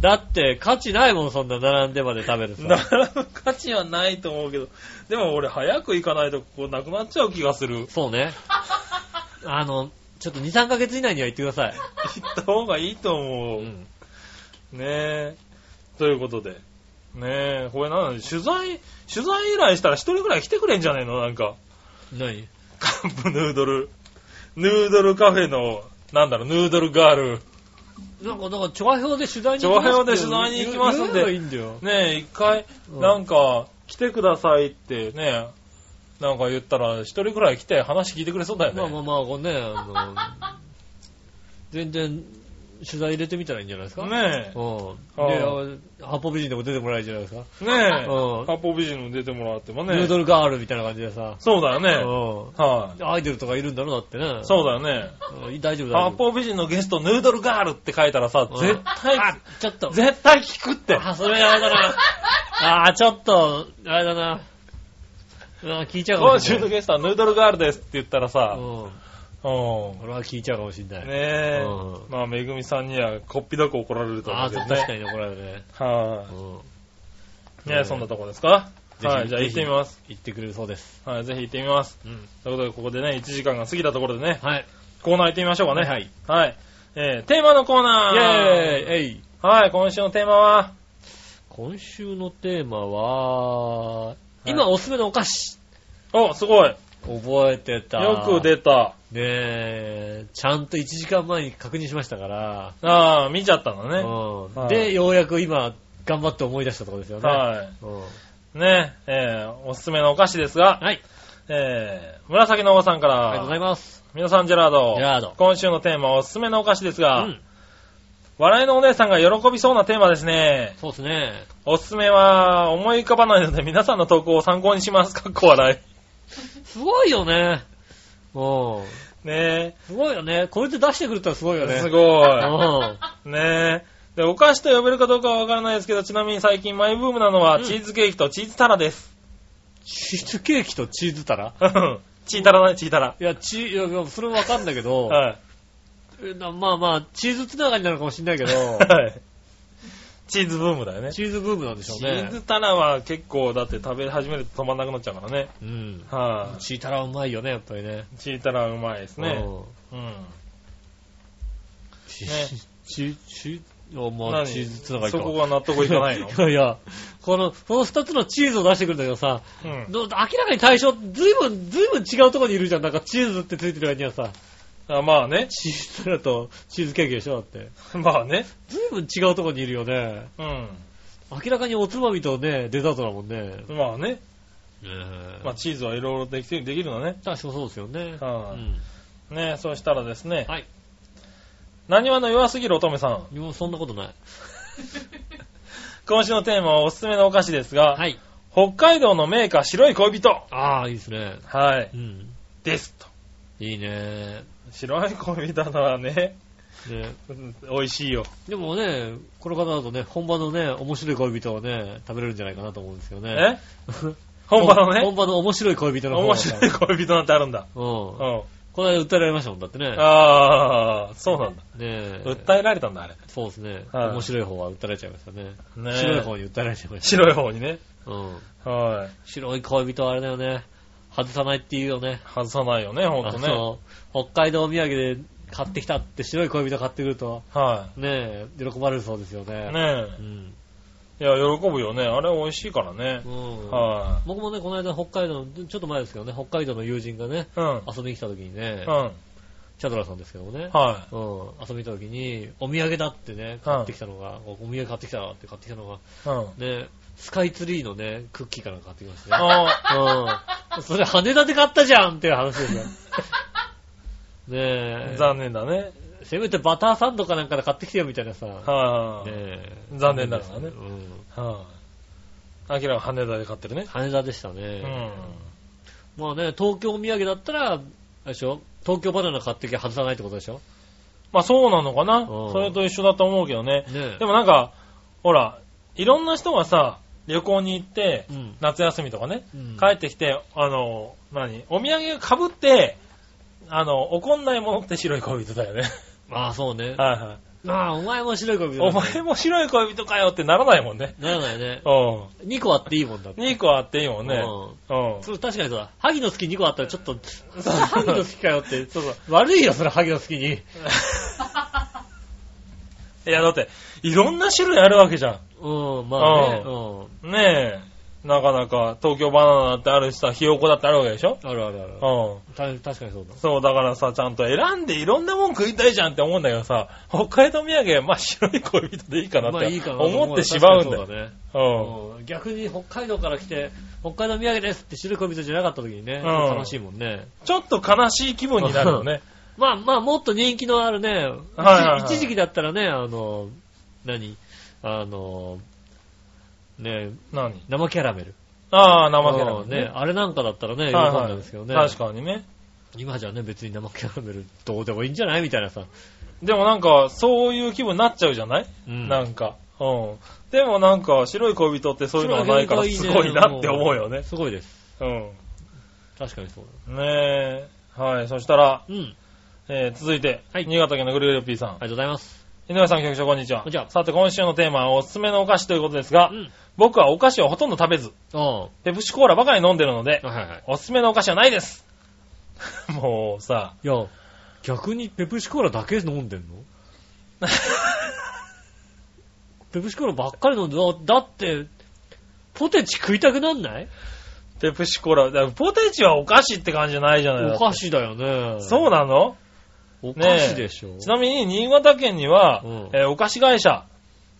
Speaker 2: だって価値ないもん、そんな並んでまで食べるさ。
Speaker 3: 並ぶ価値はないと思うけど、でも俺、早く行かないと、こう、なくなっちゃう気がする。
Speaker 2: そうね。あの、ちょっと2、3ヶ月以内には行ってください。
Speaker 3: 行った方がいいと思
Speaker 2: う
Speaker 3: う。
Speaker 2: ん。
Speaker 3: ねえ。ということで。ねえ、これなのに、取材、取材依頼したら一人ぐらい来てくれんじゃねえのなんか。
Speaker 2: 何
Speaker 3: カップヌードル。ヌードルカフェの、なんだろう、ヌードルガール。
Speaker 2: なんか、なんか、調和表で取材に行
Speaker 3: 調和表で取材に行きますん
Speaker 2: 言
Speaker 3: で
Speaker 2: う言うのがいいんだよ。
Speaker 3: ねえ、一回、
Speaker 2: うん
Speaker 3: なんか、来てくださいってね、なんか言ったら、一人ぐらい来て話聞いてくれそうだよね。
Speaker 2: まあまあまあ、こうね、あの、全然、取材入れてみたらいいんじゃないですか。
Speaker 3: ね
Speaker 2: うん。で、八方美人でも出てもらえるじゃないですか。
Speaker 3: え、ねえ、
Speaker 2: うん
Speaker 3: カッポ美人も出てもらっても
Speaker 2: ヌー
Speaker 3: ね。
Speaker 2: ドルガールみたいな感じでさ。
Speaker 3: そうだよね。
Speaker 2: う
Speaker 3: は
Speaker 2: ん。アイドルとかいるんだろ、だってね
Speaker 3: い。。そうだよね。
Speaker 2: うん。大丈夫、
Speaker 3: 八
Speaker 2: 大丈夫。
Speaker 3: 方美人のゲスト、ヌードルガールって書いたらさ、
Speaker 2: うん
Speaker 3: 絶対、
Speaker 2: あちょっと。
Speaker 3: 絶対聞くって。
Speaker 2: あ、それあれだな。あー、ちょっと、あれだな。うん聞いちゃうかも
Speaker 3: 今
Speaker 2: し
Speaker 3: 週
Speaker 2: れな
Speaker 3: の
Speaker 2: い。
Speaker 3: ゲストはヌードルガールですって言ったら
Speaker 2: う
Speaker 3: さ、
Speaker 2: ん。
Speaker 3: うん。
Speaker 2: 俺は聞いちゃうかもしれない。
Speaker 3: ねえ
Speaker 2: う。ん
Speaker 3: まあ、めぐみさんにはこっぴどく怒られると
Speaker 2: あ
Speaker 3: 思
Speaker 2: あ、
Speaker 3: うけ
Speaker 2: そう
Speaker 3: ど
Speaker 2: 確か
Speaker 3: ね。
Speaker 2: にね、これはね。
Speaker 3: は
Speaker 2: う
Speaker 3: い。
Speaker 2: ん。
Speaker 3: ねえそんなとこですか
Speaker 2: ぜひ
Speaker 3: はい、じゃあ行ってみます。
Speaker 2: 言ってくれるそうです。
Speaker 3: はい、ぜひ行ってみます。
Speaker 2: うん。
Speaker 3: ということで、ここでね、1時間が過ぎたところでね、
Speaker 2: はい。
Speaker 3: コーナー行ってみましょうかね。
Speaker 2: はい。
Speaker 3: はい。えー、テーマのコー
Speaker 2: イェ
Speaker 3: ナ
Speaker 2: ー
Speaker 3: ー
Speaker 2: イえい
Speaker 3: はい、今週のテーマは、
Speaker 2: 今週のテーマは、今おすすめのお菓子。
Speaker 3: お、すごい。
Speaker 2: 覚えてた。
Speaker 3: よく出た。
Speaker 2: ねえ、ちゃんと1時間前に確認しましたから、
Speaker 3: ああ、見ちゃったのね。
Speaker 2: うん、
Speaker 3: はい
Speaker 2: で、ようやく今、頑張って思い出したところですよね。
Speaker 3: は
Speaker 2: うん
Speaker 3: い。ねえ、えーおすすめのお菓子ですが、
Speaker 2: はい、
Speaker 3: えー、紫のおばさんか
Speaker 2: あり
Speaker 3: ら、
Speaker 2: がとうございます。
Speaker 3: 皆さん、ジェラード。
Speaker 2: ジェラード
Speaker 3: 今週のテーマはおすすめのお菓子です
Speaker 2: う
Speaker 3: が、
Speaker 2: ん、
Speaker 3: 笑いのお姉さんが喜びそうなテーマですね。
Speaker 2: そうですね。
Speaker 3: おすすめは思い浮かばないので皆さんの投稿を参考にします。かっこ笑
Speaker 2: すごいよね。うん。
Speaker 3: い。ね
Speaker 2: すごいよね。これで出してくれたらすごいよ
Speaker 3: え。
Speaker 2: ね。
Speaker 3: す
Speaker 2: い。
Speaker 3: ご
Speaker 2: う
Speaker 3: い。
Speaker 2: ん。
Speaker 3: ねえ。で、お菓子と呼べるかどうかはわからないですけど、ちなみに最近マイブームなの
Speaker 2: う
Speaker 3: は
Speaker 2: ん
Speaker 3: チーズケーキとチーズタラです。
Speaker 2: チーズケーキとチーズたら
Speaker 3: チータラね、チータラ。
Speaker 2: いや、チー、いやいや、それもわかんだけど、
Speaker 3: はい。
Speaker 2: えなまあまあ、チーズつながりなのかもしれないけど、
Speaker 3: はいチーズブームだよね。チ
Speaker 2: チーズブームなんでしょうね
Speaker 3: ー。ズタラは結構だって食べ始めると止まんなくなっちゃうからね。
Speaker 2: うん。
Speaker 3: はい。
Speaker 2: チータラうまいよね、やっぱりね。
Speaker 3: チータラはうまいですね。
Speaker 2: うん
Speaker 3: うん。
Speaker 2: チ
Speaker 3: ね
Speaker 2: チチあまあ、
Speaker 3: 何
Speaker 2: チーズつながりか
Speaker 3: そこが納得いかない の
Speaker 2: いやいや、この、この二つのチーズを出してくるんだけどさ、
Speaker 3: うん。
Speaker 2: ど明らかに対象、ずいぶん、ずいぶん違うところにいるじゃん。なんかチーズってついてる割にはさ、
Speaker 3: あまあね。
Speaker 2: チーズだとチーズケーキでしょだって。
Speaker 3: まあね。
Speaker 2: ずいぶん違うところにいるよね。
Speaker 3: うん。
Speaker 2: 明らかにおつまみとね、デザートだもんね。
Speaker 3: まあね。ま
Speaker 2: ま
Speaker 3: あチーズはいろいろできてできるのね。
Speaker 2: あ、確かにそうですよね。
Speaker 3: は
Speaker 2: う
Speaker 3: い
Speaker 2: ん
Speaker 3: ねそうしたらですね。
Speaker 2: はい。
Speaker 3: 何話の弱すぎる乙女さん。
Speaker 2: でもそんなことない。
Speaker 3: 今週のテーマはおすすめのお菓子ですが、
Speaker 2: はい。
Speaker 3: 北海道のメーカー白い恋人。
Speaker 2: ああ、いいですね。。
Speaker 3: はいう
Speaker 2: ん。
Speaker 3: ですと。
Speaker 2: いいね。
Speaker 3: 白い恋人ならね、
Speaker 2: ね
Speaker 3: うん美味しいよ。
Speaker 2: でもね、この方だとね、本場のね、面白い恋人をね、食べれるんじゃないかなと思うんですよね。
Speaker 3: え 本場の
Speaker 2: 本
Speaker 3: ね、
Speaker 2: 場の面白い恋人の方
Speaker 3: 面白い恋人なんてあるんだ。う
Speaker 2: うん。
Speaker 3: ん。
Speaker 2: この間訴えられましたもん、だってね。
Speaker 3: ああ、そうなん
Speaker 2: ね
Speaker 3: だ。
Speaker 2: え。
Speaker 3: 訴えられたんだ、あれ。
Speaker 2: そうですね。
Speaker 3: はい
Speaker 2: 面白い方は訴えられちゃいましたね。
Speaker 3: ねえ
Speaker 2: 白い方に訴えられちゃいまし
Speaker 3: 白い方にね。
Speaker 2: た。うん。
Speaker 3: はい。
Speaker 2: 白い恋人はあれだよね。外さないっていうよね。
Speaker 3: 外さないよね、ほん
Speaker 2: あ
Speaker 3: とね。
Speaker 2: の北海道お土産で買ってきたって白い恋人買ってくると、
Speaker 3: は
Speaker 2: ねえ、喜ばれるそうですよ
Speaker 3: い。
Speaker 2: ね。
Speaker 3: ね
Speaker 2: うん。
Speaker 3: え。いや、喜ぶよね。あれ美味しいからね
Speaker 2: う。ん。
Speaker 3: は
Speaker 2: 僕もね、この間北海道の、ちょっと前ですけどね、北海道の友人がね、
Speaker 3: い。うん。うん。
Speaker 2: 遊びに来た時にね、
Speaker 3: は
Speaker 2: チャドラさんですけどもね、
Speaker 3: い。
Speaker 2: うん、遊びに来た時に、お土産だってね、買ってきたのが、お土産買ってきたって買ってきたのが、
Speaker 3: うん。
Speaker 2: ね、スカイツリーのね、クッキーかなんか買ってきましたね。
Speaker 3: あ
Speaker 2: うん。それ羽田で買ったじゃんっていう話 ですよ。ね
Speaker 3: あ、
Speaker 2: え。
Speaker 3: 残念だね。
Speaker 2: せめてバターサンドかなんかで買ってきてよみたいなさ。
Speaker 3: はい
Speaker 2: ねえ
Speaker 3: 残念ながらね
Speaker 2: うん。
Speaker 3: はい。アキラは羽田で買ってるね。
Speaker 2: 羽田でした
Speaker 3: う
Speaker 2: ね。
Speaker 3: ん。
Speaker 2: まあね、東京お土産だったら、あれでしょ東京バナナ買ってきゃ外さないってことでしょ
Speaker 3: まあそうなのかな。
Speaker 2: うん
Speaker 3: それと一緒だと思うけどね。
Speaker 2: ねえ
Speaker 3: でもなんか、ほら、いろんな人がさ、旅行に行って、
Speaker 2: うん
Speaker 3: 夏休みとかね、
Speaker 2: うん
Speaker 3: 帰ってきて、あの、何お土産が被って、あの、怒んないものって白い恋人だ よね。
Speaker 2: まあそうね。
Speaker 3: はいはい。
Speaker 2: まあお前も白い恋人だ
Speaker 3: お
Speaker 2: ね
Speaker 3: 前も白い恋人かよってならないもんね。
Speaker 2: ならないね。
Speaker 3: う
Speaker 2: 2個あっていいもんだって
Speaker 3: ん。。2個あっていいもんね。
Speaker 2: うん
Speaker 3: うん。
Speaker 2: そう、確かにそうだ。萩の好き2個あったらちょっと、 萩の好きかよって。
Speaker 3: そうそう。
Speaker 2: 悪いよ、それ、萩の好きに。
Speaker 3: いや、だって、いろんな種類あるわけじゃ
Speaker 2: うん、まあね。
Speaker 3: う。
Speaker 2: うん
Speaker 3: ねえ。なかなか、東京バナナだってあるしさ、ひよこだってあるわけでしょ
Speaker 2: ん。あるあるある。
Speaker 3: うん。
Speaker 2: た確かにそうだ。
Speaker 3: そう、だからさ、ちゃんと選んでいろんなもん食いたいじゃんって思うんだけどさ、北海道土産、まあ白い恋人でいいかな
Speaker 2: ま
Speaker 3: っ
Speaker 2: あいい
Speaker 3: て
Speaker 2: かなと
Speaker 3: 思ってしまうんだ
Speaker 2: 確
Speaker 3: よ。
Speaker 2: かにそうだね。
Speaker 3: うん。
Speaker 2: うん逆に北海道から来て、北海道土産ですって白い恋人じゃなかった時にね、
Speaker 3: うん
Speaker 2: 楽しいもんね。
Speaker 3: ちょっと悲しい気分になる よね。
Speaker 2: まあまあ、もっと人気のあるね、
Speaker 3: はいはいはい
Speaker 2: 一一時期だったらね、あの、何あの、ね、
Speaker 3: 何
Speaker 2: 生キャラメル。
Speaker 3: ああ、生キャラメ
Speaker 2: う
Speaker 3: ル
Speaker 2: んね。あれなんかだったらね、喜ん
Speaker 3: はい
Speaker 2: だんですけどね。
Speaker 3: はい。確かにね。
Speaker 2: 今じゃね、別に生キャラメルどうでもいいんじゃないみたいなさ。
Speaker 3: でもなんか、そういう気分になっちゃうじゃない
Speaker 2: うん
Speaker 3: なんか。うん。でもなんか、白い恋人ってそういうのはないから、すごいなって思うよね。
Speaker 2: すごいです。
Speaker 3: うん。
Speaker 2: 確かにそうだ。
Speaker 3: ねえ。はい。そしたら、
Speaker 2: うん。あり
Speaker 3: えー続いて、
Speaker 2: はい
Speaker 3: 新潟県のぐるぐるよっぴーさん。
Speaker 2: がとうございます。
Speaker 3: 井上さん、局長、こんにちは。
Speaker 2: こんにちは
Speaker 3: さて、今週のテーマはおすすめのお菓子ということですが、
Speaker 2: うん。
Speaker 3: 僕はお菓子をほとんど食べず、
Speaker 2: あ
Speaker 3: ペプシコーラばかり飲んでるので
Speaker 2: あ。、はいはい。
Speaker 3: おすすめのお菓子はないです。 もうさ、
Speaker 2: いや、逆にペプシコーラだけ飲んでんの ペプシコーラばっかり飲んでだだって、ポテチ食いたくなんない
Speaker 3: ペプシコーラ、だからポテチはお菓子って感じじゃないじゃない
Speaker 2: お菓子だよね。
Speaker 3: そうなの
Speaker 2: お菓子でしょ。
Speaker 3: ちなみに、新潟県には、
Speaker 2: うん
Speaker 3: えーお菓子会社、
Speaker 2: あ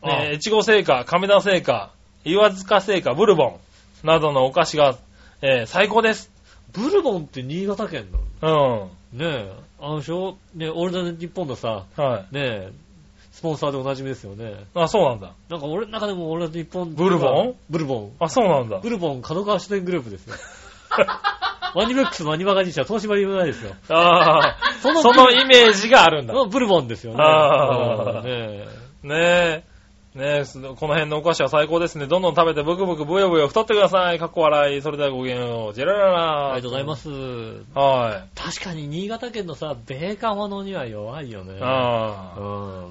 Speaker 2: あ
Speaker 3: えー、越後製菓、亀田製菓、岩塚製菓、ブルボン、などのお菓子が、えー最高です。
Speaker 2: ブルボンって新潟県なの
Speaker 3: うん。は
Speaker 2: ねえ、あのでしょねオールナイト日本のさ、
Speaker 3: い。
Speaker 2: ねえ、スポンサーでおなじみですよね。
Speaker 3: あ、そうなんだ。
Speaker 2: なんか俺の中でもオールナイト日本
Speaker 3: ブルボン
Speaker 2: ブルボン。
Speaker 3: あ、そうなんだ
Speaker 2: ブ。ルボン、角川支店グループ ですよ。マニブックス、マニバガジー社、東芝リブないですよ。
Speaker 3: ああ、
Speaker 2: その
Speaker 3: そのイメージがあるんだ。
Speaker 2: のブルボンですよね。
Speaker 3: あー
Speaker 2: うんねえ
Speaker 3: ねえ。ねえ、すこの辺のお菓子は最高ですね。どんどん食べてブクブクブヨブヨ太ってください。かっこ笑い。それではごきげんよう。ジェラララ。
Speaker 2: ありがとうございますす。
Speaker 3: は
Speaker 2: 確かに新潟県のさ、米カモのには弱いよね。
Speaker 3: い。ああ、
Speaker 2: う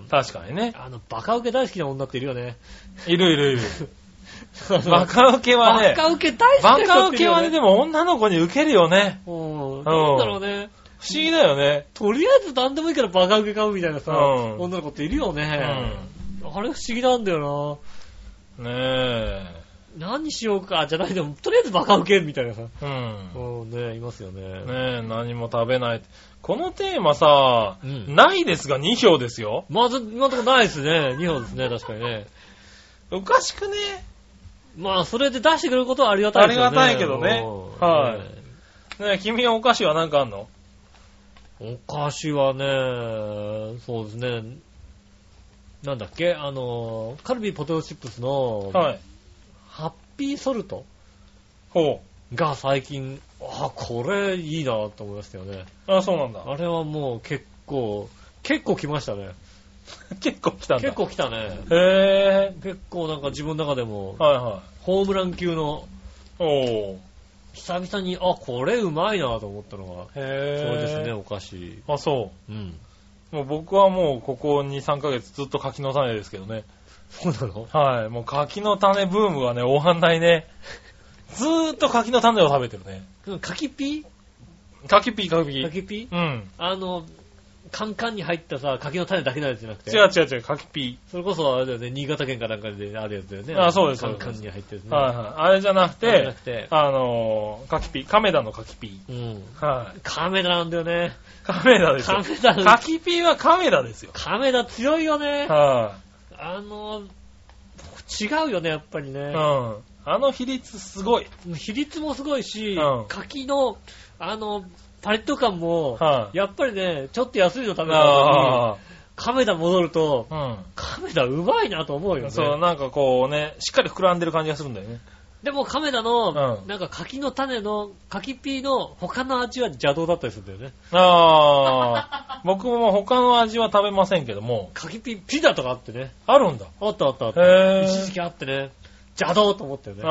Speaker 2: ん
Speaker 3: 確かにね。
Speaker 2: あの、バカウケ大好きな女っているよね。
Speaker 3: いるいるい る。バカウケは
Speaker 2: バ
Speaker 3: ね、
Speaker 2: カウケ大好
Speaker 3: バ
Speaker 2: きな
Speaker 3: カ
Speaker 2: 人っ
Speaker 3: ウ
Speaker 2: ている
Speaker 3: ケ
Speaker 2: よ
Speaker 3: はね、でも女の子にウケるよね。
Speaker 2: うん。なんだろうね。
Speaker 3: 不思議だよね。
Speaker 2: とりあえず何でもいいからバカウケ買うみたいなさ、
Speaker 3: うん
Speaker 2: 女の子っているよ
Speaker 3: う
Speaker 2: ね。
Speaker 3: ん。
Speaker 2: あれ不思議なんだよ
Speaker 3: ねえ。
Speaker 2: な。何しようか、じゃないでも、とりあえずバカウケみたいなさ。
Speaker 3: うん。
Speaker 2: うん、ね、いますよね。
Speaker 3: ねえ、何も食べない。このテーマさ、
Speaker 2: うん
Speaker 3: ないですが2票ですよ。
Speaker 2: まず、今のところないですね。2本ですね、確かにね。
Speaker 3: おかしくね
Speaker 2: まあ、それで出してくれることはありがたいですよね。
Speaker 3: ありがたいけどね
Speaker 2: うん
Speaker 3: はい
Speaker 2: ね
Speaker 3: ねえ、君はお菓子は何かあんの
Speaker 2: お菓子はね、そうですね。なんだっけあの、カルビーポテトチップスの、
Speaker 3: はい。
Speaker 2: ハッピーソルト
Speaker 3: ほ
Speaker 2: が最近、あ、これいいなと思いましたよね。
Speaker 3: う。あ、そうなんだ。
Speaker 2: あれはもう結構、結構来ましたね。
Speaker 3: 結構来たんだ。
Speaker 2: 結。構来たね。
Speaker 3: へぇ
Speaker 2: 結構なんか自分の中でも
Speaker 3: ー。、はいはい。
Speaker 2: ホームラン級の、
Speaker 3: おー。
Speaker 2: 久々に、あ、これうまいなと思ったのが、
Speaker 3: へ
Speaker 2: そ
Speaker 3: ぇー。
Speaker 2: れですね、。お菓子。
Speaker 3: あ、そ
Speaker 2: うん。
Speaker 3: う。もう僕はもうここ2、3ヶ月ずっと柿の種ですけどね。
Speaker 2: そうなの
Speaker 3: はい。もう柿の種ブームはね、終わんないね。 ずーっと柿の種を食べてるね。
Speaker 2: 柿ピ
Speaker 3: 柿ピー柿ピ
Speaker 2: ー
Speaker 3: ー。
Speaker 2: 柿ピー
Speaker 3: うん。
Speaker 2: あの、カンカンに入ったさ、柿の種だけのやつじゃなくて。
Speaker 3: 違う違う違う、柿ピ
Speaker 2: それこそあれだよね、新潟県かなんかであるやつだよね。
Speaker 3: あそうです
Speaker 2: カン
Speaker 3: そ
Speaker 2: カ
Speaker 3: う
Speaker 2: ン
Speaker 3: です
Speaker 2: に入ってる
Speaker 3: ー。
Speaker 2: ね。
Speaker 3: はいはい。あれじゃなく
Speaker 2: じゃな
Speaker 3: て
Speaker 2: く、て、
Speaker 3: あのー、柿ピー。亀田の柿ピ
Speaker 2: うん。
Speaker 3: ー。はい。
Speaker 2: カメラなんだよね。
Speaker 3: 亀田です
Speaker 2: カ
Speaker 3: よ。
Speaker 2: メラ、
Speaker 3: 柿ピーは亀田ですよ。
Speaker 2: カメラ強いよね。
Speaker 3: は
Speaker 2: あの、違うよね、やっぱり
Speaker 3: い。う
Speaker 2: ね。
Speaker 3: ん。あの比率すごい。
Speaker 2: 比率もすごいし、
Speaker 3: うん
Speaker 2: 柿の、あの、パレット感も、
Speaker 3: はい。
Speaker 2: やっぱりね、ちょっと安いの食べた後に、
Speaker 3: あ
Speaker 2: カメラ戻ると、
Speaker 3: あ。
Speaker 2: カメラうまいなと思う
Speaker 3: う
Speaker 2: よ
Speaker 3: ん。
Speaker 2: ね。
Speaker 3: そう、なんかこうね、しっかり膨らんでる感じがするんだよね。
Speaker 2: でもカメラの、
Speaker 3: うん
Speaker 2: なんか柿の種の、柿ピーの他の味は邪道だったりするんだよね。
Speaker 3: ああ。僕も他の味は食べませんけども、
Speaker 2: 柿ピー、ピザとかあってね。
Speaker 3: あるんだ。
Speaker 2: あったあったあった。
Speaker 3: へ
Speaker 2: 一時
Speaker 3: ぇ
Speaker 2: 期あってね、邪道と思ったよね。
Speaker 3: あ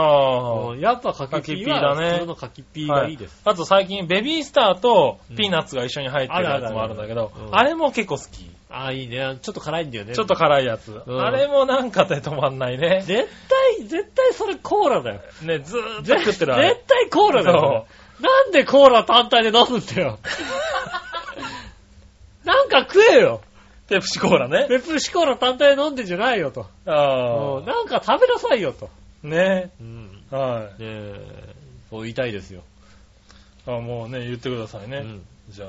Speaker 2: う
Speaker 3: あ。
Speaker 2: んやっぱ柿ピーは
Speaker 3: 柿ピーだね
Speaker 2: 普通の柿ピーがいいです。
Speaker 3: あと最近、ベビースターとピーナッツが一緒に入ってるやつもあるんだけど
Speaker 2: うんあるあるあるう、ん
Speaker 3: あれも結構好き。
Speaker 2: ああ、いいね。ちょっと辛いんだよね。
Speaker 3: ちょっと辛いやつ。
Speaker 2: うん
Speaker 3: あれもなんかで止まんないね。
Speaker 2: 絶対、絶対それコーラだよ。
Speaker 3: ね、ずーっと
Speaker 2: 絶
Speaker 3: 食ってるあれ
Speaker 2: 絶対コーラだよ。なんでコーラ単体で飲むんだ よ。なんか食えよ。
Speaker 3: ペプシコーラね。
Speaker 2: ペプシコーラ単体で飲んでんじゃないよと。
Speaker 3: あ
Speaker 2: うんなんか食べなさいよと。
Speaker 3: あ。ね。
Speaker 2: うん。
Speaker 3: は
Speaker 2: ねえ、そう言いたいですよ。
Speaker 3: い。あもうね、言ってくださいうね。
Speaker 2: ん。
Speaker 3: じゃあ、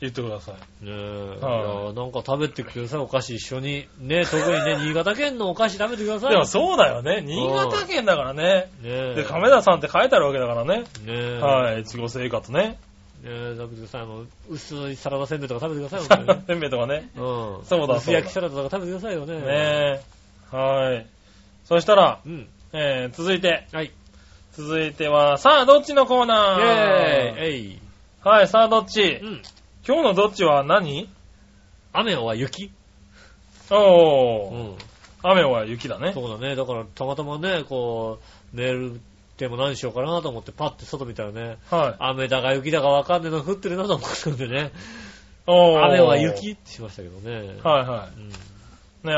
Speaker 3: 言ってください。
Speaker 2: ねえ、
Speaker 3: は
Speaker 2: い
Speaker 3: い
Speaker 2: やなんか食べてください、お菓子一緒に。 ね特にね、新潟県のお菓子食べてください。
Speaker 3: でもそうだよね。新潟県だからね。
Speaker 2: ねえ。
Speaker 3: で、亀田さんって書いてあるわけだからね。
Speaker 2: ねえ。
Speaker 3: はい。いちご生活ね。
Speaker 2: ねえ、食べてください。もう薄いサラダせんべいとか食べてください、 本
Speaker 3: せんべいとかね。
Speaker 2: 当にね。うん。
Speaker 3: そうだそうだ
Speaker 2: 薄焼きサラダとか食べてくださいよね。
Speaker 3: ねえ。はい。そしたら、
Speaker 2: うん。
Speaker 3: えー、続いて。
Speaker 2: はい。
Speaker 3: 続いては、さあ、どっちのコ
Speaker 2: イ
Speaker 3: ー
Speaker 2: ェ
Speaker 3: ナ
Speaker 2: ー
Speaker 3: ー
Speaker 2: イえい。
Speaker 3: はい、さあ、どっち
Speaker 2: うん。
Speaker 3: 今日のどっちは何
Speaker 2: 雨は雪う
Speaker 3: おー、
Speaker 2: ん。
Speaker 3: 雨は雪だね。
Speaker 2: そうだね。だから、たまたまね、こう、メールでも何しようかなと思って、パッて外見たらね、
Speaker 3: はい。
Speaker 2: 雨だか雪だかわかんねえの降ってるなと思ったんでね。
Speaker 3: おー
Speaker 2: 雨は雪ってしましたけどね。
Speaker 3: はいは
Speaker 2: うん。
Speaker 3: い。ね、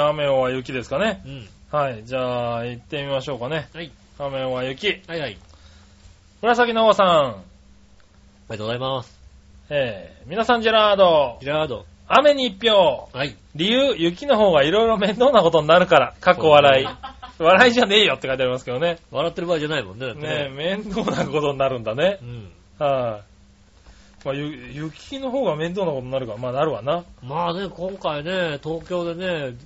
Speaker 3: 雨は雪ですかね。
Speaker 2: うん。
Speaker 3: はい、じゃあ、行ってみましょうかね。
Speaker 2: はい。
Speaker 3: 雨は雪。
Speaker 2: はいはい。
Speaker 3: 紫の王さん。
Speaker 2: ありがとうございます。
Speaker 3: えー、皆さんジェラード
Speaker 2: ジ。ェラード。
Speaker 3: 雨に一票。
Speaker 2: はい。
Speaker 3: 理由、雪の方がいろいろ面倒なことになるから。かっこ笑い。笑いじゃねえよって書いてありますけどね。
Speaker 2: 笑ってる場合じゃないもんね。だって
Speaker 3: ねえ、面倒なことになるんだね
Speaker 2: う。ん。
Speaker 3: はい、まあゆ雪の方が面倒なことになるから、まあなるわな。
Speaker 2: まあね、今回ね、東京でね、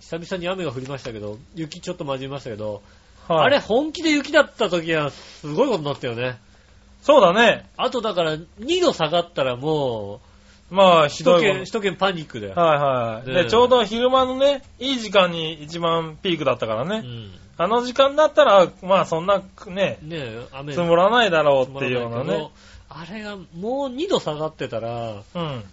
Speaker 2: 久々に雨が降りましたけど、雪ちょっと混じりましたけど、あれ本気で雪だった時はすごいことになったよね。
Speaker 3: そうだね。
Speaker 2: あとだから2度下がったらも
Speaker 3: まあ、
Speaker 2: う、首
Speaker 3: ひど
Speaker 2: 都
Speaker 3: い
Speaker 2: 圏、
Speaker 3: もん
Speaker 2: 首都圏パニックだよ。
Speaker 3: はいはい。
Speaker 2: ね
Speaker 3: で、
Speaker 2: え
Speaker 3: ちょうど昼間のね、いい時間に一番ピークだったから
Speaker 2: う
Speaker 3: ね。
Speaker 2: ん。
Speaker 3: あの時間だったら、まあそんな、ね、
Speaker 2: ねえ、雨
Speaker 3: 積もらないだろ
Speaker 2: 積
Speaker 3: うっ
Speaker 2: も
Speaker 3: て
Speaker 2: ら
Speaker 3: いう
Speaker 2: ない
Speaker 3: ような
Speaker 2: けど
Speaker 3: ね。
Speaker 2: あれがもう2度下がってたら、
Speaker 3: うん。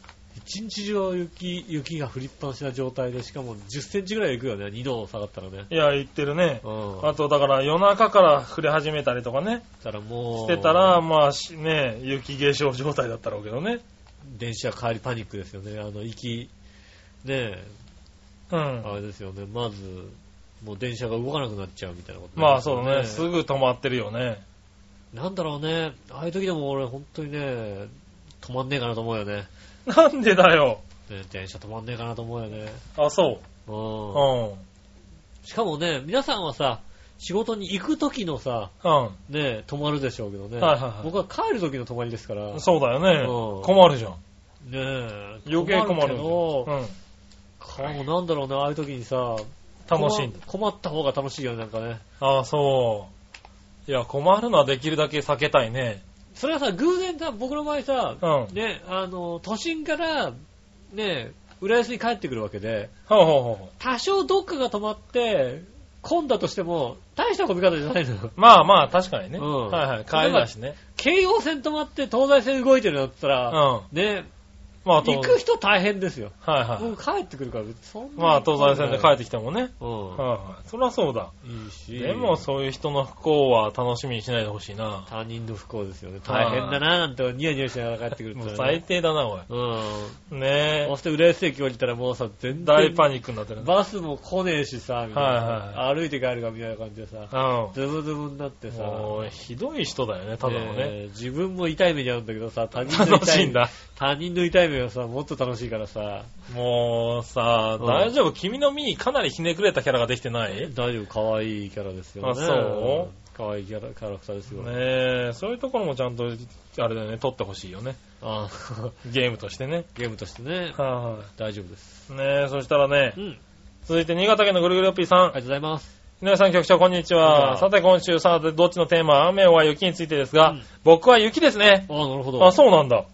Speaker 2: 一日中雪、雪が降りっぱなしな状態で、しかも10センチぐらい行くよね、2度下がったらね。
Speaker 3: いや、言ってるね
Speaker 2: う。ん。
Speaker 3: あと、だから夜中から降り始めたりとかね、
Speaker 2: たらも
Speaker 3: し
Speaker 2: う、
Speaker 3: てたら、まあしね、雪化粧状態だったろうけどね。
Speaker 2: 電車帰りパニックですよね。あの、行き、ねえ、
Speaker 3: うん。
Speaker 2: あれですよね。まず、もう電車が動かなくなっちゃうみたいなこと、
Speaker 3: まあそうだね、すぐ止まってるよね。
Speaker 2: なんだろうね。ああいう時でも俺本当にね、止まんねえかなと思うよね。
Speaker 3: なんでだよ。
Speaker 2: ね電車止まんねえかなと思うよね。
Speaker 3: あ、そう。
Speaker 2: うん。
Speaker 3: うん。
Speaker 2: しかもね、皆さんはさ、仕事に行く時のさ、
Speaker 3: う
Speaker 2: ねえ、止まるでしょうけどね。
Speaker 3: はいはいはい
Speaker 2: 僕は帰る時の止まりですから。
Speaker 3: ん。
Speaker 2: ね
Speaker 3: そうだよね
Speaker 2: うん。
Speaker 3: 困るじゃん。
Speaker 2: え。
Speaker 3: 余計困
Speaker 2: け
Speaker 3: る
Speaker 2: ど、
Speaker 3: うん。
Speaker 2: かもうなんだろうね、ああいう時にさ、
Speaker 3: 楽しいんだ。
Speaker 2: 困困った方が楽しいよね、なんかね。
Speaker 3: ああ、そう。いや、困るのはできるだけ避けたいね。
Speaker 2: それはさ、偶然さ、僕の場合さ、
Speaker 3: うん。ほう
Speaker 2: ね、あの、都心から、ね、浦安に帰ってくるわけで、
Speaker 3: ほうほうほ
Speaker 2: 多少どっかが止まって、混んだとしても、大した混み方じゃないのよ。
Speaker 3: まあまあ、確かにね。
Speaker 2: うん
Speaker 3: はいはい。帰りだしね。
Speaker 2: 京葉線止まって東西線動いてるのだった
Speaker 3: うん。
Speaker 2: ら、ね、
Speaker 3: まあ、
Speaker 2: 行
Speaker 3: 東
Speaker 2: く人大変ですよ。
Speaker 3: はいは
Speaker 2: 僕帰ってくるから、別にそんな
Speaker 3: い。まあ、東西線で帰ってきてもね。はい
Speaker 2: うん。
Speaker 3: はい。そりゃそうだ。
Speaker 2: いいし。
Speaker 3: でも、そういう人の不幸は楽しみにしないでほしいな。
Speaker 2: 他人の不幸ですよね。大変だなぁなんてニヤニヤしながら帰ってくる
Speaker 3: も
Speaker 2: と
Speaker 3: う
Speaker 2: ね
Speaker 3: 最低だな、おい。
Speaker 2: う
Speaker 3: ね
Speaker 2: ん。
Speaker 3: え
Speaker 2: そ。して浦安駅降りたらもうさ、全然。
Speaker 3: 大パニックになってる。
Speaker 2: バスも来ねえしさ、みたいな。
Speaker 3: はい
Speaker 2: 歩いて帰るかみたいな感じでさ、
Speaker 3: う
Speaker 2: ズブズブになって
Speaker 3: ん。
Speaker 2: さ、
Speaker 3: もう、ひどい人だよね、ただのね。
Speaker 2: えー自分も痛い目に遭うんだけどさ、他人の
Speaker 3: 楽
Speaker 2: 痛
Speaker 3: しい
Speaker 2: い
Speaker 3: んだ。
Speaker 2: 他人の痛い目はさ、もっと楽しいからさ、
Speaker 3: もうさ、
Speaker 2: うん
Speaker 3: 大丈夫君の身にかなりひねくれたキャラができてないね
Speaker 2: 大丈夫、可愛いキャラですよね。
Speaker 3: あそう
Speaker 2: 可愛いキャラ、キャラクターですよ。
Speaker 3: え、そういうところもちゃんと、あれだよね、取ってほしいよね。
Speaker 2: あ
Speaker 3: ゲームとしてね。
Speaker 2: ゲームとしてね、
Speaker 3: は
Speaker 2: 大丈夫です。
Speaker 3: い。ねえ、そしたらね
Speaker 2: う、ん。
Speaker 3: 続いて新潟県のぐるぐるおっぴーさん
Speaker 2: あ。りがとうございます。
Speaker 3: 井上さん局長、こんにち
Speaker 2: こんに
Speaker 3: は。
Speaker 2: ちは
Speaker 3: さて、今週、さて、どっちのテーマ雨は雪についてですが、
Speaker 2: うん
Speaker 3: 僕は雪ですね。
Speaker 2: ああ、なるほど。
Speaker 3: あ、そうなんだ。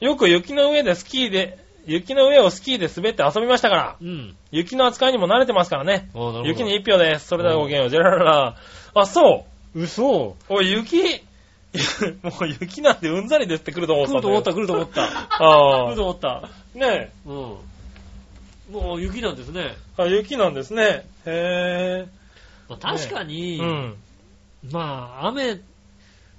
Speaker 3: よく雪の上でスキーで、雪の上をスキーで滑って遊びましたから、
Speaker 2: う。うん。
Speaker 3: 雪の扱いにも慣れてますからね。
Speaker 2: ああ、なるほど。
Speaker 3: 雪に一票です。それではごきげんよう。ジェラララ。あ、そう。
Speaker 2: 嘘
Speaker 3: おい、雪、 もう雪なんてうんざりですって来ると思って
Speaker 2: 来
Speaker 3: た
Speaker 2: ると
Speaker 3: んだよ
Speaker 2: 思った、来ると思 った。来
Speaker 3: あ
Speaker 2: る
Speaker 3: あ。
Speaker 2: と思った。
Speaker 3: ね
Speaker 2: うん。もう雪なんですね。
Speaker 3: え。あ雪なんですね。へ
Speaker 2: まあ確か
Speaker 3: え。
Speaker 2: に、
Speaker 3: うん。
Speaker 2: まあ、雨、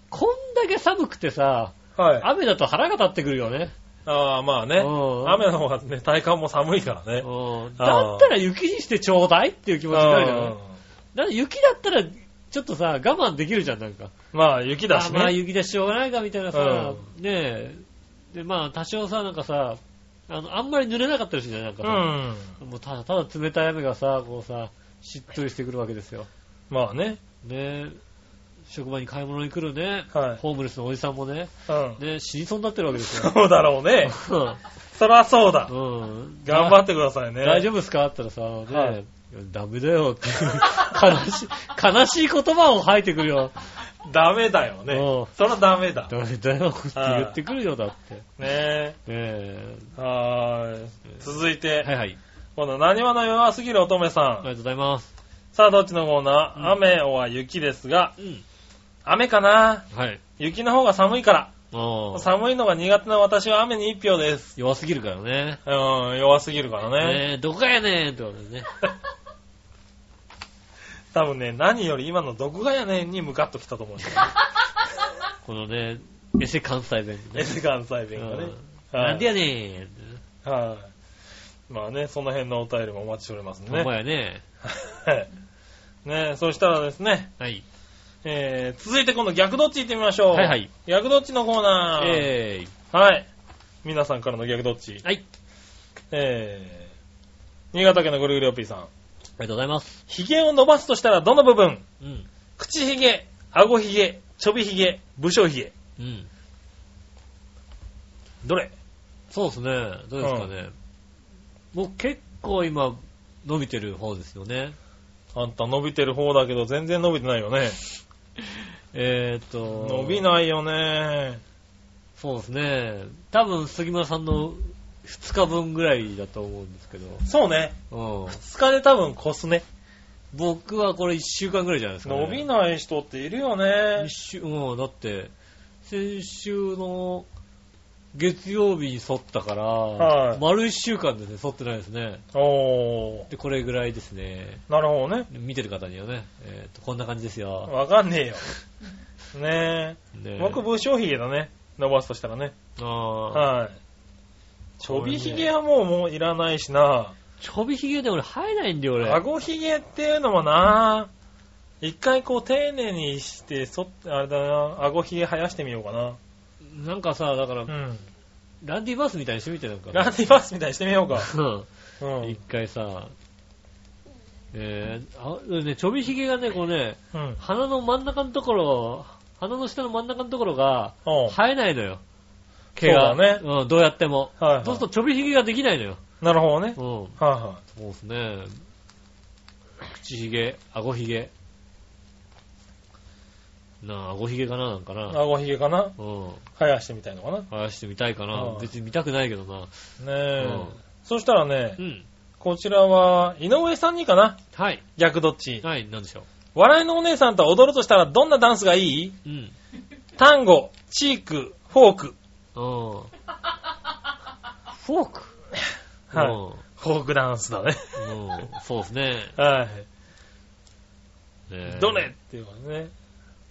Speaker 2: こんだけ寒くてさ、
Speaker 3: はい。
Speaker 2: 雨だと腹が立ってくるよね。
Speaker 3: ああ、まあ
Speaker 2: う
Speaker 3: ね。
Speaker 2: ん
Speaker 3: 雨の方がね、体感も寒いからね。
Speaker 2: うん
Speaker 3: あー
Speaker 2: だったら雪にしてちょうだいっていう気持ちになるじゃないだって雪だったら、ちょっとさ、我慢できるじゃん、なんか。
Speaker 3: まあ、雪だ
Speaker 2: あ
Speaker 3: し
Speaker 2: まあ
Speaker 3: ね。
Speaker 2: 雪だししょうがないかみたいなさ、ねえ。で、まあ多少さ、なんかさ、あの、あんまり濡れなかったりするじゃん、なんか
Speaker 3: う
Speaker 2: さ。
Speaker 3: ん。
Speaker 2: もうただただ冷たい雨がさ、こうさ、しっとりしてくるわけですよ。
Speaker 3: まあね。
Speaker 2: ねえ。職場に買い物に来るね、
Speaker 3: はい
Speaker 2: ホームレスのおじさんもね、
Speaker 3: うん。
Speaker 2: ね、死にそうになってるわけです よ。
Speaker 3: そうだろうね。そらそうだ
Speaker 2: う。ん。
Speaker 3: 頑張ってください ね。
Speaker 2: 大
Speaker 3: 夫。
Speaker 2: 丈夫ですかって言ったらさ、ね、
Speaker 3: はい
Speaker 2: いやダメだよ っていう悲しい、悲しい言葉を吐いてくるよ。
Speaker 3: ダメだよね
Speaker 2: う。
Speaker 3: そらダメだ。ね
Speaker 2: ダメだよって言ってくるよ、だって。ね
Speaker 3: え。
Speaker 2: え。
Speaker 3: はーい。続いて
Speaker 2: は、いはい。
Speaker 3: 今度は何話の弱すぎる乙女
Speaker 2: あり
Speaker 3: さ
Speaker 2: が
Speaker 3: ん。
Speaker 2: とうございます。
Speaker 3: さあ、どっちのコーナー、
Speaker 2: うん
Speaker 3: 雨は雪ですが、
Speaker 2: うん。
Speaker 3: 雨かな
Speaker 2: はい。
Speaker 3: 雪の方が寒いから。
Speaker 2: ああ。
Speaker 3: 寒いのが苦手な私は雨に一票です。
Speaker 2: 弱すぎるからね。
Speaker 3: うん、弱すぎるからね。
Speaker 2: ねえ、どこやねんってことでね。
Speaker 3: 多分ね、何より今の毒がやねんに向かっときたと思うんだよね。
Speaker 2: このね、エセ関西弁
Speaker 3: エ
Speaker 2: ね。
Speaker 3: セ関西弁がね
Speaker 2: うん。
Speaker 3: はい
Speaker 2: なんでやねんってね。
Speaker 3: はい。まあね、その辺のお便りもお待ちしておりますんで
Speaker 2: ほんま
Speaker 3: ね。
Speaker 2: やね。
Speaker 3: はいねそしたらですね、
Speaker 2: はい。
Speaker 3: えー、続いて今度逆どっち行ってみましょう。
Speaker 2: はいはい。
Speaker 3: 逆どっちのコーナー。
Speaker 2: え
Speaker 3: はい。皆さんからの逆どっち
Speaker 2: ー。はい。
Speaker 3: えー、新潟県のぐるぐるおっぴーさん。
Speaker 2: ありがとうございます。
Speaker 3: ヒゲを伸ばすとしたらどの部分
Speaker 2: うん。
Speaker 3: 口ヒゲ、顎ヒゲ、ちょびヒゲ、武将ヒゲ。
Speaker 2: うん。
Speaker 3: どれ
Speaker 2: そうですね。どうですかね。僕結構今、伸びてる方ですよね。
Speaker 3: あんた伸びてる方だけど全然伸びてないよね。
Speaker 2: えーっと。
Speaker 3: 伸びないよね。
Speaker 2: そうですね。多分、杉村さんの2日分ぐらいだと思うんですけど。
Speaker 3: そうね。
Speaker 2: うん。
Speaker 3: 2日で多分越すね。
Speaker 2: 僕はこれ1週間ぐらいじゃないですか、ね。
Speaker 3: 伸びない人っているよ
Speaker 2: 一
Speaker 3: ね。
Speaker 2: 週、うん、だって、先週の月曜日に剃ったから、
Speaker 3: はい
Speaker 2: 丸1週間ですね、剃ってないですね。
Speaker 3: おー。
Speaker 2: で、これぐらいですね。
Speaker 3: なるほどね。
Speaker 2: 見てる方にはね、えーっと、こんな感じですよ。
Speaker 3: わかん ねえよ。ねえ。
Speaker 2: ね
Speaker 3: 僕武将ヒゲだね。伸ばすとしたらね。
Speaker 2: あー
Speaker 3: はい。ちょびひげはもうもういらないしな。
Speaker 2: ちょびひげで俺生えないんだよ、俺。
Speaker 3: 顎ひげっていうのもな、一回こう丁寧にして、そ、あれだな、顎ひげ生やしてみようかな。
Speaker 2: なんかさ、だから、
Speaker 3: うん。
Speaker 2: ランディバースみたいにしてみて、なんか。
Speaker 3: ランディバースみたいにしてみようか。
Speaker 2: うん。
Speaker 3: う
Speaker 2: 一
Speaker 3: ん。
Speaker 2: 回さ、えー、あね、ちょびひげがね、こうね、
Speaker 3: うん。
Speaker 2: 鼻の真ん中のところ、鼻の下の真ん中のところが、
Speaker 3: おう
Speaker 2: 生えないのよ。毛
Speaker 3: そう
Speaker 2: が。
Speaker 3: だね。
Speaker 2: うん、どうやっても。
Speaker 3: はいはい
Speaker 2: そうするとちょびひげができないのよ。
Speaker 3: なるほどね。
Speaker 2: うん。
Speaker 3: はいは
Speaker 2: そうですね。口ひげ、顎ひげ。なあ、顎ひげかな、なんか
Speaker 3: い。
Speaker 2: な。
Speaker 3: 顎ひげかな
Speaker 2: うん。
Speaker 3: 生やしてみたいのかなね
Speaker 2: 生やしてみたいかな
Speaker 3: う。ん
Speaker 2: 別に見たくないけどな。
Speaker 3: え
Speaker 2: うん。
Speaker 3: そしたらね
Speaker 2: う、ん。
Speaker 3: こちらは、井上さんにかな
Speaker 2: はい。
Speaker 3: 逆どっち。
Speaker 2: はい、なんでしょ。
Speaker 3: 笑いのお姉さんと踊るとしたらどんなダンスがいいう
Speaker 2: うん。
Speaker 3: タンゴ、チーク、フォーク。
Speaker 2: うん。フォーク
Speaker 3: はい
Speaker 2: うん
Speaker 3: フォークダンスだね。
Speaker 2: うんそうですね。
Speaker 3: はい。
Speaker 2: ね
Speaker 3: どれっていうことね。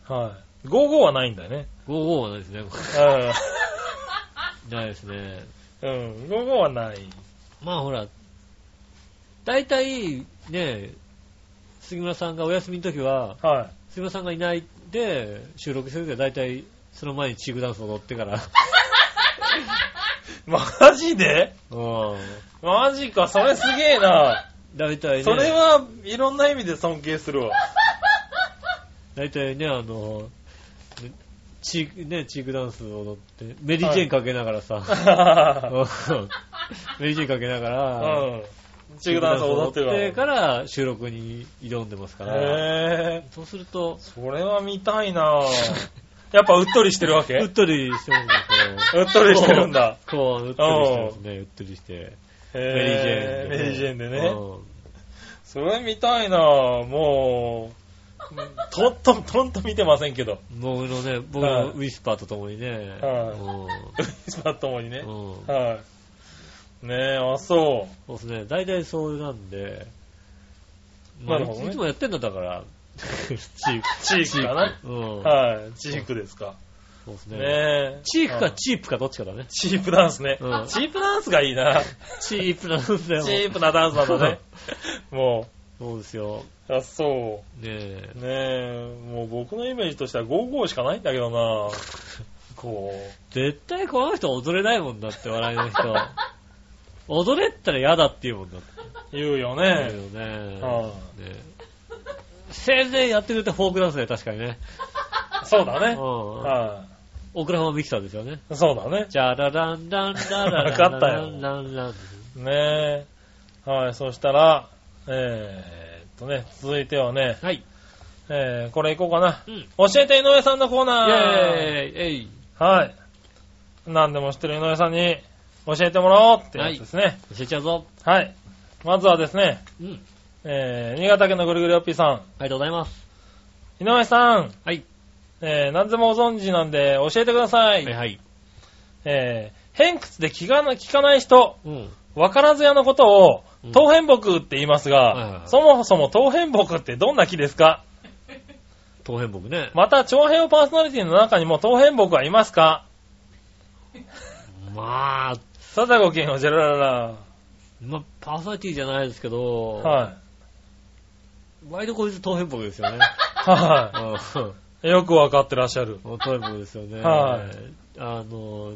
Speaker 3: はい。55はないんだよね。
Speaker 2: ?55 はないですね。 ないですね。
Speaker 3: うん。55はない。
Speaker 2: まあほら、大体、ね、杉村さんがお休みの時は、
Speaker 3: は
Speaker 2: 杉村さんがいないで収録してる時は大体、その前にチークダンスを踊って から。
Speaker 3: い。マジで
Speaker 2: うん。
Speaker 3: マジか、それすげえな。
Speaker 2: 大体ね、
Speaker 3: それはいろんな意味で尊敬する わ。
Speaker 2: 大体ね、あの、ねチーク、ね、チークダンスを踊って、メリージェーンかけながらさ、うんメリージェーンかけなが
Speaker 3: う
Speaker 2: ら、
Speaker 3: ん。チークダンス踊ってるわ。
Speaker 2: 踊から収録に挑んでますから、
Speaker 3: へえ。
Speaker 2: そうすると、
Speaker 3: それは見たいな。やっ ぱうっとりしてるわけ
Speaker 2: うっとりしてるんです
Speaker 3: うっとりしてるんだ。
Speaker 2: よ。こう、うっとりしてますね、うっとりして。
Speaker 3: メ
Speaker 2: メリージェーンでね。
Speaker 3: メリージェーンでね。
Speaker 2: うん
Speaker 3: それ見たいなもう、とっとんとんと見てませんけど。
Speaker 2: 僕のね、僕のウィスパーとともにね、
Speaker 3: ウィスパーともにね
Speaker 2: う。んうん
Speaker 3: はい。ねえ、あ、そ
Speaker 2: そうですね、大体それなんで、まあ
Speaker 3: なるほどね
Speaker 2: いつもやってんだだから、チー
Speaker 3: う。チークかな。
Speaker 2: ク。うん。
Speaker 3: はい。チークですか。
Speaker 2: そうです
Speaker 3: ね
Speaker 2: ね。
Speaker 3: え。
Speaker 2: チーク
Speaker 3: は
Speaker 2: か
Speaker 3: い
Speaker 2: チープかどっちかだね。
Speaker 3: チープダンスね。
Speaker 2: うん
Speaker 3: チープダンスがいいな。
Speaker 2: チープなんだよ。
Speaker 3: チープなダンスなんだね。 も
Speaker 2: そうですよ。
Speaker 3: う、あ、そ
Speaker 2: ね
Speaker 3: う。
Speaker 2: え。
Speaker 3: ねえ、もう僕のイメージとしては55しかないんだけど なこ
Speaker 2: 絶対この人踊れないもんだって、笑いの 人。踊れったら嫌だって言うもんだって。
Speaker 3: う、言うよ
Speaker 2: だ
Speaker 3: ね
Speaker 2: よ。ね。
Speaker 3: は
Speaker 2: ねせいぜいやってくれたフォークダンスで確かにね。
Speaker 3: そうだ
Speaker 2: う
Speaker 3: ね。
Speaker 2: ん。
Speaker 3: は
Speaker 2: オクラホマミキサーですよね。
Speaker 3: い。そうだね。
Speaker 2: じゃららんらんららら
Speaker 3: わかったよ
Speaker 2: らんらん
Speaker 3: ねえ。はい、そしたら、えーっとね、続いてはね、
Speaker 2: はい。
Speaker 3: えー、これいこうかな。
Speaker 2: うん。イ
Speaker 3: 教えて井上さんのコー
Speaker 2: ェ
Speaker 3: ナ
Speaker 2: ー
Speaker 3: ー
Speaker 2: イえい
Speaker 3: はい。何でも知ってる井上さんに教えてもらおうってやつですね。
Speaker 2: 教えちゃうぞ。
Speaker 3: はい。まずはですね、
Speaker 2: うん。あり
Speaker 3: えー、新潟県のぐるぐるよっぴーさん。
Speaker 2: がとうございます。
Speaker 3: 井上さん、
Speaker 2: はい。
Speaker 3: えー、何でもご存知なんで教えてくださ
Speaker 2: はいはい。
Speaker 3: えー、偏屈で気がな、聞かない人、
Speaker 2: うん。
Speaker 3: わからず屋のことを
Speaker 2: うん、
Speaker 3: 東変木って言います
Speaker 2: はいはい
Speaker 3: が、
Speaker 2: はい
Speaker 3: そもそも東変木ってどんな木ですか
Speaker 2: 東変木ね。
Speaker 3: また、長編パーソナリティの中にも東変木はいますか
Speaker 2: まあ、
Speaker 3: さてごきげんよう、ジェラララ。
Speaker 2: まあ、パーソナリティじゃないですけど、
Speaker 3: はい。
Speaker 2: ワイドこいつ東変木です よね。
Speaker 3: は
Speaker 2: うん。
Speaker 3: い。よくわかってらっしゃる。
Speaker 2: もうトイプですよね。
Speaker 3: はい
Speaker 2: あの、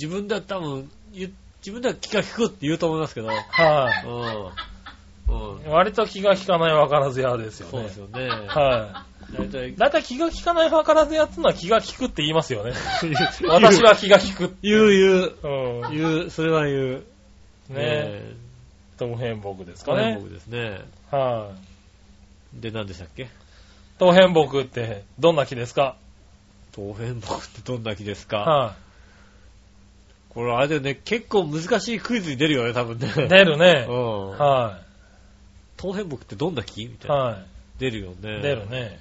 Speaker 2: 自分では多分、ゆ自分では気が利くって言うと思いますけど、
Speaker 3: は
Speaker 2: うん。うん
Speaker 3: い。。割と気が利かないわからず屋ですよね。
Speaker 2: そうですよね。
Speaker 3: は
Speaker 2: 大体
Speaker 3: い。、だいたい気が利かないわからず屋ってのは気が利くって言いますよね。
Speaker 2: 言う
Speaker 3: 私は気が利く。
Speaker 2: 言う言う、
Speaker 3: うん。
Speaker 2: 言う、それは言う。
Speaker 3: ねえ。東変木ですか
Speaker 2: 東変
Speaker 3: ね。
Speaker 2: 木ですね。
Speaker 3: はい。
Speaker 2: で、何でしたっけ
Speaker 3: 東変木ってどんな木ですか
Speaker 2: 東変木ってどんな木ですか
Speaker 3: は
Speaker 2: これあれだよね、結構難しいクイズに出るよね、多分ね。
Speaker 3: い。出るね。
Speaker 2: うん。
Speaker 3: は
Speaker 2: 東変木ってどんな木み
Speaker 3: い。
Speaker 2: たいな。
Speaker 3: は
Speaker 2: 出るよね。
Speaker 3: い。出るね。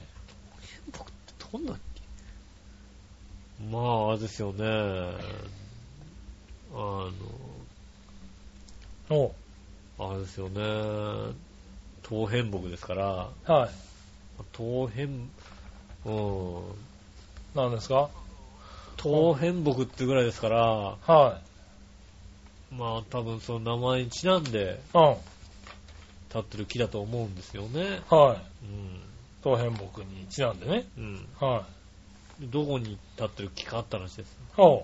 Speaker 2: 僕ってどんなっけまあ、あれですよね。あの、
Speaker 3: お
Speaker 2: あれですよね。東変木ですから、
Speaker 3: はい。
Speaker 2: 東変、うん、
Speaker 3: 何ですか
Speaker 2: 東変木ってぐらいですから、
Speaker 3: は
Speaker 2: まあ多分その名前にちなんで
Speaker 3: い。うん。
Speaker 2: 立ってる木だと思うんですよね。
Speaker 3: はい。
Speaker 2: うん。
Speaker 3: 東変木にちなんでね。
Speaker 2: うん。
Speaker 3: は
Speaker 2: どこに立ってる木かって話です。
Speaker 3: い。お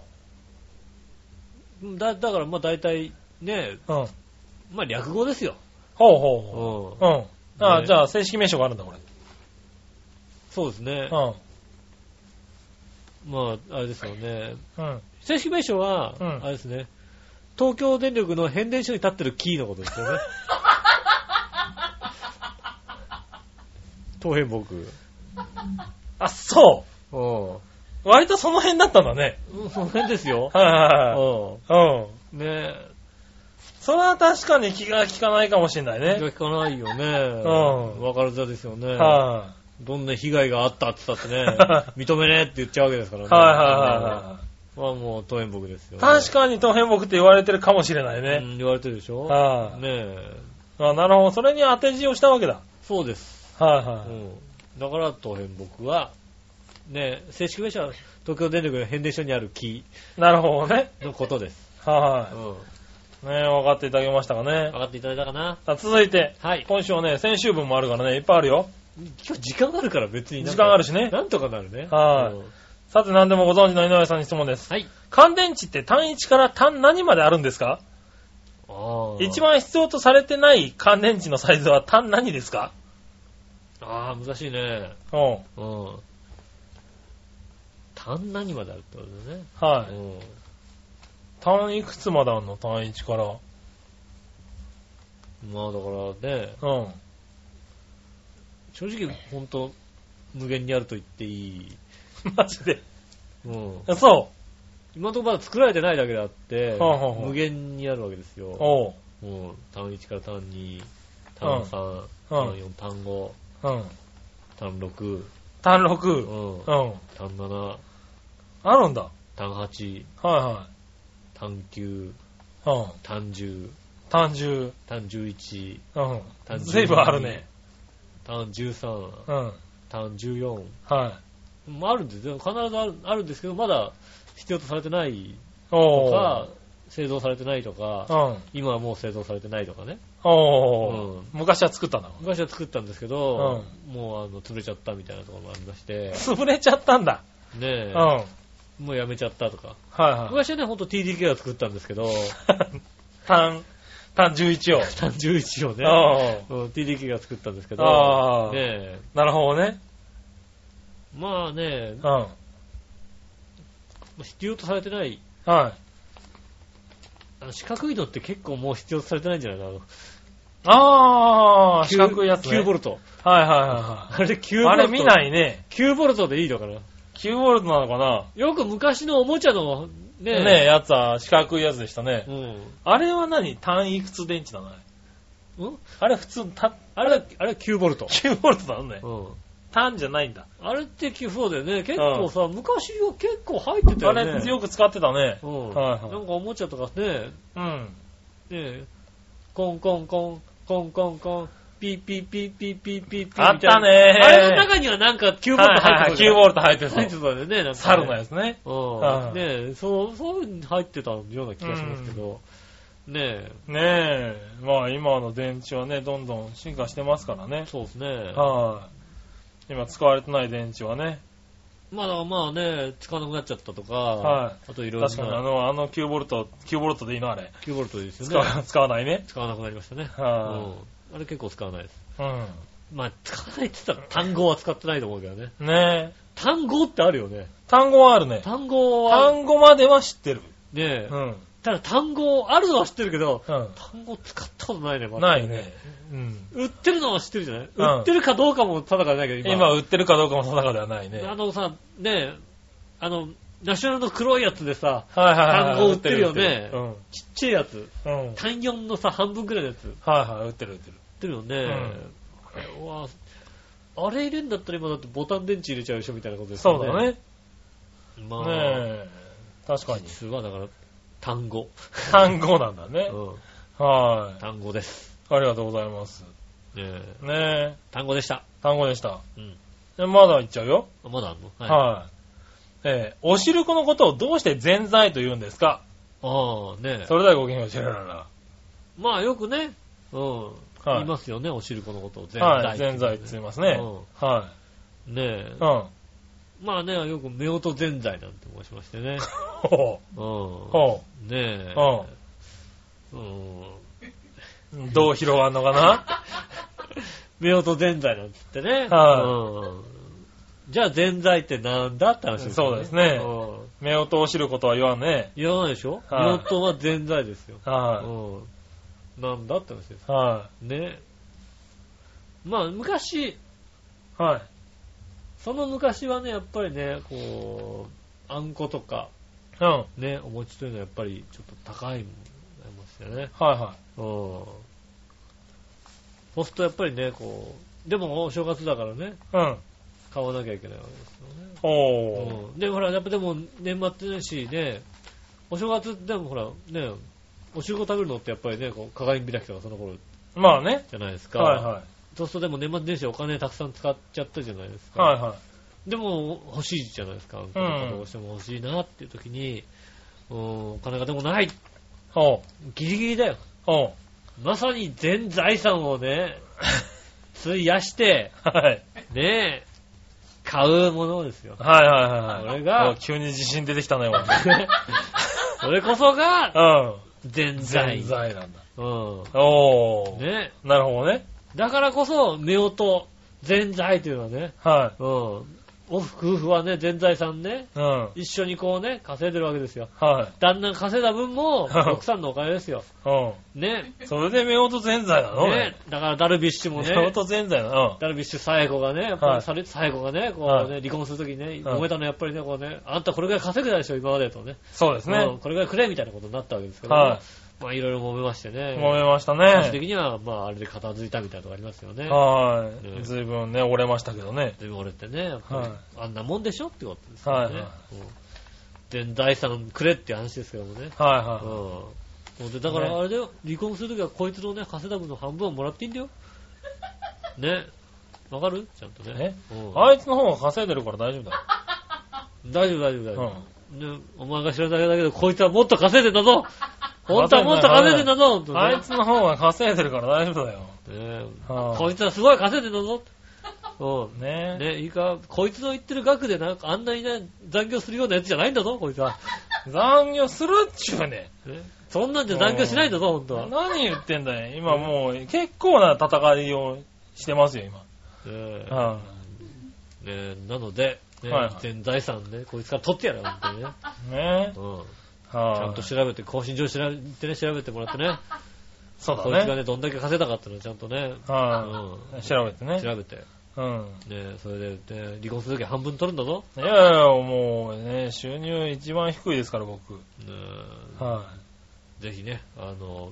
Speaker 3: う。
Speaker 2: うんだ、だからまあ大体、ね、
Speaker 3: うん。ほう
Speaker 2: まあ略語ですよ。
Speaker 3: ほう
Speaker 2: うん。
Speaker 3: ほう。うん。あ
Speaker 2: ね
Speaker 3: じゃあ正式名称があるんだ、これ。
Speaker 2: そうですね。
Speaker 3: う
Speaker 2: まあ、あれですよね。
Speaker 3: ん。うん。
Speaker 2: 正式名称は、
Speaker 3: うん
Speaker 2: あれですね、東京電力の変電所に立ってるキーのことです よね。東変木。
Speaker 3: あ、そ
Speaker 2: うん。
Speaker 3: う割とその辺だったんだね。
Speaker 2: その辺ですよ。
Speaker 3: はいはいは
Speaker 2: う
Speaker 3: い。うん。
Speaker 2: ん。ねえ。
Speaker 3: それは確かに気が利かないかもしれない
Speaker 2: 気
Speaker 3: ね。
Speaker 2: が利かないよね。
Speaker 3: うん
Speaker 2: わかるざですよね。
Speaker 3: は
Speaker 2: どんな被害があったって言ったってね、 認めねえって言っちゃうわけですから
Speaker 3: い
Speaker 2: ね。
Speaker 3: はいはいは
Speaker 2: これはもう、当演僕です
Speaker 3: い。
Speaker 2: よ、
Speaker 3: 確かに、トヘボクって言われてるかもしれない
Speaker 2: うん
Speaker 3: ね。
Speaker 2: 言われてるでしょ
Speaker 3: は
Speaker 2: ね
Speaker 3: い
Speaker 2: え。
Speaker 3: あなるほど。それに当て字をしたわけだ。
Speaker 2: そうです。
Speaker 3: はいうはい。
Speaker 2: ん。だから、当編僕は、ねえ、正式名称は東京電力の変電所にある木
Speaker 3: なるほどね。
Speaker 2: のことです。
Speaker 3: は
Speaker 2: う
Speaker 3: い
Speaker 2: ん。
Speaker 3: はい。ね分かっていただけましたか
Speaker 2: 分。
Speaker 3: ね
Speaker 2: かっていただいたかな
Speaker 3: さあ、続いて。
Speaker 2: はい。
Speaker 3: 今週はね、先週分もあるからね、いっぱいあるよ。
Speaker 2: 今日時間があるから別になん
Speaker 3: 時
Speaker 2: か
Speaker 3: 間あるしね。
Speaker 2: なんとかなるね。
Speaker 3: はい
Speaker 2: うん
Speaker 3: さて、何でもご存知の井上さんに質問です。
Speaker 2: はい。
Speaker 3: 乾電池って単1から単何まであるんですか
Speaker 2: あー
Speaker 3: 一。番必要とされてない乾電池のサイズは単何ですか
Speaker 2: ああ、難しいね。
Speaker 3: うん。
Speaker 2: うん。単何まであるってことだね。
Speaker 3: は
Speaker 2: う
Speaker 3: い。
Speaker 2: ん。
Speaker 3: 単いくつまであるの単1から。
Speaker 2: まあだからね、
Speaker 3: うん。
Speaker 2: 正直ほんと無限にあると言っていい。
Speaker 3: マジで。
Speaker 2: うん。
Speaker 3: そ
Speaker 2: 今のところまだ作られてないだけであって、
Speaker 3: はあはあはあ
Speaker 2: 無限にあるわけです
Speaker 3: う。
Speaker 2: よ。
Speaker 3: おう。
Speaker 2: うん。単1から単2、単3、単4、単5、
Speaker 3: うん。
Speaker 2: 単6、
Speaker 3: 単
Speaker 2: う
Speaker 3: 6。
Speaker 2: ん。
Speaker 3: うん。
Speaker 2: 単7、
Speaker 3: あるんだ。
Speaker 2: 単8、
Speaker 3: は
Speaker 2: 単9、
Speaker 3: いはい。うん。
Speaker 2: 単10、
Speaker 3: 単10。
Speaker 2: 単11、
Speaker 3: う
Speaker 2: 単純
Speaker 3: ん。随分あるね。
Speaker 2: 単13、
Speaker 3: うん。
Speaker 2: 単14。
Speaker 3: はい。
Speaker 2: まああるんですよ。必ずあるあるんですけど、まだ必要とされてないと
Speaker 3: お
Speaker 2: か
Speaker 3: う。、
Speaker 2: 製造されてないとか
Speaker 3: う、ん。
Speaker 2: 今はもう製造されてないとかね。
Speaker 3: おう
Speaker 2: うん。
Speaker 3: 昔は作ったんだもん。
Speaker 2: 昔は作ったんですけど、もうあの潰れちゃったみたいなところもありまして、
Speaker 3: 潰れちゃったんだ。
Speaker 2: ね
Speaker 3: う
Speaker 2: え
Speaker 3: ん。、はい
Speaker 2: もうやめちゃったとか。
Speaker 3: はい。
Speaker 2: 昔はね、ほんと TDK は作ったんですけど、
Speaker 3: 単、 単11を。
Speaker 2: 単11をね、
Speaker 3: おう。
Speaker 2: うん TDK が作ったんですけど、
Speaker 3: あ
Speaker 2: ね
Speaker 3: あ、
Speaker 2: え、
Speaker 3: なるほどね。
Speaker 2: まあね、
Speaker 3: うん。はい。
Speaker 2: 必要とされてない、
Speaker 3: あ
Speaker 2: あの四角いのって結構もう必要とされてないんじゃないかな。
Speaker 3: あー、四角いやつ、ね。
Speaker 2: 9ボルト。
Speaker 3: はいはいは
Speaker 2: あれ9
Speaker 3: い
Speaker 2: ボル
Speaker 3: はい。
Speaker 2: ト。。
Speaker 3: あれ見ないいね。
Speaker 2: 9ボルトでいいのかな。
Speaker 3: 9ボルトなのかな
Speaker 2: よく昔のおもちゃのね、
Speaker 3: ねえ、やつは四角いやつでしたね。
Speaker 2: う
Speaker 3: あれは何単いくつ電池なのあれ
Speaker 2: ん。うん
Speaker 3: あれ普通、た、
Speaker 2: あれ、あれ9ボルト。
Speaker 3: 9ボルトなのね。
Speaker 2: うん。
Speaker 3: 単じゃないんだ。
Speaker 2: あれって9そうだよね。結構さ、昔は結構入ってた
Speaker 3: あ
Speaker 2: よね。
Speaker 3: れよく使ってたね。
Speaker 2: うん。
Speaker 3: はいはい
Speaker 2: なんかおもちゃとかね、
Speaker 3: うん。
Speaker 2: ねコンコンコン、コンコンコン、ピーピーピーピーピーピーピーみいな
Speaker 3: あったねー
Speaker 2: あれの中にはなんか9ボルト入ってた
Speaker 3: 9ボルト入って
Speaker 2: 入って
Speaker 3: た。
Speaker 2: たよね。なんかね
Speaker 3: 猿のやつね。
Speaker 2: う
Speaker 3: は
Speaker 2: ん。
Speaker 3: い
Speaker 2: ねえ、そう、そういうのに入ってたような気がしますけど、ね
Speaker 3: ねえ。まあ今の電池はね、どんどん進化してますから
Speaker 2: え、
Speaker 3: ね。
Speaker 2: そうですね。
Speaker 3: はい。今使われてない電池はね。
Speaker 2: まあだからまあね、使わなくなっちゃったとか、
Speaker 3: は
Speaker 2: あといろい
Speaker 3: 確かにあ
Speaker 2: ろな
Speaker 3: の、あの9ボルト、9ボルトでいいのあれ。
Speaker 2: 9ボルトですよ
Speaker 3: 使
Speaker 2: ね。
Speaker 3: わ使わないね。
Speaker 2: 使わなくなりましたね。
Speaker 3: は
Speaker 2: うんあれ結構使わないです。
Speaker 3: い。うん。
Speaker 2: まあ、使わないって言ったら単語は使ってないと思うけどね。
Speaker 3: ねえ。
Speaker 2: 単語ってあるよね。
Speaker 3: 単語はあるね。
Speaker 2: 単語は、
Speaker 3: 単語までは知ってる。
Speaker 2: ねえ
Speaker 3: う、ん。
Speaker 2: ただ単語あるのは知ってるけど、
Speaker 3: う
Speaker 2: 単語使ったことないね、ま
Speaker 3: ん。
Speaker 2: だ
Speaker 3: ないね。。うん。
Speaker 2: 売ってるのは知ってるじゃない、
Speaker 3: うん
Speaker 2: 売ってるかどうかも定かじゃないけど、
Speaker 3: 今売ってるかどうかも定かではないね。
Speaker 2: あ
Speaker 3: はい
Speaker 2: のさ、ねえ、あの、ナショナルの黒いやつでさ、
Speaker 3: はいはい。
Speaker 2: 単語売ってるよね
Speaker 3: うん。
Speaker 2: ちっちゃいやつ、
Speaker 3: うん。
Speaker 2: 単4のさ、半分くらいのやつ、売っ
Speaker 3: はいはい、売ってる売ってる。
Speaker 2: てるよね。あ
Speaker 3: ん
Speaker 2: れは、あれ入れんだったら今だってボタン電池入れちゃうでしょみたいなことです
Speaker 3: そ
Speaker 2: よ
Speaker 3: う
Speaker 2: ね。
Speaker 3: だ。ね。
Speaker 2: まあ、
Speaker 3: ねえ。確かに。
Speaker 2: 実はだから、単語。
Speaker 3: 単語なんだね。
Speaker 2: うん
Speaker 3: は
Speaker 2: 単語です。
Speaker 3: い。ありがとうございます。
Speaker 2: ねえ
Speaker 3: ねえ。
Speaker 2: 単語でした。
Speaker 3: 単語でした。
Speaker 2: うん
Speaker 3: でまだいっちゃうよ。
Speaker 2: あまだあんのはい。あ
Speaker 3: はい。えーおしるこのことをどうして全財と言うんですか
Speaker 2: あ、ねえ
Speaker 3: それではごきげんよう、チェララ
Speaker 2: まあよくね、うん。
Speaker 3: ラ。。
Speaker 2: 言いますすよね、おしるこのことを。全
Speaker 3: はい、全財って言いますね。は
Speaker 2: ねえ
Speaker 3: い。う。ん。
Speaker 2: まあね、よく夫婦全財なんて申しまして ね。
Speaker 3: ほ
Speaker 2: う
Speaker 3: う。ほ
Speaker 2: ん。ねえ。うん。
Speaker 3: う。どう広がんのか な
Speaker 2: 夫婦全財なんて言ってね。
Speaker 3: は
Speaker 2: うん。じゃあ全財ってなんだって話ですよ
Speaker 3: そうですね
Speaker 2: うん
Speaker 3: 目を通しることは言わんね。
Speaker 2: 言わないでしょ
Speaker 3: はい
Speaker 2: 夫婦は全財ですよ。
Speaker 3: は
Speaker 2: うん。なんだって話です。
Speaker 3: い。は
Speaker 2: ねえ。まあ昔、
Speaker 3: い。はい。
Speaker 2: その昔はね、やっぱりね、こう、あんことか、
Speaker 3: うん。
Speaker 2: ね、お餅というのはやっぱりちょっと高いもんありますですよね。
Speaker 3: はいは
Speaker 2: うん。そうするとやっぱりね、こう、でもお正月だからね、
Speaker 3: い。うん。
Speaker 2: 買わなきゃいけないわけですよね。
Speaker 3: おー。
Speaker 2: うんで、ほら、やっぱでも年末年始ね、お正月でもほら、ね、お中古食べるのってやっぱりね、こう、鏡開きとかその頃
Speaker 3: まあね。
Speaker 2: じゃないですか。
Speaker 3: はいは
Speaker 2: そうするとでも年末年始お金たくさん使っちゃったじゃないです
Speaker 3: い。
Speaker 2: か。
Speaker 3: はいはい。
Speaker 2: でも欲しいじゃないですか。どうしても欲しいなっていう時に、うん、お金がでもない。
Speaker 3: おう。
Speaker 2: ギリギリだよ。
Speaker 3: おう。
Speaker 2: まさに全財産をね、費やして、
Speaker 3: はい。
Speaker 2: ねえ、買うものですよ。
Speaker 3: はいはいはいはい。
Speaker 2: 俺が
Speaker 3: おう急に自信出てきたね、 俺。
Speaker 2: それこそが、
Speaker 3: うん。
Speaker 2: 全財。
Speaker 3: 全財なんだ。
Speaker 2: うん。
Speaker 3: おー。
Speaker 2: ね
Speaker 3: なるほどね。
Speaker 2: だからこそ、夫婦、全財というのはね、
Speaker 3: は
Speaker 2: うん。お夫婦はね、全財産ね、
Speaker 3: い。うん。
Speaker 2: 一緒にこうね、稼いでるわけですよ。
Speaker 3: はい。
Speaker 2: 旦那が稼いだ分も、奥さんのお金ですよ。
Speaker 3: うん。
Speaker 2: ね。
Speaker 3: それで夫婦全財なの
Speaker 2: ね。だからダルビッシュもね、
Speaker 3: 夫婦全財なの。
Speaker 2: ダルビッシュ最後がね、やっぱ
Speaker 3: は
Speaker 2: り
Speaker 3: い
Speaker 2: され、最後がね、こうね、
Speaker 3: は
Speaker 2: 離婚するときにね、揉めたのやっぱりね、こうね、あんたこれぐらい稼ぐでしょ、今までとね。
Speaker 3: そうです
Speaker 2: うん
Speaker 3: ね。
Speaker 2: これぐらいくれみたいなことになったわけですけど、
Speaker 3: は
Speaker 2: まあいろいろ揉めまして
Speaker 3: い。
Speaker 2: ね。
Speaker 3: 揉めました
Speaker 2: 最終
Speaker 3: ね。
Speaker 2: 的には、まああれで片付いたみたいなとこありますよね。
Speaker 3: は
Speaker 2: うん
Speaker 3: い。ずいぶんね、折れましたけどね。
Speaker 2: でも俺ってね、やっぱり
Speaker 3: はい
Speaker 2: あんなもんでしょってことですよね。
Speaker 3: はいは
Speaker 2: う
Speaker 3: い
Speaker 2: ん全財産くれって話ですけどもね。うん
Speaker 3: は
Speaker 2: そうでだからあれだよ、離婚するときはこいつのね、稼いだ分の半分はもらっていいんだよ。ね。わかるちゃんと
Speaker 3: いはい。
Speaker 2: ね。
Speaker 3: ね。
Speaker 2: うん
Speaker 3: あいつの方が稼いでるから大丈夫だ
Speaker 2: 大丈夫大丈夫大丈
Speaker 3: よ。
Speaker 2: 夫。ね、お前が知らないだけだけど、こいつはもっと稼いでんだ ぞ本当はもっと稼いでんだぞ
Speaker 3: う
Speaker 2: と
Speaker 3: ん。
Speaker 2: ね
Speaker 3: あいつの方が稼いでるから大丈夫だよ。
Speaker 2: ねこ
Speaker 3: はい
Speaker 2: つはすごい稼いでんだぞう
Speaker 3: い。
Speaker 2: ん。
Speaker 3: ね
Speaker 2: ね、いいか、こいつの言ってる額でなんかあんなにね、残業するようなやつじゃないんだぞ、こいつは。
Speaker 3: 残業するっちゅうね。
Speaker 2: ねそんなんじゃ残業しないんだぞ、本当は。ね
Speaker 3: 何言ってんだよ。今もう結構な戦いをしてますよ、今。うん
Speaker 2: ねなので、ね
Speaker 3: はいはい
Speaker 2: 全財産ね、こいつから取ってやるよ、本当にね。
Speaker 3: ね
Speaker 2: うんちゃ
Speaker 3: は
Speaker 2: んと
Speaker 3: い。
Speaker 2: 調べて、更新上調べてね、調べてもらってね、
Speaker 3: そう
Speaker 2: こい
Speaker 3: だ
Speaker 2: つが
Speaker 3: ね。
Speaker 2: ね、どんだけ稼いだかっていうのをちゃんとね、
Speaker 3: は
Speaker 2: う
Speaker 3: い。調べて
Speaker 2: ん、
Speaker 3: ね。
Speaker 2: 調べて。
Speaker 3: うん。
Speaker 2: ねそれで、ね離婚するとき半分取るんだぞ。
Speaker 3: いやいや、もうね、収入一番低いですから、僕。
Speaker 2: ね
Speaker 3: は
Speaker 2: ぜひね、あの、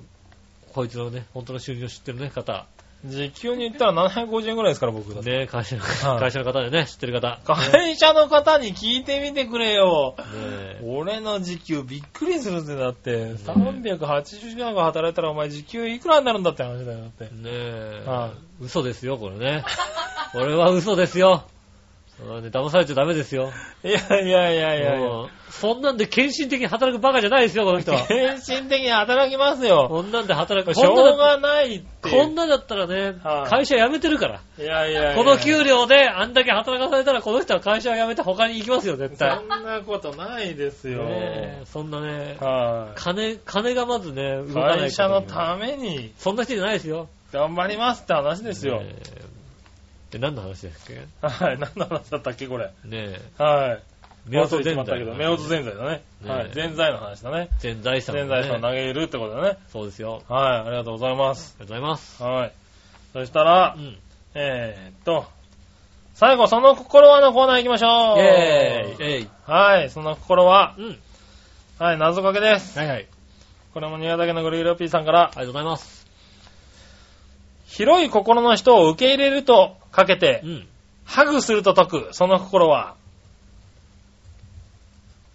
Speaker 2: こいつのね、本当の収入を知ってるね、方。
Speaker 3: い。時給に言ったら750円ぐらいですから、僕だって。
Speaker 2: ね会社の、
Speaker 3: はい
Speaker 2: 会社の方でね、知ってる 方。
Speaker 3: 会社の方に聞いてみてくれよ。
Speaker 2: ね
Speaker 3: 俺の時給びっくりするぜ、だって。380時間が働いたらお前時給いくらになるんだって話だよ、だって。
Speaker 2: ねえ、
Speaker 3: は
Speaker 2: 嘘ですよ、これね。俺は嘘ですよ。うんね騙されちゃダメですよ。
Speaker 3: いやいやいやいやいや。
Speaker 2: もうそんなんで献身的に働くバカじゃないですよ、この人は。
Speaker 3: 献身的に働きますよ。
Speaker 2: こんなんで働く。
Speaker 3: しょ
Speaker 2: こ
Speaker 3: うん
Speaker 2: なだ
Speaker 3: がないって。
Speaker 2: こんなだったらね、
Speaker 3: はい
Speaker 2: 会社辞めてるから。
Speaker 3: いやいやいや。
Speaker 2: この給料であんだけ働かされたら、この人は会社を辞めて他に行きますよ、絶対
Speaker 3: そん。なことないですよ。
Speaker 2: ねえそんなね、
Speaker 3: はい。
Speaker 2: 金、金がまずね、動かない。
Speaker 3: 会社のた。めに
Speaker 2: そんな人じゃないですよ。
Speaker 3: 頑張りますって話ですよ。
Speaker 2: ねえで、何の話ですっけね
Speaker 3: はい。何の話だったっけ、これ。
Speaker 2: え。
Speaker 3: はい。
Speaker 2: 目音
Speaker 3: 忘れてし
Speaker 2: 全
Speaker 3: まった
Speaker 2: 財
Speaker 3: けど、目音全財だね。
Speaker 2: ね
Speaker 3: はい。全財の話だね。
Speaker 2: 全財産。
Speaker 3: 全財さん投
Speaker 2: ね。
Speaker 3: げるってことだね。
Speaker 2: そうですよ。
Speaker 3: はい。ありがとうございます。
Speaker 2: ありがとうございます。
Speaker 3: はい。そしたら
Speaker 2: う、ん。
Speaker 3: えーっと、最後、その心はのコーナー行きましょう。
Speaker 2: イェーイ。えい。
Speaker 3: はい。その心は、
Speaker 2: うん。
Speaker 3: はい。謎かけです。
Speaker 2: はいはい。
Speaker 3: これも新潟県のグリーロピーさんから、
Speaker 2: ありがとうございます。
Speaker 3: 広い心の人を受け入れるとかけて
Speaker 2: う、ん。
Speaker 3: ハグすると解く、その心は、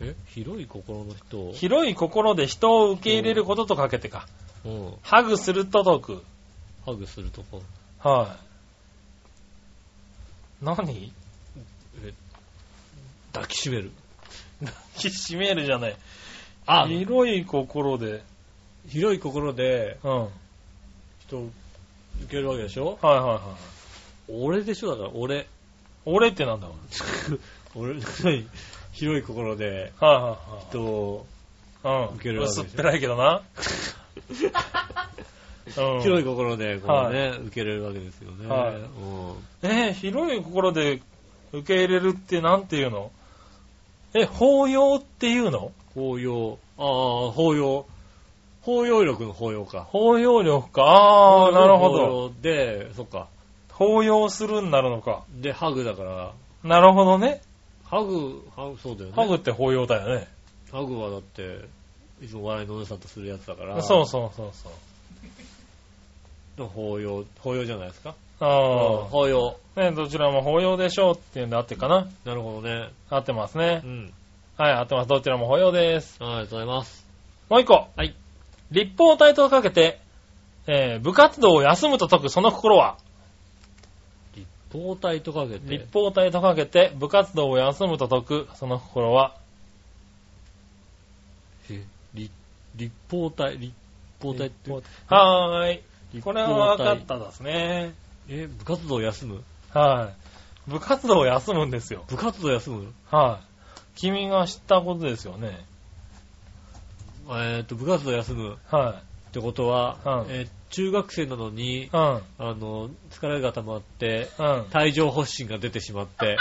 Speaker 2: え広い心の人を。
Speaker 3: 広い心で人を受け入れることとかけてか。
Speaker 2: うん。
Speaker 3: ハグすると解く。
Speaker 2: ハグするとこ。
Speaker 3: はい。何
Speaker 2: 抱きしめる。
Speaker 3: ひしめるじゃない。
Speaker 2: あ、
Speaker 3: 広い心で。
Speaker 2: 広い心で
Speaker 3: うん。はい
Speaker 2: 人を受けるわけでしょ
Speaker 3: はいはい。
Speaker 2: 俺でしょだから俺。
Speaker 3: 俺ってなんだろ
Speaker 2: 俺、 何広い心で
Speaker 3: う。はいはい
Speaker 2: 人を
Speaker 3: はい。うん。
Speaker 2: 受けるわけでし
Speaker 3: 薄
Speaker 2: ょ
Speaker 3: っぺらいけ どな。うん、
Speaker 2: 広い
Speaker 3: い。
Speaker 2: 心で、こうね、受け入れるわけですよね。
Speaker 3: はい
Speaker 2: うん
Speaker 3: えー広い心で受け入れるってなんていうのえ、包容っていうの
Speaker 2: 包容。ああ、包容。包容力の包容か。
Speaker 3: 包容力か。ああ、なるほ
Speaker 2: 包
Speaker 3: ど。
Speaker 2: 容で、そっか。
Speaker 3: 包容するになるのか。
Speaker 2: で、ハグだから、
Speaker 3: なるほどね。
Speaker 2: ハグ、ハグ、そうだよね。
Speaker 3: ハグって包容だよね。
Speaker 2: ハグはだって、いつも笑いのお姉さんとするやつだから。
Speaker 3: そうそうそうそう。
Speaker 2: う。法要、法要じゃないですか。
Speaker 3: あ
Speaker 2: 法要。
Speaker 3: あ。ね、どちらも法要でしょうっていうんで合ってるかな。
Speaker 2: なるほどね。
Speaker 3: 合ってますね
Speaker 2: う。ん。
Speaker 3: はい、合ってます。どちらも法要です。
Speaker 2: ありがとうございます。
Speaker 3: もう一個。
Speaker 2: はい。
Speaker 3: 立法体とかけて、えー、部活動を休むと解くその心は、
Speaker 2: 立方体とかけて
Speaker 3: 立、法体とかけて、部活動を休むと解くその心は、
Speaker 2: え立立方体、立方体って、
Speaker 3: はーい。
Speaker 2: 立
Speaker 3: こ
Speaker 2: 方
Speaker 3: れ
Speaker 2: 体
Speaker 3: は分かったですね。
Speaker 2: え、部活動休む
Speaker 3: はい。部活動を休むんですよ。
Speaker 2: 部活動休む
Speaker 3: はい。君が知ったことですよね。
Speaker 2: えーっと、部活動休む
Speaker 3: は
Speaker 2: ってことは、
Speaker 3: うん
Speaker 2: えー中学生なのに
Speaker 3: い。、うん。うん。
Speaker 2: あの、疲れが溜まって、
Speaker 3: うん。
Speaker 2: 帯状発疹が出てしまって、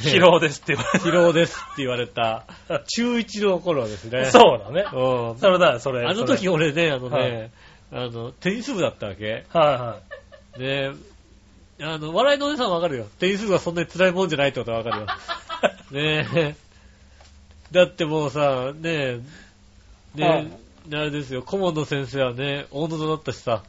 Speaker 3: 疲労ですって言われ
Speaker 2: 疲労ですって言われた、 中1の頃ですね。
Speaker 3: て。そうだね。
Speaker 2: うん。
Speaker 3: それだ、それ。
Speaker 2: あの
Speaker 3: それ
Speaker 2: 時俺ね、あのね、あの、テニス部だったわけ。
Speaker 3: はいはい。
Speaker 2: で、あの、笑いのお姉さんはわかるよ。テニス部はそんなに辛いもんじゃないってことはわかるよ。 ねえ。だってもうさ、ねえ、ねえ、
Speaker 3: はい
Speaker 2: あれですよ、顧問の先生はね、大野だったしさ、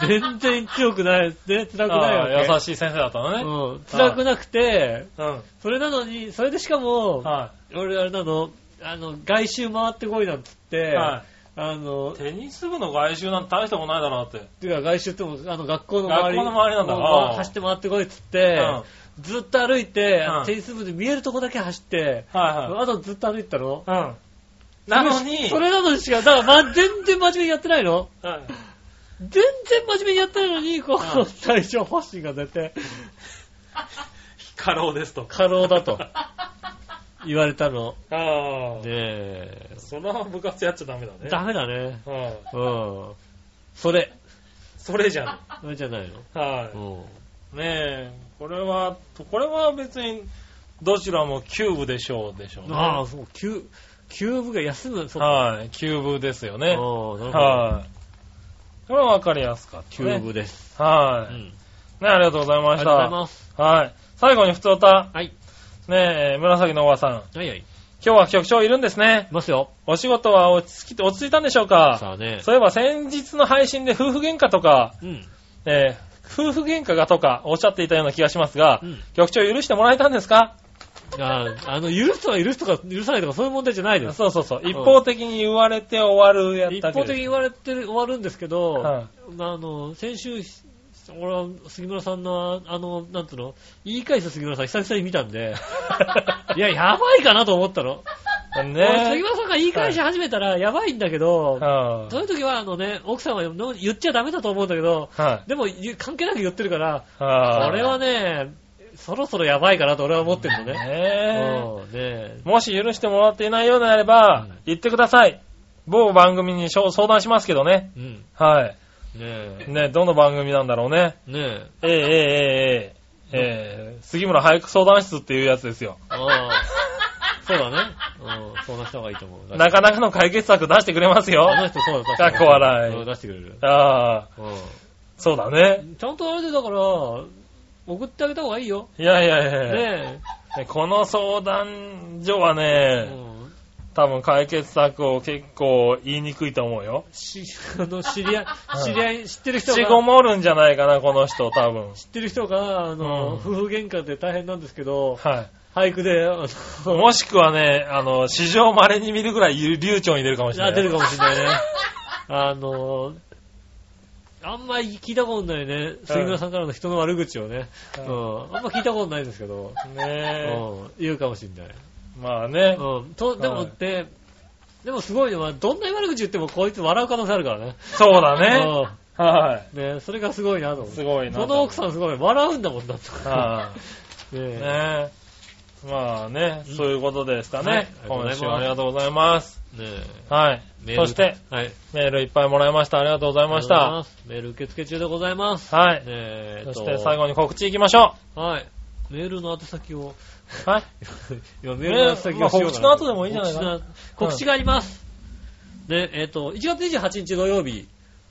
Speaker 2: 全然強くない、ね、辛くないわ
Speaker 3: あ
Speaker 2: け。
Speaker 3: ー優しい先生だったのね。
Speaker 2: うん、辛くなくて、
Speaker 3: うん。
Speaker 2: それなのに、それでしかも、
Speaker 3: は
Speaker 2: 俺あれなの、あの、外周回ってこいなんつって、
Speaker 3: い。は
Speaker 2: あの
Speaker 3: い。、テニス部の外周なんて大したことないだろうなって。
Speaker 2: てか外周っても、あの、学校の周り。
Speaker 3: 学校の周りなんだ
Speaker 2: もう
Speaker 3: ああ
Speaker 2: 走って回ってこいっつって、ずっと歩いて、
Speaker 3: うん
Speaker 2: テニス部で見えるとこだけ走って、
Speaker 3: うん。は
Speaker 2: あとずっと歩いてたの
Speaker 3: いはい。うん。なのに、
Speaker 2: それなのにしか、だから、ま、全然真面目にやってないの
Speaker 3: はい
Speaker 2: 全然真面目にやってないのに、こ
Speaker 3: う
Speaker 2: う、
Speaker 3: ん
Speaker 2: 最初発信が出て、
Speaker 3: 過労ですと。
Speaker 2: 過労だと、言われたの。
Speaker 3: あ
Speaker 2: ねえ、
Speaker 3: その部活やっちゃダメだね。
Speaker 2: ダメだね。
Speaker 3: う
Speaker 2: う
Speaker 3: ん。
Speaker 2: ん。それ。
Speaker 3: それじゃん。
Speaker 2: それじゃない
Speaker 3: はい。
Speaker 2: の。
Speaker 3: ねえ、これは、これは別に、どちらもキューブでしょうでしょう
Speaker 2: うん。
Speaker 3: ね。
Speaker 2: ああ、そう、急、急部が休む、そうか。
Speaker 3: はい、キューブですよ
Speaker 2: ああな
Speaker 3: ね。
Speaker 2: るほど
Speaker 3: はい。これはわかりやすかった、
Speaker 2: 急
Speaker 3: ね。
Speaker 2: 部です。
Speaker 3: は
Speaker 2: う
Speaker 3: い、
Speaker 2: ん。
Speaker 3: ね、ありがとうござい
Speaker 2: あ
Speaker 3: ま
Speaker 2: り
Speaker 3: し
Speaker 2: が
Speaker 3: た。
Speaker 2: とうございます。
Speaker 3: はい。最後に普通歌。
Speaker 2: はい。
Speaker 3: ねえ、紫のおばさん。
Speaker 2: はいはい。い
Speaker 3: 今日は局長いるんですね。
Speaker 2: ますよ。
Speaker 3: お仕事は落ち着き、落ち着いたんでしょうか
Speaker 2: さあね。
Speaker 3: そういえば先日の配信で夫婦喧嘩とか、
Speaker 2: うん。
Speaker 3: えー夫婦喧嘩がとかおっしゃっていたような気がしますが、
Speaker 2: うん
Speaker 3: 局長許してもらえたんですか
Speaker 2: ああ、あの、許すとか許すとか許さないとかそういう問題じゃないです。
Speaker 3: そうそうそう。一方的に言われて終わるや
Speaker 2: 一
Speaker 3: った
Speaker 2: 方
Speaker 3: わ
Speaker 2: 的
Speaker 3: けで
Speaker 2: に言
Speaker 3: す
Speaker 2: われてる、終わるんですけど、
Speaker 3: は
Speaker 2: まああの、先週、俺は杉村さんの、ああの、なんつうの、言い返した杉村さん久々に見たん で、いや、やばいかなと思ったの。
Speaker 3: い。
Speaker 2: 俺杉
Speaker 3: ね
Speaker 2: 村さんが言い返し始めたらやばいんだけど、
Speaker 3: は
Speaker 2: そういう時はあのね、奥さんはの言っちゃダメだと思うんだけど、
Speaker 3: い。はい。
Speaker 2: でも言う関係なく言ってるから、
Speaker 3: は
Speaker 2: これはね、そろそろやばいかなと俺は思ってるのね。
Speaker 3: ね
Speaker 2: うんね
Speaker 3: もし許してもらっていないようであれば
Speaker 2: うん、
Speaker 3: 言ってください。某番組に相相談しますけどね。
Speaker 2: うん。ね
Speaker 3: はい。
Speaker 2: え。
Speaker 3: ね、どの番組なんだろうね。
Speaker 2: ねえ。
Speaker 3: ええええええええ杉村俳句相談室っていうやつですよ。
Speaker 2: ああ。 そうだね。うん。そうなした方がいいと思う。
Speaker 3: なかなかの解決策出してくれますよ。
Speaker 2: あの人そうだ、
Speaker 3: かっこ笑い
Speaker 2: うん出してくれる。
Speaker 3: ああ、
Speaker 2: う
Speaker 3: そうだね。
Speaker 2: ん。ちゃんとあれでだから、送ってあげた方がいいよ。
Speaker 3: いやいやいやいや
Speaker 2: ね
Speaker 3: ねこの相談所は
Speaker 2: え。う
Speaker 3: ね、
Speaker 2: ん。
Speaker 3: 多分解決策を結構言いにくいと思うよ。
Speaker 2: し、あの、知り合い、
Speaker 3: ん
Speaker 2: 知り合い、知ってる人
Speaker 3: 口ご
Speaker 2: が、
Speaker 3: もるんじゃないかな、この人、多分。
Speaker 2: 知ってる人が、あの、
Speaker 3: うん
Speaker 2: 夫婦喧嘩で大変なんですけど、
Speaker 3: はい。
Speaker 2: 俳句で、あの、
Speaker 3: もしくはね、あの、史上稀に見るぐらい流流暢に出るかもしれな
Speaker 2: あ
Speaker 3: い。
Speaker 2: 出るかもしれないね。あの、あんまり聞いたことないね、杉村さんからの人の悪口をね、う
Speaker 3: うん
Speaker 2: ん、あんま聞いたことないですけど、
Speaker 3: ね
Speaker 2: うん、言うかもしれない。
Speaker 3: え。まあね。
Speaker 2: うん、と、でも
Speaker 3: は
Speaker 2: っ
Speaker 3: い
Speaker 2: て、ででもすごいのは、どんなに悪口言ってもこいつ笑う可能性あるからね。
Speaker 3: そうだね。は
Speaker 2: うんね、それがすごいなと思
Speaker 3: い。
Speaker 2: っ
Speaker 3: す
Speaker 2: て。
Speaker 3: ごいな。
Speaker 2: その奥さんすごい、笑うんだもんだって。
Speaker 3: は
Speaker 2: ね
Speaker 3: い。ねえ。まあね、そういうことですか
Speaker 2: はい
Speaker 3: ね。今週はあ
Speaker 2: あり
Speaker 3: り
Speaker 2: が
Speaker 3: がとうございます。
Speaker 2: ね
Speaker 3: はい
Speaker 2: メ。ール
Speaker 3: そして、
Speaker 2: はい。
Speaker 3: メールいっぱいもらいました。ありがとうございまし
Speaker 2: ありがとうござい
Speaker 3: た。
Speaker 2: す。メール受付中でございます。
Speaker 3: は
Speaker 2: ね
Speaker 3: い。
Speaker 2: え
Speaker 3: そし
Speaker 2: えってと
Speaker 3: 最後に告知いきましょ
Speaker 2: はい。メールの宛先を。
Speaker 3: う。 はい。
Speaker 2: 今、メールの宛先をしようかな。
Speaker 3: まあ告知の後でもいいんじゃないかな
Speaker 2: 告知の告知があります。ね、えっと、1月28日土曜日、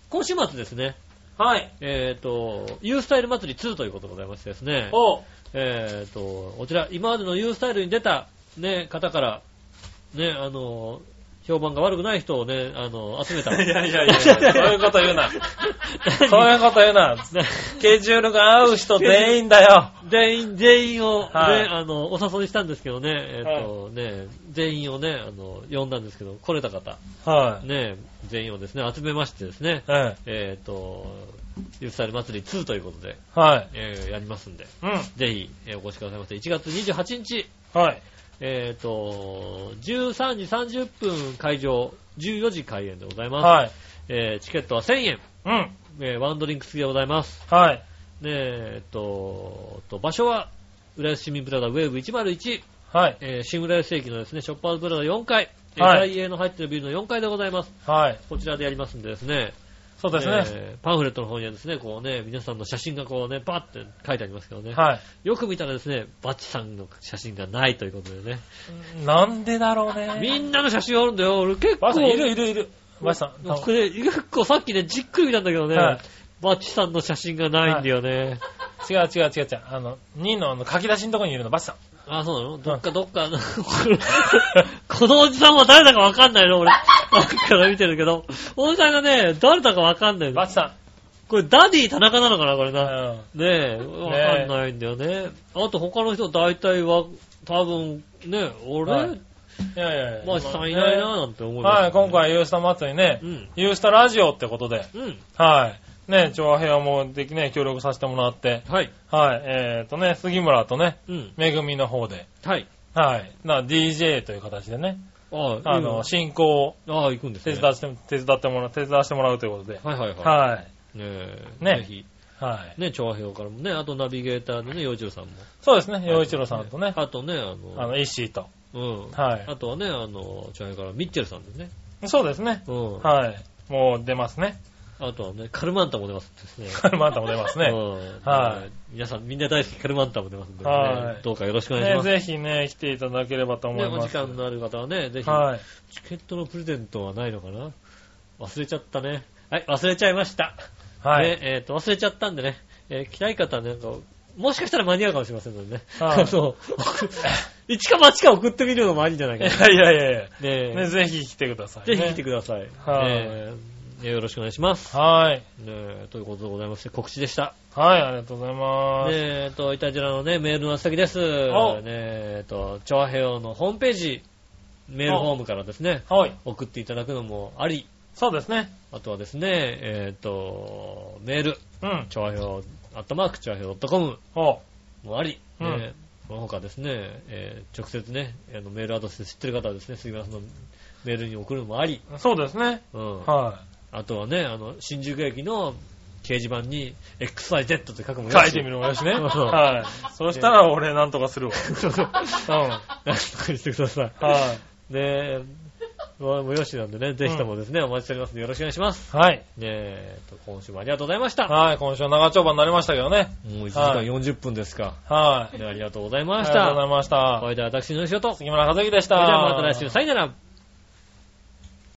Speaker 2: 今週末ですね。
Speaker 3: はい。
Speaker 2: えっ、と、ユースタイル祭り2ということでございましてですね。
Speaker 3: お
Speaker 2: えっ、と、こちら、今までのユースタイルに出た、ね、方から、ね、あの、評判が悪くない人をね、あの、集めた。
Speaker 3: いやいやいや、そういうこと言うな。そういうこと言うな。スケジュールが合う人全員だよ。
Speaker 2: 全員、全員を、ね、
Speaker 3: はい
Speaker 2: あの、お誘いしたんですけどね、えっ、と、ね、全員をね、あの、呼んだんですけど、来れた方、
Speaker 3: は
Speaker 2: ね、全員をですね、集めましてですね、
Speaker 3: い。はい。
Speaker 2: えっ、と、ユースタイル祭り2ということで、
Speaker 3: はい。
Speaker 2: えーやりますんで、
Speaker 3: うん。
Speaker 2: ぜひ、えーお越しくださいませ。1月28日、
Speaker 3: はい。
Speaker 2: えっ、と、13時30分会場、14時開演でございます。
Speaker 3: はい。
Speaker 2: えーチケットは1000円、
Speaker 3: うん。
Speaker 2: えーワンドリンク付きでございます。
Speaker 3: はい。
Speaker 2: ねえ、えっと、と場所は、浦安市民プラザウェーブ101、
Speaker 3: はい。
Speaker 2: えー、新浦安駅のですね、ショッパーズプラザ4階、えー
Speaker 3: はい
Speaker 2: 大英の入ってるビルの4階でございます。
Speaker 3: はい。
Speaker 2: こちらでやりますんでですね、
Speaker 3: そうですね。
Speaker 2: えーパンフレットの方にはですね、こうね、皆さんの写真がこうね、バーって書いてありますけどね、
Speaker 3: はい。
Speaker 2: よく見たらですね、バッチさんの写真がないということでね、
Speaker 3: なんでだろうね。
Speaker 2: みんなの写真あるんだよ、俺結構
Speaker 3: バ、イさん、いるいるいる。バイさん、多
Speaker 2: こ
Speaker 3: 分
Speaker 2: れ結構さっきね、じっくり見たんだけどね、
Speaker 3: はい
Speaker 2: バッチさんの写真がないんだよね。
Speaker 3: 違う違う違う違う。あの、2のあの書き出しのとこにいるの、バイさん。
Speaker 2: あ、そうなのどっかどっか、 このおじさんは誰だかわかんない の俺。バッから見てるけど。おじさんがね、誰だかわかんないの
Speaker 3: バ。イさ
Speaker 2: これダディ田中なのかなこれ
Speaker 3: ん。う
Speaker 2: な。
Speaker 3: ん。
Speaker 2: ねえ、わかんないんだよね。あと他の人大体は、多分、ね、
Speaker 3: は
Speaker 2: 俺
Speaker 3: い、いやいやいや。
Speaker 2: まあ、さんいないなぁなんて思います
Speaker 3: はい、今。回ユースタ祭りね
Speaker 2: う、ん。
Speaker 3: ユースタラジオってことで、
Speaker 2: うん。
Speaker 3: はい。ね、調和平和もできね、協力させてもらって、
Speaker 2: はい。
Speaker 3: はい、えーとね、杉村とね、
Speaker 2: うん。
Speaker 3: めぐみの方で、
Speaker 2: はい。
Speaker 3: はい、な、DJ という形でね、
Speaker 2: ああ、
Speaker 3: あの、進行を
Speaker 2: うん、ああ、行くんです
Speaker 3: 手
Speaker 2: ね。
Speaker 3: 伝って、手伝ってもらう、手伝わせてもらうということで、
Speaker 2: はいはいは
Speaker 3: はい、
Speaker 2: い。ねえ、
Speaker 3: ね
Speaker 2: ぜひ、
Speaker 3: はい。
Speaker 2: ね、調和表からもね、あとナビゲーターでね、洋一郎さんも。
Speaker 3: そうですね、洋一郎さんとね、
Speaker 2: あとね、あの、
Speaker 3: あの、石井と、
Speaker 2: うん。
Speaker 3: は
Speaker 2: あとはね、あの、チャイからミッチェルさんですね。
Speaker 3: い。そうですね、
Speaker 2: うん。
Speaker 3: はい。もう出ますね。
Speaker 2: あとはね、カルマンタも出ますですね。
Speaker 3: カルマンタも出ます
Speaker 2: う
Speaker 3: ね。
Speaker 2: ん
Speaker 3: はい
Speaker 2: ね皆さん、みんな大好きカルマンタも出ますんでね、
Speaker 3: はい
Speaker 2: どうかよろしくお願いし
Speaker 3: ね、
Speaker 2: ます。
Speaker 3: ぜひね、来ていただければと思
Speaker 2: ね
Speaker 3: い
Speaker 2: お
Speaker 3: ま
Speaker 2: 時
Speaker 3: す。
Speaker 2: 間のある方はね、ぜひ、
Speaker 3: はい。
Speaker 2: チケットのプレゼントはないのかな忘れちゃったね。はい、忘れちゃいました。
Speaker 3: はい。
Speaker 2: ね、えっ、と、忘れちゃったんでね、えー来ない方はねなんか、もしかしたら間に合うかもしれませんのでね。
Speaker 3: はい
Speaker 2: そう。送っ一か八か送ってみるのもありんじゃない
Speaker 3: い
Speaker 2: かな。
Speaker 3: やいやいやいや。
Speaker 2: ね
Speaker 3: ね、ぜひ来てください、
Speaker 2: ぜ
Speaker 3: ね。
Speaker 2: ひ来てください。
Speaker 3: はい
Speaker 2: えーよろしくお願いします。
Speaker 3: はい。
Speaker 2: ねえということでございまして、告知でした。
Speaker 3: はい、ありがとうございます。
Speaker 2: ねえと、イタジラのね、メールの宛先です。ね
Speaker 3: お
Speaker 2: えと、調和平和のホームページ、メールフォームからですね、
Speaker 3: はい。
Speaker 2: 送っていただくのもあり、
Speaker 3: そうですね。
Speaker 2: あとはですね、えっ、と、メール、
Speaker 3: うん。
Speaker 2: 調和平和、アットマーク調和平和 .com
Speaker 3: お
Speaker 2: もあり、
Speaker 3: うん
Speaker 2: ねえその他ですね、えー直接ね、あのメールアドレス知ってる方はですね、杉村さんのメールに送るのもあり、
Speaker 3: そうですね。
Speaker 2: うん、
Speaker 3: は
Speaker 2: あとはね、あの、新宿駅の掲示板に XYZ って書くも
Speaker 3: い。
Speaker 2: よし
Speaker 3: 書いてみるもよしね。
Speaker 2: そう
Speaker 3: はい。そしたら俺なんとか するわ。
Speaker 2: そうそう。
Speaker 3: うん。は
Speaker 2: なんとかしてください。ね
Speaker 3: い。
Speaker 2: え、もうよしなんでね、ぜひともですね、お待ちしておりますので、よろしくお願いします。
Speaker 3: はい。
Speaker 2: ねえ、えっと今週もありがとうございました。
Speaker 3: はい。今週は長丁場になりましたけどね。
Speaker 2: もう1時間
Speaker 3: はい
Speaker 2: 40分ですか。
Speaker 3: はい。
Speaker 2: ねありがとうございま
Speaker 3: あ
Speaker 2: し
Speaker 3: りがとうご
Speaker 2: た。
Speaker 3: ざいまし
Speaker 2: お
Speaker 3: た。
Speaker 2: 相手は私の仕事。それ
Speaker 3: 杉村和樹でした。
Speaker 2: ではまた来週、さよなら。